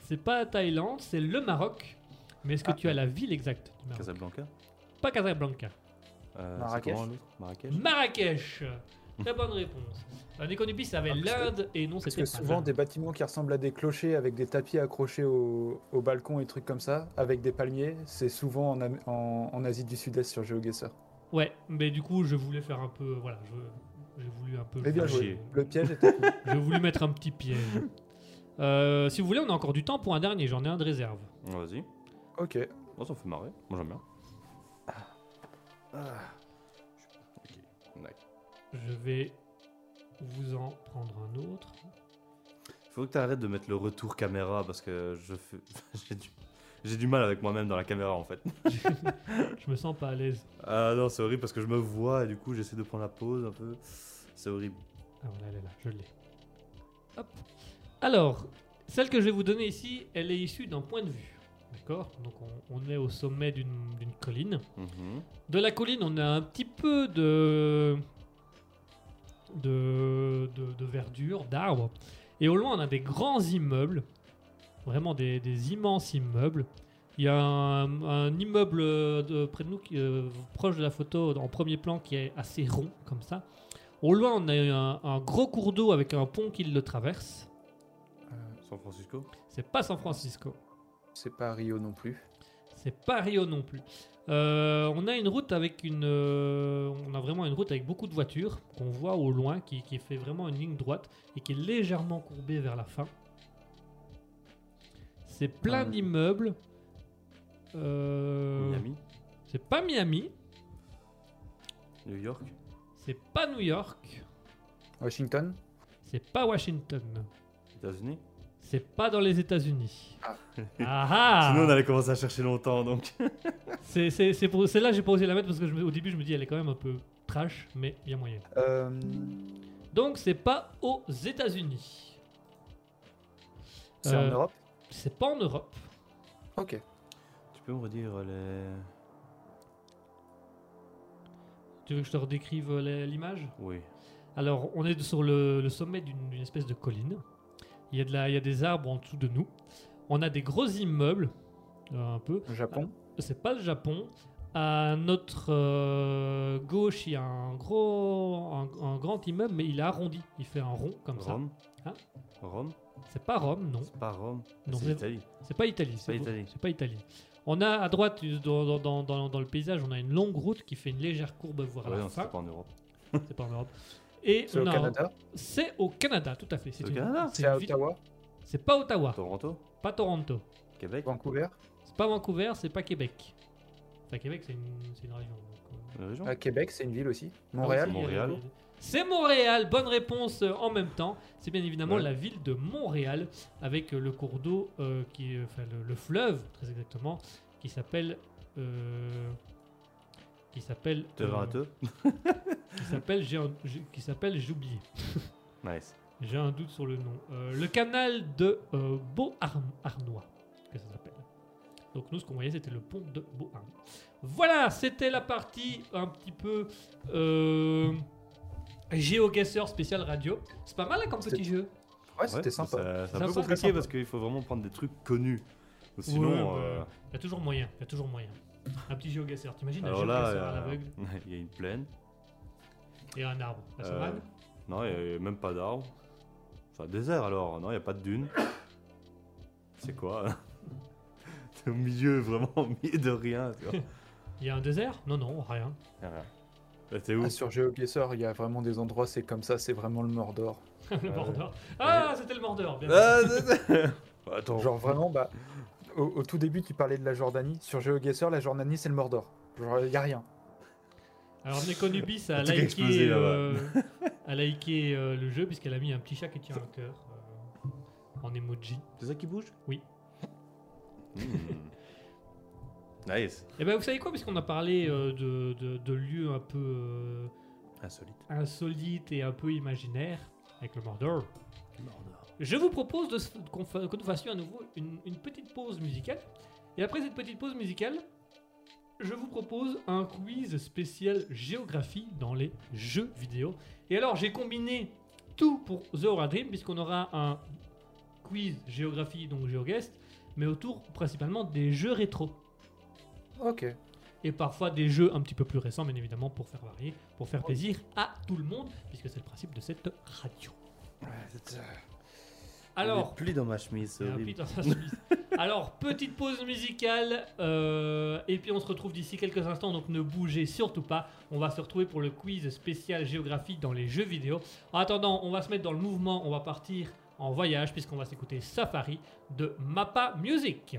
Speaker 3: c'est pas Thaïlande, c'est le Maroc. Mais est-ce que
Speaker 4: Ah.
Speaker 3: tu as la ville exacte du Maroc
Speaker 2: Casablanca
Speaker 3: Pas Casablanca.
Speaker 2: Euh, c'est
Speaker 4: Marrakech
Speaker 2: comment, l'autre Marrakech
Speaker 3: Marrakech. Très bonne réponse. Euh, Nekonubis avait
Speaker 4: Ah, parce que-
Speaker 3: l'Inde et non
Speaker 4: Parce
Speaker 3: c'était
Speaker 4: que
Speaker 3: pas
Speaker 4: souvent,
Speaker 3: l'Inde.
Speaker 4: des bâtiments qui ressemblent à des clochers avec des tapis accrochés au, au balcon et trucs comme ça, avec des palmiers, c'est souvent en, Am- en- en Asie du Sud-Est sur GeoGuessr.
Speaker 3: Ouais, mais du coup je voulais faire un peu voilà, je- Mmh. Ah, j'ai voulu un peu.
Speaker 4: Mais Eh bien
Speaker 3: faire-
Speaker 2: joué.
Speaker 4: Le piège était cool.
Speaker 3: J'ai voulu mettre un petit piège. Euh, si vous voulez, on a encore du temps pour un dernier. J'en ai un de réserve.
Speaker 2: Vas-y.
Speaker 4: Ok.
Speaker 2: Oh, ça me fait marrer. Moi, j'aime bien. Ah. Ok. Nice.
Speaker 3: Je vais vous en prendre un autre.
Speaker 2: Faut que t'arrêtes de mettre le retour caméra parce que je fais... j'ai du... J'ai du mal avec moi-même dans la caméra en fait.
Speaker 3: Je me sens pas à l'aise.
Speaker 2: Ah non, c'est horrible parce que je me vois et du coup j'essaie de prendre la pause un peu. C'est horrible.
Speaker 3: Ah voilà, elle est là, je l'ai. Hop. Alors, celle que je vais vous donner ici, elle est issue d'un point de vue. D'accord Donc on, on est au sommet d'une d'une colline.
Speaker 2: Mhm.
Speaker 3: De la colline, on a un petit peu de, de, de, de verdure, d'arbres. Et au loin, on a des grands immeubles, vraiment des, des immenses immeubles. Il y a un, un immeuble de, près de nous, qui, euh, proche de la photo, en premier plan, qui est assez rond, comme ça. Au loin, on a un, un gros cours d'eau avec un pont qui le traverse.
Speaker 2: San Francisco
Speaker 3: C'est pas San Francisco.
Speaker 4: C'est pas Rio non plus.
Speaker 3: C'est pas Rio non plus. Euh, on a une route avec une, euh, on a vraiment une route avec beaucoup de voitures qu'on voit au loin, qui, qui fait vraiment une ligne droite et qui est légèrement courbée vers la fin. C'est plein
Speaker 4: Ah oui.
Speaker 3: d'immeubles. Euh,
Speaker 2: Miami
Speaker 3: C'est pas Miami.
Speaker 2: New York
Speaker 3: C'est pas New York.
Speaker 4: Washington
Speaker 3: C'est pas Washington.
Speaker 2: États-Unis
Speaker 3: C'est pas dans les États-Unis.
Speaker 4: Ah.
Speaker 3: Ah
Speaker 2: Sinon on allait commencer à chercher longtemps donc.
Speaker 3: C'est c'est- c'est pour celle-là j'ai pas osé la mettre parce que je me- au début je me dis elle est quand même un peu trash mais il y a moyen.
Speaker 4: Euh,
Speaker 3: Donc c'est pas aux États-Unis.
Speaker 4: C'est
Speaker 3: Euh,
Speaker 4: en Europe
Speaker 3: C'est pas en Europe.
Speaker 4: Ok.
Speaker 2: Tu peux me redire les.
Speaker 3: Tu veux que je te redécrive euh, la- l'image
Speaker 2: Oui.
Speaker 3: Alors on est sur le, le sommet d'une d'une espèce de colline. Il y, a de la- il y a des arbres en dessous de nous. On a des gros immeubles euh, un peu.
Speaker 4: Japon
Speaker 3: C'est pas le Japon. À notre euh, gauche, il y a un gros, un, un grand immeuble, mais il est arrondi. Il fait un rond comme ça.
Speaker 2: Rome
Speaker 3: Hein
Speaker 2: Rome
Speaker 3: C'est pas Rome, non.
Speaker 2: C'est pas Rome.
Speaker 3: Non,
Speaker 2: c'est
Speaker 3: c'est-
Speaker 2: l'Italie.
Speaker 3: C'est pas Italie. C'est
Speaker 2: pas
Speaker 3: beau-
Speaker 2: Italie.
Speaker 3: c'est pas Italie. On a à droite, euh, dans, dans- dans- dans- dans le paysage, on a une longue route qui fait une légère courbe vers
Speaker 2: Ah ouais,
Speaker 3: la
Speaker 2: non,
Speaker 3: fin.
Speaker 2: c'est pas en Europe.
Speaker 3: C'est pas en Europe. Et
Speaker 4: C'est au
Speaker 3: on a-
Speaker 4: Canada
Speaker 3: C'est au Canada, tout à fait.
Speaker 2: C'est au
Speaker 3: une-
Speaker 2: Canada
Speaker 3: c'est
Speaker 4: C'est à
Speaker 3: une ville-
Speaker 4: Ottawa
Speaker 3: C'est pas Ottawa,
Speaker 2: Toronto
Speaker 3: pas Toronto.
Speaker 2: Québec
Speaker 4: Vancouver
Speaker 3: C'est pas Vancouver, c'est pas Québec. Enfin, Québec, c'est une, c'est une région. donc, euh,
Speaker 2: Une région
Speaker 4: à Québec, c'est une ville aussi.
Speaker 3: Ah
Speaker 4: Montréal
Speaker 3: oui, c'est-
Speaker 2: Montréal.
Speaker 3: C'est Montréal, bonne réponse euh, en même temps. C'est bien évidemment
Speaker 2: Ouais.
Speaker 3: la ville de Montréal avec euh, le cours d'eau euh, qui, euh, enfin le, le fleuve très exactement, qui s'appelle, euh, qui s'appelle,
Speaker 2: Deux
Speaker 3: euh,
Speaker 2: vingt à deux.
Speaker 3: qui s'appelle, j'ai un- j'ai- qui s'appelle, j'ai oublié.
Speaker 2: Nice.
Speaker 3: J'ai un doute sur le nom. Euh, le canal de euh, Beauharnois, que ça s'appelle. Donc nous, ce qu'on voyait, c'était le pont de Beauharnois. Voilà, c'était la partie un petit peu euh, GeoGuessr spécial radio. C'est pas mal hein, comme
Speaker 4: C'était-
Speaker 3: petit jeu.
Speaker 4: Ouais, Ah, c'était
Speaker 2: Ouais,
Speaker 4: sympa.
Speaker 2: ça- C'est un
Speaker 3: Sympa,
Speaker 2: peu
Speaker 3: c'est
Speaker 2: compliqué
Speaker 3: sympa.
Speaker 2: parce qu'il faut vraiment prendre des trucs connus. Ou Sinon,
Speaker 3: Ouais,
Speaker 2: euh,
Speaker 3: bah, Il y a toujours moyen, il y a toujours moyen. Un petit GeoGuessr, t'imagines un
Speaker 2: alors là,
Speaker 3: GeoGuessr à
Speaker 2: euh,
Speaker 3: l'aveugle
Speaker 2: il y a une plaine.
Speaker 3: et un arbre. La
Speaker 2: euh,
Speaker 3: savane
Speaker 2: non, il y a- il y a même pas d'arbres. Enfin, désert alors. Non, il y a pas de dunes. C'est quoi hein T'es au milieu, vraiment au milieu de rien. tu vois.
Speaker 3: Il y a un désert Non, non, rien.
Speaker 2: Y a rien. Bah, T'es où
Speaker 4: Ah, sur GeoGuessr, il y a vraiment des endroits, c'est comme ça, c'est vraiment le Mordor.
Speaker 3: le
Speaker 2: euh,
Speaker 3: Mordor. Ah, c'était le Mordor, bien sûr.
Speaker 2: Ah, Attends.
Speaker 4: Genre vraiment, bah, au, au tout début, tu parlais de la Jordanie. Sur GeoGuessr, la Jordanie, c'est le Mordor. Genre, il y a rien.
Speaker 3: Alors Nekonubi, ça a
Speaker 2: Le truc a
Speaker 3: liké,
Speaker 2: explosé,
Speaker 3: euh, a liké euh, le jeu puisqu'elle a mis un petit chat qui tient un cœur euh, en emoji.
Speaker 2: C'est ça qui bouge
Speaker 3: Oui.
Speaker 2: Hmm. Nice.
Speaker 3: Et ben vous savez quoi, puisqu'on a parlé euh, de, de- de lieux un peu euh,
Speaker 2: Insolite.
Speaker 3: insolites et un peu imaginaires avec le Mordor, je vous propose de, se- qu'on fa- que nous fassions à nouveau une, une petite pause musicale. Et après cette petite pause musicale, je vous propose un quiz spécial géographie dans les jeux vidéo. Et alors, j'ai combiné tout pour The Aura Dream, puisqu'on aura un quiz géographie, donc GeoGuest, mais autour principalement des jeux rétro.
Speaker 4: Ok.
Speaker 3: Et parfois des jeux un petit peu plus récents, bien évidemment, pour faire varier, pour faire plaisir à tout le monde, puisque c'est le principe de cette radio. Alors,
Speaker 2: plus dans ma chemise, c'est
Speaker 3: Il y a un
Speaker 2: horrible.
Speaker 3: pli dans sa chemise. Alors, petite pause musicale, euh, et puis on se retrouve d'ici quelques instants, donc ne bougez surtout pas. On va se retrouver pour le quiz spécial géographie dans les jeux vidéo. En attendant, on va se mettre dans le mouvement, on va partir en voyage, puisqu'on va s'écouter Safari de Mappa Music.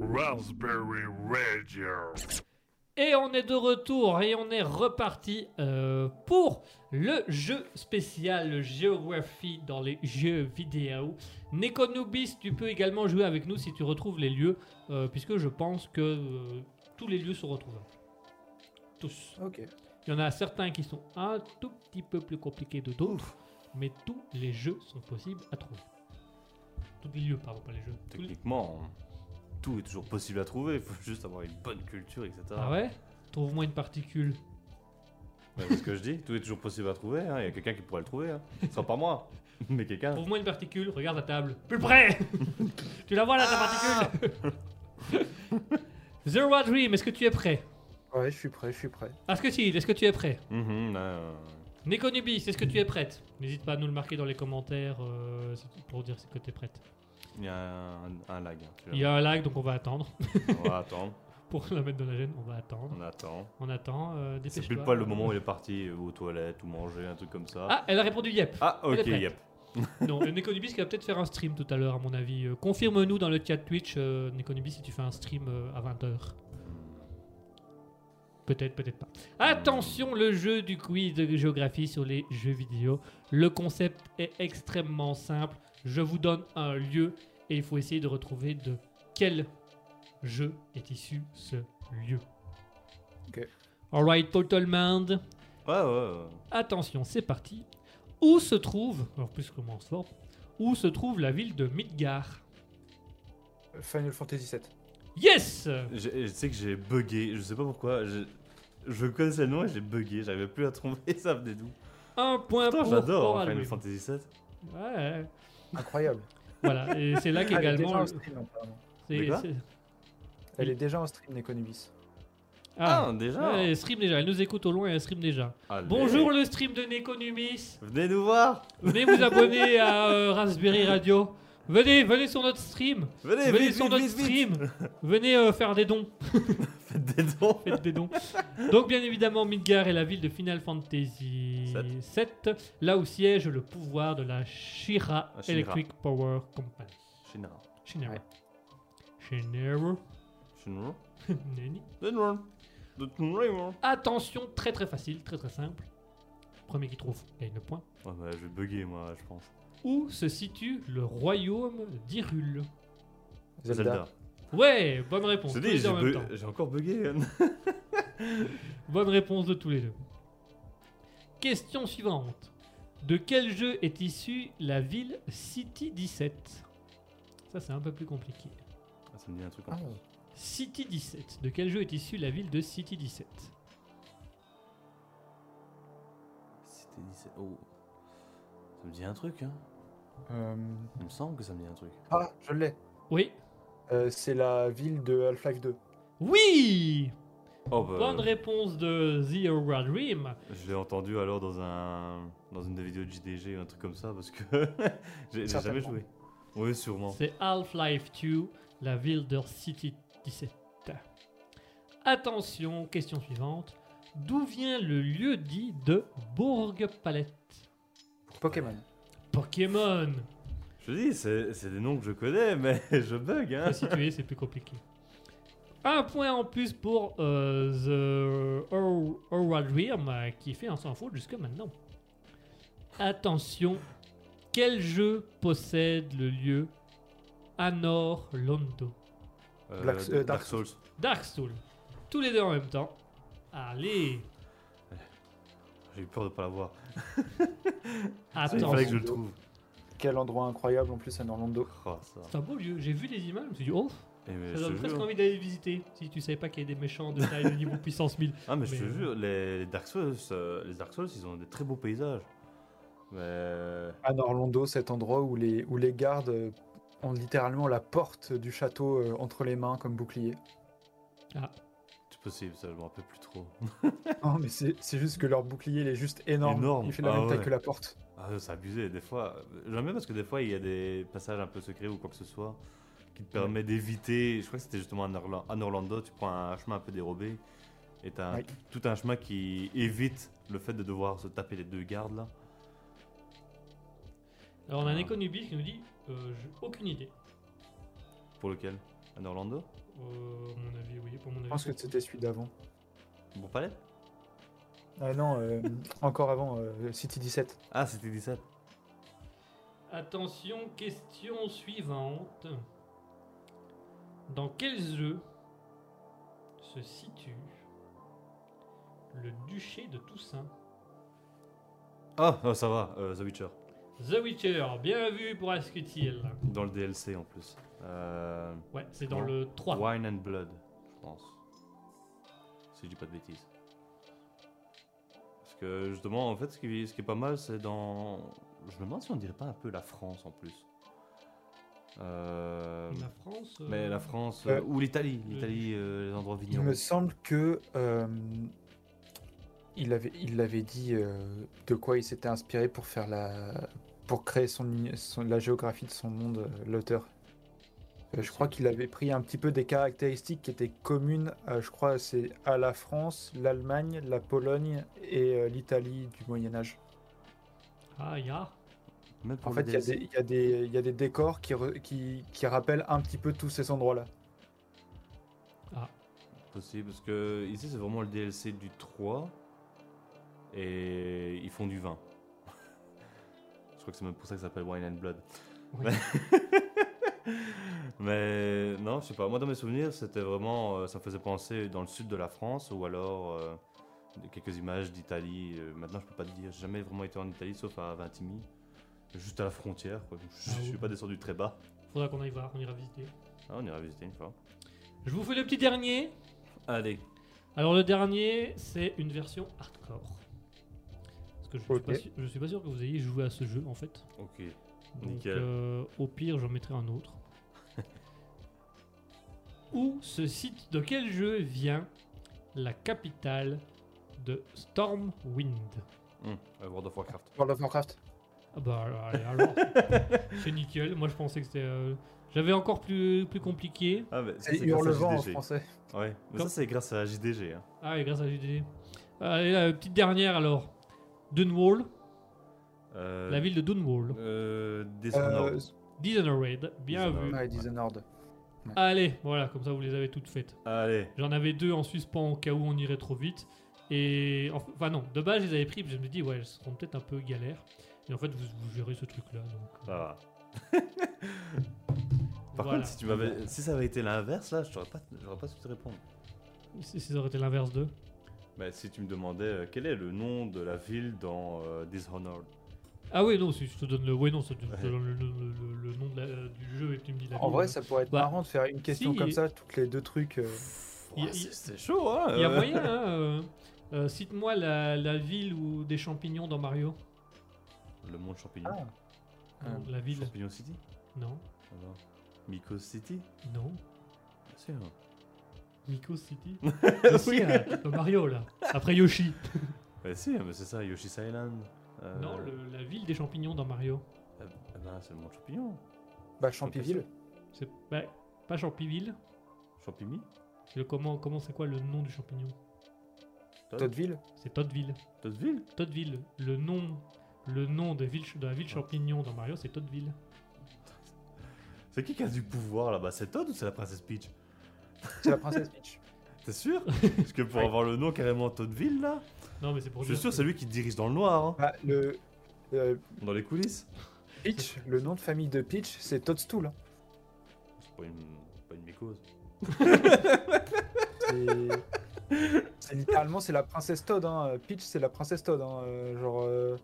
Speaker 1: Raspberry Radio.
Speaker 3: Et on est de retour et on est reparti euh, pour le jeu spécial géographie dans les jeux vidéo. Nekonubis, tu peux également jouer avec nous si tu retrouves les lieux, euh, puisque je pense que euh, tous les lieux sont retrouvables. Tous.
Speaker 4: Ok.
Speaker 3: Il y en a certains qui sont un tout petit peu plus compliqués que d'autres, mais tous les jeux sont possibles à trouver. Tous les lieux, pardon, pas les jeux. Tous les-
Speaker 2: Techniquement, tout est toujours possible à trouver. Il faut juste avoir une bonne culture, etc.
Speaker 3: Ah ouais Trouve-moi une particule.
Speaker 2: Ouais, c'est ce que je dis. Tout est toujours possible à trouver. hein. Il y a quelqu'un qui pourrait le trouver. Hein. Ce sera pas moi, mais quelqu'un.
Speaker 3: Trouve-moi une particule, regarde la table. Plus près Tu la vois là, ta particule Zero Hour Dream, est-ce que tu es prêt
Speaker 4: Ouais, je suis prêt, je suis prêt.
Speaker 3: Parce que si, est-ce que tu es prêt
Speaker 2: Mhm, ouais, ouais, ouais.
Speaker 3: Nekonubis, est-ce que tu es prête N'hésite pas à nous le marquer dans les commentaires euh, c'est pour dire que tu es prête.
Speaker 2: Il y a un, un lag. hein, tu vois.
Speaker 3: Il y a un lag, donc on va attendre.
Speaker 2: On va attendre.
Speaker 3: Pour la mettre dans la gêne, on va attendre.
Speaker 2: On attend.
Speaker 3: On attend, euh,
Speaker 2: C'est
Speaker 3: dépêche-toi.
Speaker 2: pile poil le moment où il est parti euh, aux toilettes ou manger, un truc comme ça.
Speaker 3: Ah, elle a répondu yep.
Speaker 2: Ah,
Speaker 3: elle est
Speaker 2: ok,
Speaker 3: prête.
Speaker 2: yep.
Speaker 3: Non, euh, Nekonubis qui va peut-être faire un stream tout à l'heure, à mon avis. Euh, Confirme-nous dans le chat Twitch, euh, Nekonubis, si tu fais un stream euh, à 20h. Peut-être, peut-être pas. Attention, le jeu du quiz de géographie sur les jeux vidéo. Le concept est extrêmement simple. Je vous donne un lieu et il faut essayer de retrouver de quel jeu est issu ce lieu.
Speaker 4: Ok.
Speaker 3: Alright, Paul Tolmand.
Speaker 2: Ouais, ouais, ouais.
Speaker 3: Attention, c'est parti. Où se trouve, alors plus comment on se forme, où se trouve la ville de Midgar
Speaker 4: Final Fantasy VII.
Speaker 3: Yes
Speaker 2: J'ai- Je sais que j'ai bugué, je sais pas pourquoi. Je, je connaissais le nom et j'ai bugué, j'arrivais plus à trouver, ça venait d'où.
Speaker 3: Ah, Un point
Speaker 2: Putain,
Speaker 3: pour
Speaker 2: j'adore hein,
Speaker 3: Oral
Speaker 2: Final
Speaker 3: Wing.
Speaker 2: Fantasy Ah, VII.
Speaker 3: Ouais.
Speaker 4: Incroyable.
Speaker 3: Voilà, et c'est là
Speaker 4: Elle est déjà
Speaker 3: qu'également...
Speaker 4: en stream, apparemment.
Speaker 3: c'est-
Speaker 2: De quoi
Speaker 3: c'est-
Speaker 4: Elle est déjà en stream, Nekonubis.
Speaker 3: Ah,
Speaker 2: Ah, déjà
Speaker 3: Ouais, elle stream déjà, elle nous écoute au loin et elle stream déjà.
Speaker 2: Allez.
Speaker 3: Bonjour le stream de Nekonumis.
Speaker 2: Venez nous voir
Speaker 3: Venez vous abonner à euh, Raspberry Radio. Venez, venez sur notre stream.
Speaker 2: Venez,
Speaker 3: Venez
Speaker 2: vite,
Speaker 3: sur
Speaker 2: vite,
Speaker 3: notre
Speaker 2: vite, vite.
Speaker 3: stream. Venez euh, faire des dons.
Speaker 2: Faites des dons
Speaker 3: Faites des dons. Donc bien évidemment, Midgar est la ville de Final Fantasy
Speaker 2: Sept.
Speaker 3: 7, là où siège le pouvoir de la Shira
Speaker 2: La Shira.
Speaker 3: Electric Power Company.
Speaker 2: Shinra.
Speaker 3: Shinra.
Speaker 4: Ouais.
Speaker 3: Shinra.
Speaker 2: Shinra.
Speaker 3: Nani.
Speaker 2: Shinra. De Shinra.
Speaker 3: Attention, très très facile, très très simple. Premier qui trouve gagne le point.
Speaker 2: Ouais, bah, je vais bugger moi, je pense.
Speaker 3: Où se situe le royaume d'Irul
Speaker 4: Zelda.
Speaker 3: Ouais, bonne réponse.
Speaker 2: C'est
Speaker 3: Tous
Speaker 2: dit,
Speaker 3: les deux
Speaker 2: j'ai
Speaker 3: en même
Speaker 2: bu-
Speaker 3: temps.
Speaker 2: j'ai encore bugué. hein.
Speaker 3: Bonne réponse de tous les deux. Question suivante. De quel jeu est issue la ville City 17 Ça, c'est un peu plus compliqué.
Speaker 2: Ah, ça me dit un truc en
Speaker 4: Ah,
Speaker 3: City 17. De quel jeu est issue la ville de City 17
Speaker 2: C'était 17. Oh. Ça me dit un truc, hein.
Speaker 4: euh,
Speaker 2: Il me semble que ça me dit un truc.
Speaker 4: ah, je l'ai.
Speaker 3: Oui.
Speaker 4: Euh, c'est la ville de Half-Life 2.
Speaker 3: Oui
Speaker 2: Oh, bah,
Speaker 3: Bonne réponse de The Aura Dream.
Speaker 2: Je l'ai entendu alors dans un dans une des vidéos de JDG ou un truc comme ça parce que j'ai j'ai jamais
Speaker 4: Certainement.
Speaker 2: joué. Oui, sûrement.
Speaker 3: C'est Half-Life 2, la ville de City 17. Attention, question suivante. D'où vient le lieu dit de Bourg Palette
Speaker 4: Pour Pokémon.
Speaker 3: Pokémon
Speaker 2: Je te dis, c'est c'est des noms que je connais, mais je bug, hein.
Speaker 3: Très situé, c'est plus compliqué. Un point en plus pour euh, The Or- Oral Realm euh, qui fait un sans faute jusque maintenant. Attention, quel jeu possède le lieu Anor Londo
Speaker 2: Euh,
Speaker 4: Black- euh, Dark
Speaker 2: Souls.
Speaker 3: Dark Souls. Tous les deux en même temps. Allez,
Speaker 2: J'ai eu peur de pas l'avoir. Ah, Il
Speaker 3: attends.
Speaker 2: fallait que je le trouve.
Speaker 4: Quel endroit incroyable en plus à Norlando.
Speaker 2: Oh, ça.
Speaker 3: C'est un beau lieu. J'ai vu les images, je me suis dit, oh,
Speaker 2: Eh, mais
Speaker 3: ça
Speaker 2: je te
Speaker 3: donne presque
Speaker 2: jure.
Speaker 3: envie d'aller visiter. Si tu savais pas qu'il y a des méchants de taille de niveau puissance 1000.
Speaker 2: Ah, mais, je
Speaker 3: Mais,
Speaker 2: te
Speaker 3: euh,
Speaker 2: jure, les, les Dark Souls, euh, les Dark Souls, ils ont des très beaux paysages. Mais. euh,
Speaker 4: À Norlando, cet endroit où les, où les gardes euh, ont littéralement la porte du château euh, entre les mains comme bouclier.
Speaker 2: C'est possible, ça, je me rappelle plus trop.
Speaker 4: Non, mais c'est c'est juste que leur bouclier, il est juste énorme.
Speaker 2: Énorme.
Speaker 4: Il fait la
Speaker 2: Ah
Speaker 4: même taille
Speaker 2: ouais.
Speaker 4: que la porte.
Speaker 2: Ah, c'est abusé, des fois. Jamais parce que des fois, il y a des passages un peu secrets ou quoi que ce soit qui te permet d'éviter. Je crois que c'était justement en Orla- en Orlando, tu prends un chemin un peu dérobé et t'as un-
Speaker 4: Ouais.
Speaker 2: tout un chemin qui évite le fait de devoir se taper les deux gardes là.
Speaker 3: Alors on a un
Speaker 2: Ah.
Speaker 3: Econubis qui nous dit, euh, j'ai aucune idée.
Speaker 2: Pour lequel En Orlando
Speaker 3: Euh, à mon avis, oui. Pour mon avis,
Speaker 4: Je pense que c'était celui d'avant.
Speaker 2: Bon palais
Speaker 4: Ah non, euh, encore avant, euh, City 17.
Speaker 2: Ah, c'était 17.
Speaker 3: Attention, question suivante. Dans quel jeu se situe le duché de Toussaint
Speaker 2: Ah, oh, ça va, euh, The Witcher.
Speaker 3: The Witcher, bien vu pour Asketil.
Speaker 2: Dans le DLC en plus. Euh,
Speaker 3: Ouais, c'est dans le 3.
Speaker 2: Wine and Blood, je pense. Si je dis pas de bêtises. Parce que justement, en fait, ce qui, ce qui est pas mal, c'est dans. Je me demande si on dirait pas un peu la France en plus. Euh,
Speaker 3: La France euh,
Speaker 2: Mais la France.
Speaker 4: Euh,
Speaker 2: euh, ou l'Italie. L'Italie, euh, les endroits
Speaker 4: Il
Speaker 2: vignons.
Speaker 4: me semble que euh, il avait, il l'avait dit euh, de quoi il s'était inspiré pour faire la, pour créer son, uni- son- la géographie de son monde, euh, l'auteur. Euh, je crois qu'il avait pris un petit peu des caractéristiques qui étaient communes, à, je crois, c'est à la France, l'Allemagne, la Pologne et euh, l'Italie du Moyen Âge.
Speaker 3: Ah, Yar.
Speaker 2: Même
Speaker 4: En
Speaker 2: pour
Speaker 4: fait,
Speaker 2: le
Speaker 4: il y, a
Speaker 2: DLC.
Speaker 4: des- il y a des- il y a des décors qui, re- qui, qui rappellent un petit peu tous ces endroits-là.
Speaker 2: Possible, parce que ici, c'est vraiment le DLC du 3. Et ils font du vin. je crois que c'est même pour ça que ça s'appelle Wine and Blood.
Speaker 3: Oui.
Speaker 2: Mais non, je sais pas. Moi, dans mes souvenirs, c'était vraiment. euh, ça me faisait penser dans le sud de la France ou alors euh, de- quelques images d'Italie. Euh, maintenant, je peux pas te dire. J'ai jamais vraiment été en Italie sauf à Vintimille. Juste à la frontière. Quoi. Donc, Je,
Speaker 3: Ah
Speaker 2: je
Speaker 3: oui.
Speaker 2: suis pas descendu très bas.
Speaker 3: Faudra qu'on aille voir, on ira visiter.
Speaker 2: Ah, on ira visiter une fois.
Speaker 3: Je vous fais le petit dernier.
Speaker 2: Allez.
Speaker 3: Alors le dernier, c'est une version hardcore. Parce que je, suis
Speaker 4: Ok.
Speaker 3: pas sûr, je suis pas sûr que vous ayez joué à ce jeu en fait.
Speaker 2: Ok.
Speaker 3: Donc
Speaker 2: Nickel.
Speaker 3: euh, au pire, j'en mettrai un autre. Où se site de quel jeu vient la capitale de Stormwind
Speaker 2: Hum, euh, World of Warcraft.
Speaker 4: World of Warcraft.
Speaker 3: Ah bah alors, allez, alors. c'est nickel. Moi je pensais que c'était... euh, J'avais encore plus, plus compliqué.
Speaker 2: Ah, mais ça,
Speaker 4: C'est
Speaker 2: grâce à
Speaker 4: Hurlevent en
Speaker 2: JDG.
Speaker 4: français.
Speaker 2: Ouais, mais
Speaker 3: Comme-
Speaker 2: ça, c'est grâce à JDG. hein.
Speaker 3: Ah et grâce à JDD. Allez, la petite dernière alors. Dunwall,
Speaker 2: Euh,
Speaker 3: la ville de Dunwall.
Speaker 2: Euh, Dishonored.
Speaker 4: Euh,
Speaker 3: Dishonored, bien vu.
Speaker 2: Dishonored.
Speaker 4: ouais, Dishonored.
Speaker 3: Allez, voilà, comme ça vous les avez toutes faites.
Speaker 2: Allez.
Speaker 3: J'en avais deux en suspens au cas où on irait trop vite. Et enf- enfin non, de base je les avais pris, parce que je me dis ouais, elles seront peut-être un peu galères. Et en fait vous, vous gérez ce truc-là. donc,
Speaker 2: ça
Speaker 3: euh,
Speaker 2: va. Par
Speaker 3: voilà.
Speaker 2: contre, si, tu m'avais... si ça avait été l'inverse, là, je t'aurais pas... j'aurais pas su te répondre.
Speaker 3: Si si ça aurait été l'inverse d'eux.
Speaker 2: Mais si tu me demandais euh, quel est le nom de la ville dans euh, Dishonored.
Speaker 3: Ah oui, non, si je te donne le, ouais, non, ça te-
Speaker 2: Ouais.
Speaker 3: je te donne le, le- le- le nom de la- euh, du jeu et tu me dis la
Speaker 4: En
Speaker 3: ville.
Speaker 4: vrai, ça pourrait être
Speaker 3: Bah,
Speaker 4: marrant de faire une question
Speaker 3: si,
Speaker 4: comme
Speaker 3: et-
Speaker 4: ça, toutes les deux trucs. euh,
Speaker 3: Il y a-
Speaker 2: Ouais, c'est c'est chaud, hein
Speaker 3: Il y a
Speaker 2: euh.
Speaker 3: moyen, hein, euh, euh, cite-moi la, la ville ou des champignons dans Mario.
Speaker 2: Le monde champignon.
Speaker 4: Ah.
Speaker 3: Non, la ville.
Speaker 2: Champignon City
Speaker 3: Non,
Speaker 2: Alors, Mycos City
Speaker 3: non.
Speaker 2: Bien sûr.
Speaker 3: Miko City. Mais si, là, dans Mario là. Après Yoshi.
Speaker 2: Bah si, mais c'est ça, Yoshi's Island. Euh,
Speaker 3: Non, le- la ville des champignons dans Mario.
Speaker 2: euh, ah ben, c'est le monde champignon.
Speaker 4: Bah, Champiville.
Speaker 3: C'est bah, pas Champiville.
Speaker 2: Champigny
Speaker 3: C'est le comment comment c'est quoi le nom du champignon
Speaker 4: Toddville.
Speaker 3: C'est Toddville.
Speaker 2: D'autres villes
Speaker 3: Toddville. Le nom le nom de, ville, de la ville champignon dans Mario, c'est Toddville.
Speaker 2: C'est qui qui a du pouvoir là-bas C'est Todd ou c'est la princesse Peach
Speaker 4: C'est la princesse Peach.
Speaker 2: T'es sûr Parce que pour
Speaker 4: Ouais.
Speaker 2: avoir le nom carrément Toddville là,
Speaker 3: Non, mais c'est pour
Speaker 2: je suis
Speaker 3: dire
Speaker 2: sûr
Speaker 3: que-
Speaker 2: c'est lui qui dirige dans le noir, hein,
Speaker 4: Bah, le. euh,
Speaker 2: dans les coulisses.
Speaker 4: Peach, le nom de famille de Peach, c'est Toadstool. hein.
Speaker 2: C'est pas une, pas une mycose.
Speaker 4: C'est- c'est littéralement, c'est la princesse Todd. Hein. Peach, c'est la princesse Todd. hein. Euh, Genre, euh,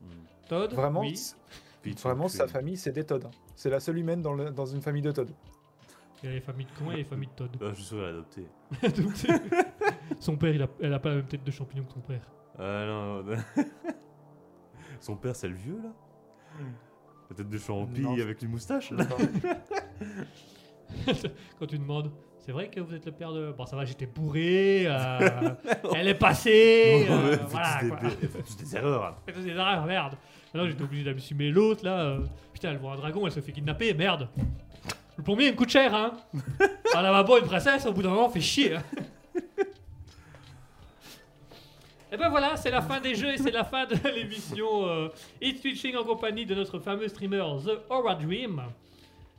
Speaker 2: Hmm.
Speaker 3: Todd.
Speaker 4: vraiment,
Speaker 3: oui.
Speaker 4: c'est-
Speaker 2: Peach, euh,
Speaker 4: vraiment
Speaker 2: Queen.
Speaker 4: sa famille, c'est des Todd. hein. C'est la seule humaine dans, le- dans une famille de Todd.
Speaker 3: Il y a les familles de cons et les familles de Todd.
Speaker 2: Ah, je suis sûr qu'elle a adopté.
Speaker 3: Donc, c'est- son père, il a, elle a pas la même tête de champignon que son père.
Speaker 2: Ah non. non. Son père c'est le vieux là La tête de champi
Speaker 4: Non, je-
Speaker 2: avec une moustache là
Speaker 4: Enfin,
Speaker 3: Quand tu demandes, c'est vrai que vous êtes le père de. Bon, ça va, j'étais bourré. euh, elle est passée.
Speaker 2: Non,
Speaker 3: euh,
Speaker 2: mais fais-tu
Speaker 3: voilà.
Speaker 2: des,
Speaker 3: quoi.
Speaker 2: des- fais-tu des erreurs hein.
Speaker 3: Faites des erreurs, merde. Maintenant j'étais obligé d'assumer l'autre là. euh, Putain, elle voit un dragon, elle se fait kidnapper, merde. Le plombier il me coûte cher, hein. Un lavabo, une princesse, au bout d'un moment, fait chier. hein. Et ben voilà, c'est la fin des jeux et c'est la fin de l'émission euh, It's Twitching en compagnie de notre fameux streamer The Aura Dream.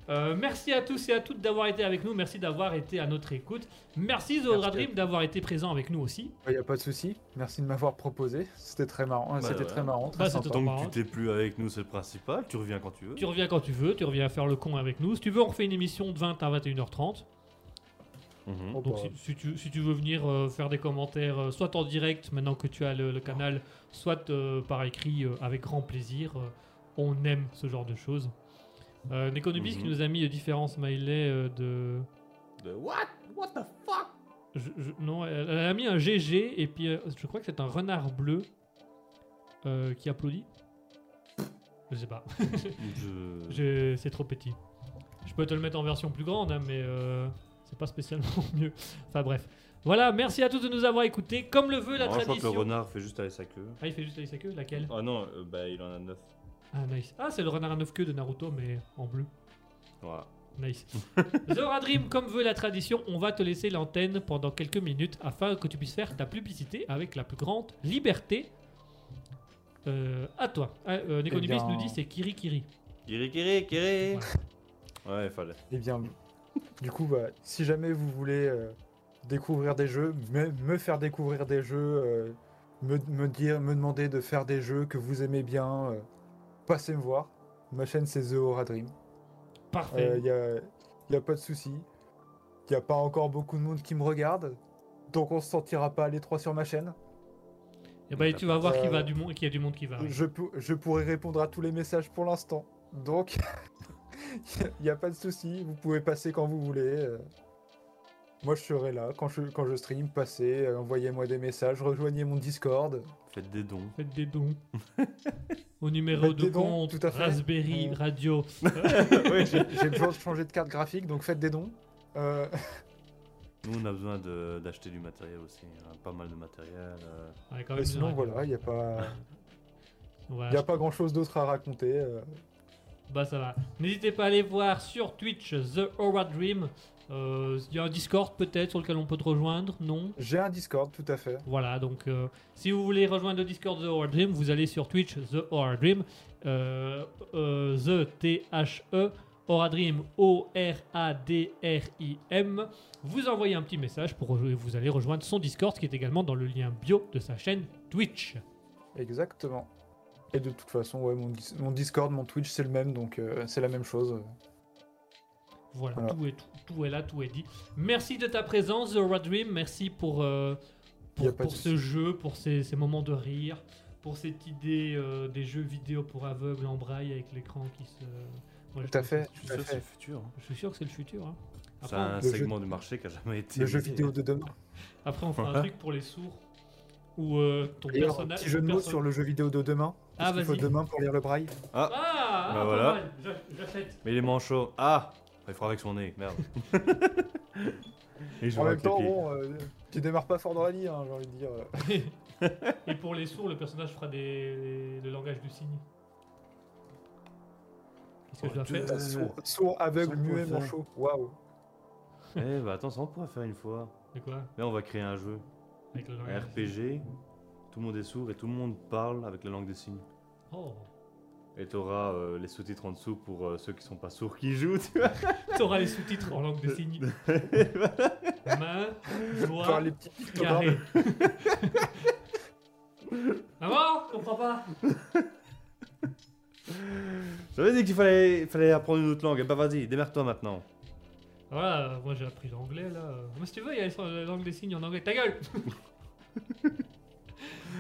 Speaker 3: Euh, merci à tous et à toutes d'avoir été avec nous. Merci d'avoir été à notre écoute. Merci Zodra
Speaker 4: Merci à
Speaker 3: Dream d'avoir été présent avec nous aussi.
Speaker 4: Il n'y a pas de souci. Merci de m'avoir proposé. C'était très marrant.
Speaker 2: Bah,
Speaker 4: C'était
Speaker 2: ouais.
Speaker 4: très marrant.
Speaker 3: Bah,
Speaker 4: Très
Speaker 3: c'était
Speaker 4: sympa.
Speaker 2: Tant que
Speaker 3: marrant.
Speaker 2: tu t'es plus avec nous, c'est le principal. Tu reviens quand tu veux.
Speaker 3: Tu reviens quand tu veux, tu reviens faire le con avec nous. Si tu veux, on refait une émission de 20 à 21h30.
Speaker 2: Mhm.
Speaker 4: Oh,
Speaker 3: Donc
Speaker 4: bah,
Speaker 3: si, si tu, si tu veux venir euh, faire des commentaires, euh, soit en direct maintenant que tu as le, le canal, soit euh, par écrit, euh, avec grand plaisir. Euh, on aime ce genre de choses. Euh, Nekonubis qui
Speaker 2: Mhm.
Speaker 3: nous a mis euh, différents smileys euh, de...
Speaker 2: De- What What the fuck
Speaker 3: Je- je- non, elle, elle a mis un GG et puis euh, je crois que c'est un renard bleu euh, qui applaudit. Je sais pas.
Speaker 2: Je-
Speaker 3: Je- c'est trop petit. Je peux te le mettre en version plus grande, hein, mais euh, c'est pas spécialement mieux. Enfin bref. Voilà, merci à tous de nous avoir écoutés. Comme le veut la
Speaker 2: Non, je crois que le
Speaker 3: tradition.
Speaker 2: renard fait juste avec sa queue.
Speaker 3: Ah, il fait juste avec sa queue Laquelle
Speaker 2: Ah non, euh, bah il en a 9.
Speaker 3: Ah, nice. Ah, c'est le renard à neuf queues de Naruto, mais en bleu.
Speaker 2: Voilà.
Speaker 3: Nice. Zora Dream, comme veut la tradition, on va te laisser l'antenne pendant quelques minutes afin que tu puisses faire ta publicité avec la plus grande liberté. Euh, à toi. Ah, euh, Neko
Speaker 4: Eh
Speaker 3: Nubis
Speaker 4: bien-
Speaker 3: nous dit c'est Kiri Kiri.
Speaker 2: Kiri, kiri, kiri Ouais, il fallait.
Speaker 4: Eh bien, du coup, bah, si jamais vous voulez euh, découvrir des jeux, me, me faire découvrir des jeux, euh, me, me dire, me demander de faire des jeux que vous aimez bien, euh, passez me voir. Ma chaîne, c'est The Aura Dream.
Speaker 3: Parfait.
Speaker 4: Il n'y a, pas de souci. Il n'y a pas encore beaucoup de monde qui me regarde. Donc on se sentira pas les trois sur ma chaîne.
Speaker 3: Et ben, tu vas voir qu'il
Speaker 4: Euh,
Speaker 3: va du monde- qu'il y a du monde qui va. arriver.
Speaker 4: Je, pou- je pourrai répondre à tous les messages pour l'instant. Donc il n'y a pas de souci. Vous pouvez passer quand vous voulez. euh. Moi je serai là. Quand je, quand je stream, passez. euh, Envoyez-moi des messages. Rejoignez mon Discord.
Speaker 2: Faites des dons.
Speaker 3: Faites des dons. Au numéro
Speaker 4: Faites
Speaker 3: de
Speaker 4: des dons,
Speaker 3: compte,
Speaker 4: tout à fait.
Speaker 3: Raspberry
Speaker 4: Euh.
Speaker 3: Radio.
Speaker 2: oui, j'ai-
Speaker 4: J'ai besoin de changer de carte graphique, donc faites des dons. Euh,
Speaker 2: Nous, on a besoin de- d'acheter du matériel aussi. hein, Pas mal de matériel. euh.
Speaker 3: Ouais, quand
Speaker 4: mais
Speaker 3: même,
Speaker 4: sinon
Speaker 3: une radio.
Speaker 4: voilà, il n'y a pas,
Speaker 3: Voilà.
Speaker 4: y a pas grand chose d'autre à raconter. euh.
Speaker 3: Bah ça va. N'hésitez pas à aller voir sur Twitch The Aura Dream. Euh, Il y a un Discord peut-être sur lequel on peut te rejoindre, non
Speaker 4: J'ai un Discord, tout à fait.
Speaker 3: Voilà, donc euh, si vous voulez rejoindre le Discord The Horror Dream, vous allez sur Twitch The Horror Dream, euh, euh, The T-H-E, Horror Dream, O-R-A-D-R-I-M. Vous envoyez un petit message pour rejo- vous allez rejoindre son Discord qui est également dans le lien bio de sa chaîne Twitch.
Speaker 4: Exactement. Et de toute façon, ouais, mon, dis- mon Discord, mon Twitch, c'est le même, donc euh, c'est la même chose.
Speaker 3: Voilà,
Speaker 4: Voilà.
Speaker 3: Tout, est, tout, tout est là, tout est dit. Merci de ta présence, The Horror Dream. Merci pour, euh,
Speaker 4: Y a
Speaker 3: pour,
Speaker 4: pas de
Speaker 3: pour ce jeu, pour ces, ces moments de rire, pour cette idée euh, des jeux vidéo pour aveugles en braille avec l'écran qui se. Moi, je
Speaker 4: Tout à
Speaker 3: trouve
Speaker 4: fait.
Speaker 3: ça-
Speaker 2: Je suis
Speaker 4: Tout à
Speaker 2: sûr que c'est
Speaker 4: fait.
Speaker 2: le futur. hein.
Speaker 3: Je suis sûr que c'est le futur. hein.
Speaker 2: C'est
Speaker 3: Après,
Speaker 2: un
Speaker 4: Ah, Le jeu-
Speaker 2: segment du marché qui a jamais été.
Speaker 4: Le jeu
Speaker 2: visé.
Speaker 4: vidéo de demain.
Speaker 3: on, après, on fera un
Speaker 2: Voilà.
Speaker 3: truc pour les sourds où euh, ton
Speaker 4: Et alors,
Speaker 3: personnage.
Speaker 4: petit jeu de
Speaker 3: ton
Speaker 4: mots
Speaker 3: perso-
Speaker 4: sur le jeu vidéo de demain.
Speaker 3: Ah,
Speaker 4: Parce qu'il faut
Speaker 3: vas-y.
Speaker 4: demain pour lire le braille.
Speaker 3: Ah, ah,
Speaker 2: Bah
Speaker 3: pas
Speaker 2: voilà.
Speaker 3: mal. Je- J'achète.
Speaker 2: Mais il est manchot. Ah Il fera avec son nez, merde. Et je
Speaker 4: en
Speaker 2: vois
Speaker 4: même
Speaker 2: avec
Speaker 4: temps,
Speaker 2: les pieds.
Speaker 4: bon, euh, tu démarres pas fort dans la vie, hein, j'ai envie de dire.
Speaker 3: Et pour les sourds, le personnage fera des... le langage du signe. Qu'est-ce que je dois
Speaker 2: Oh, Dieu.
Speaker 3: faire
Speaker 4: Euh, sourd, sourd, aveugle,
Speaker 2: sans
Speaker 4: muet,
Speaker 2: quoi faire.
Speaker 4: manchot. Waouh.
Speaker 2: Eh bah attends, ça on pourrait faire une fois.
Speaker 3: C'est quoi
Speaker 2: Là, on va créer un jeu.
Speaker 3: Avec le
Speaker 2: Un
Speaker 3: langage du signe.
Speaker 2: RPG. Tout le monde est sourd et tout le monde parle avec la langue des signes.
Speaker 3: Oh.
Speaker 2: Et t'auras euh, les sous-titres en dessous pour euh, ceux qui sont pas sourds qui jouent, tu vois.
Speaker 3: T'auras les sous-titres en langue des signes. Main,
Speaker 4: Voir
Speaker 3: doigt,
Speaker 4: les petits pictogrammes.
Speaker 3: carré. Maman, je comprends pas.
Speaker 2: J'avais dit qu'il fallait, fallait apprendre une autre langue. Eh bah vas-y, démerde-toi maintenant.
Speaker 3: Voilà, Ah, moi j'ai appris l'anglais là. Moi si tu veux, il y a sur la langue des signes en anglais. Ta gueule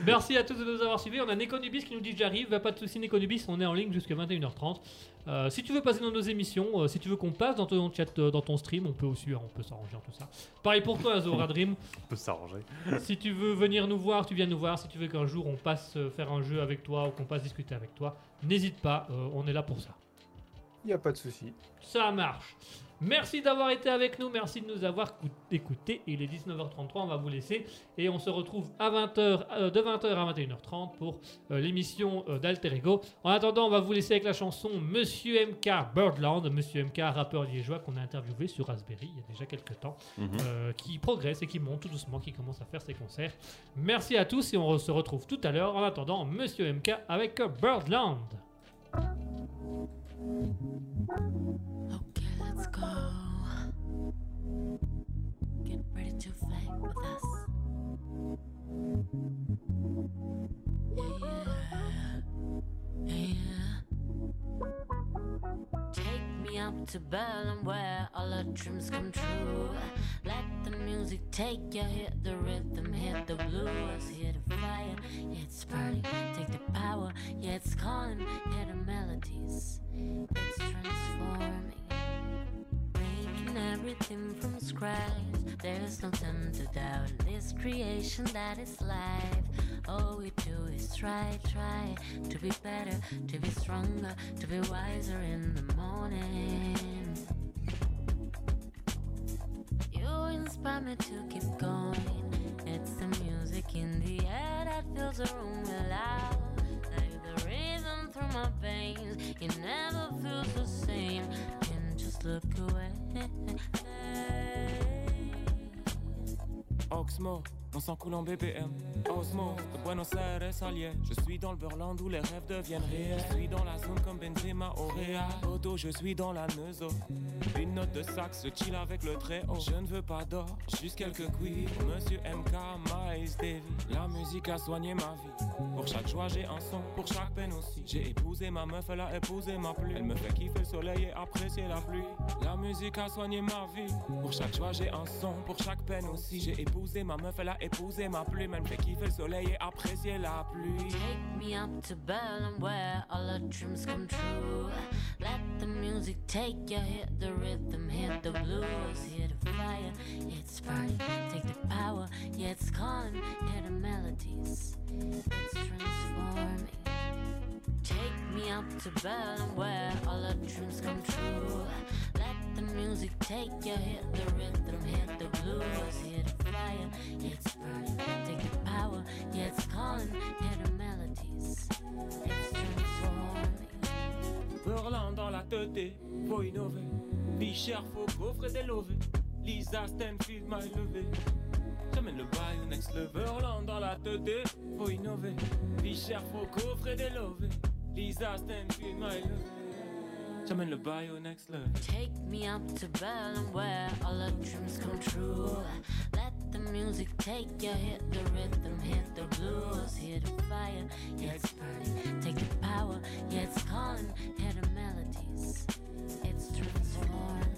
Speaker 3: Merci à tous de nous avoir suivis. On a Nekonubis qui nous dit j'arrive. Bah, Pas de soucis Nekonubis, on est en ligne jusqu'à 21h30. Euh, si tu veux passer dans nos émissions, euh, si tu veux qu'on passe dans ton chat, euh, dans ton stream, on peut aussi, hein, on peut s'arranger en tout ça. Pareil pour toi Azora Dream.
Speaker 2: On peut s'arranger.
Speaker 3: si tu veux venir nous voir, tu viens nous voir. Si tu veux qu'un jour on passe euh, faire un jeu avec toi ou qu'on passe discuter avec toi, n'hésite pas, euh, on est là pour ça.
Speaker 4: Il n'y a pas de souci.
Speaker 3: Ça marche. Merci d'avoir été avec nous, merci de nous avoir cou- écoutés. Il est 19h33, on va vous laisser et on se retrouve à 20h, euh, de 20h à 21h30 pour euh, l'émission euh, d'Alter Ego. En attendant, on va vous laisser avec la chanson Monsieur MK Birdland, Monsieur MK, rappeur liégeois qu'on a interviewé sur Raspberry il y a déjà quelques temps,
Speaker 2: Mhm.
Speaker 3: euh, qui progresse et qui monte tout doucement, qui commence à faire ses concerts. Merci à tous et on re- se retrouve tout à l'heure. En attendant, Monsieur MK avec Birdland.
Speaker 5: Okay. up to Berlin where all our dreams come true. Let the music take you, hit the rhythm, hit the blues, hit the fire, yeah, it's burning, take the power, yeah, it's calling, hear the melodies, it's transforming. Making everything from scratch, there's no time to doubt this creation that is life. All we do is try, try to be better, to be stronger, to be wiser in the morning. You inspire me to keep going. It's the music in the air that fills the room alive. Like the rhythm through my veins, it never feels the same. And just look away.
Speaker 6: Oxmo, on s'en coule en BPM. Osmo, de Buenos Aires à Liège. Je suis dans le Berland où les rêves deviennent réels. Je suis dans la zone comme Benzema au Real. Auto, je suis dans la neuzo. Une note de sax, je chill avec le très haut. Je ne veux pas d'or, juste quelques queers. Monsieur MK, Miles Davis. La musique a soigné ma vie. Pour chaque joie, j'ai un son. Pour chaque peine aussi. J'ai épousé ma meuf, elle a épousé ma pluie. Elle me fait kiffer le soleil et apprécier la pluie. La musique a soigné ma vie. Pour chaque joie, j'ai un son. Pour chaque peine aussi. J'ai épousé ma meuf, elle a épousé ma plume. Elle me fait kiffer le soleil et apprécier la pluie.
Speaker 5: Take me up to Berlin where all our dreams come true. Let the music take you, hit the rhythm, hit the blues, hit the fire. Yeah, it's burning, take the power. Yeah, it's calling, hear the melodies. It's transforming. Take me up to Berlin where all our dreams come true. Let the music take you, hit the rhythm, hit the blues, hit the fire. Yeah, it's burning, take the power. Yeah, it's calling, hear the melodies. It's transforming.
Speaker 6: Berlin dans la tête, faut innover. Bichère, faut coffrer des lovés. Lisa Stanfield m'a élevé. J'amène le bail au next level. Berlin dans la tête, faut innover. Bichère, faut coffrer des lovés. Lisa Stanfield m'a élevé. J'amène le bail au next level.
Speaker 5: Take me up to Berlin where all our dreams come true. Let the music take you, hit the rhythm, hit the blues, hear the fire. Yeah, it's burning, take the power. Yeah, it's calling, hear the melodies. It's transforming.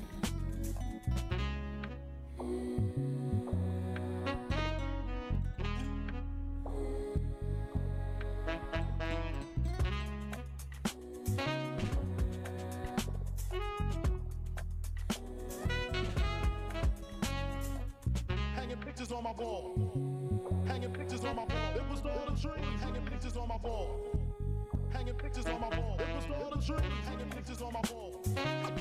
Speaker 7: Hanging pictures on my wall. Hanging pictures on my wall. It was all a dream. Hanging pictures on my wall. Hanging pictures on my wall. It was all a dream. Hanging pictures on my wall.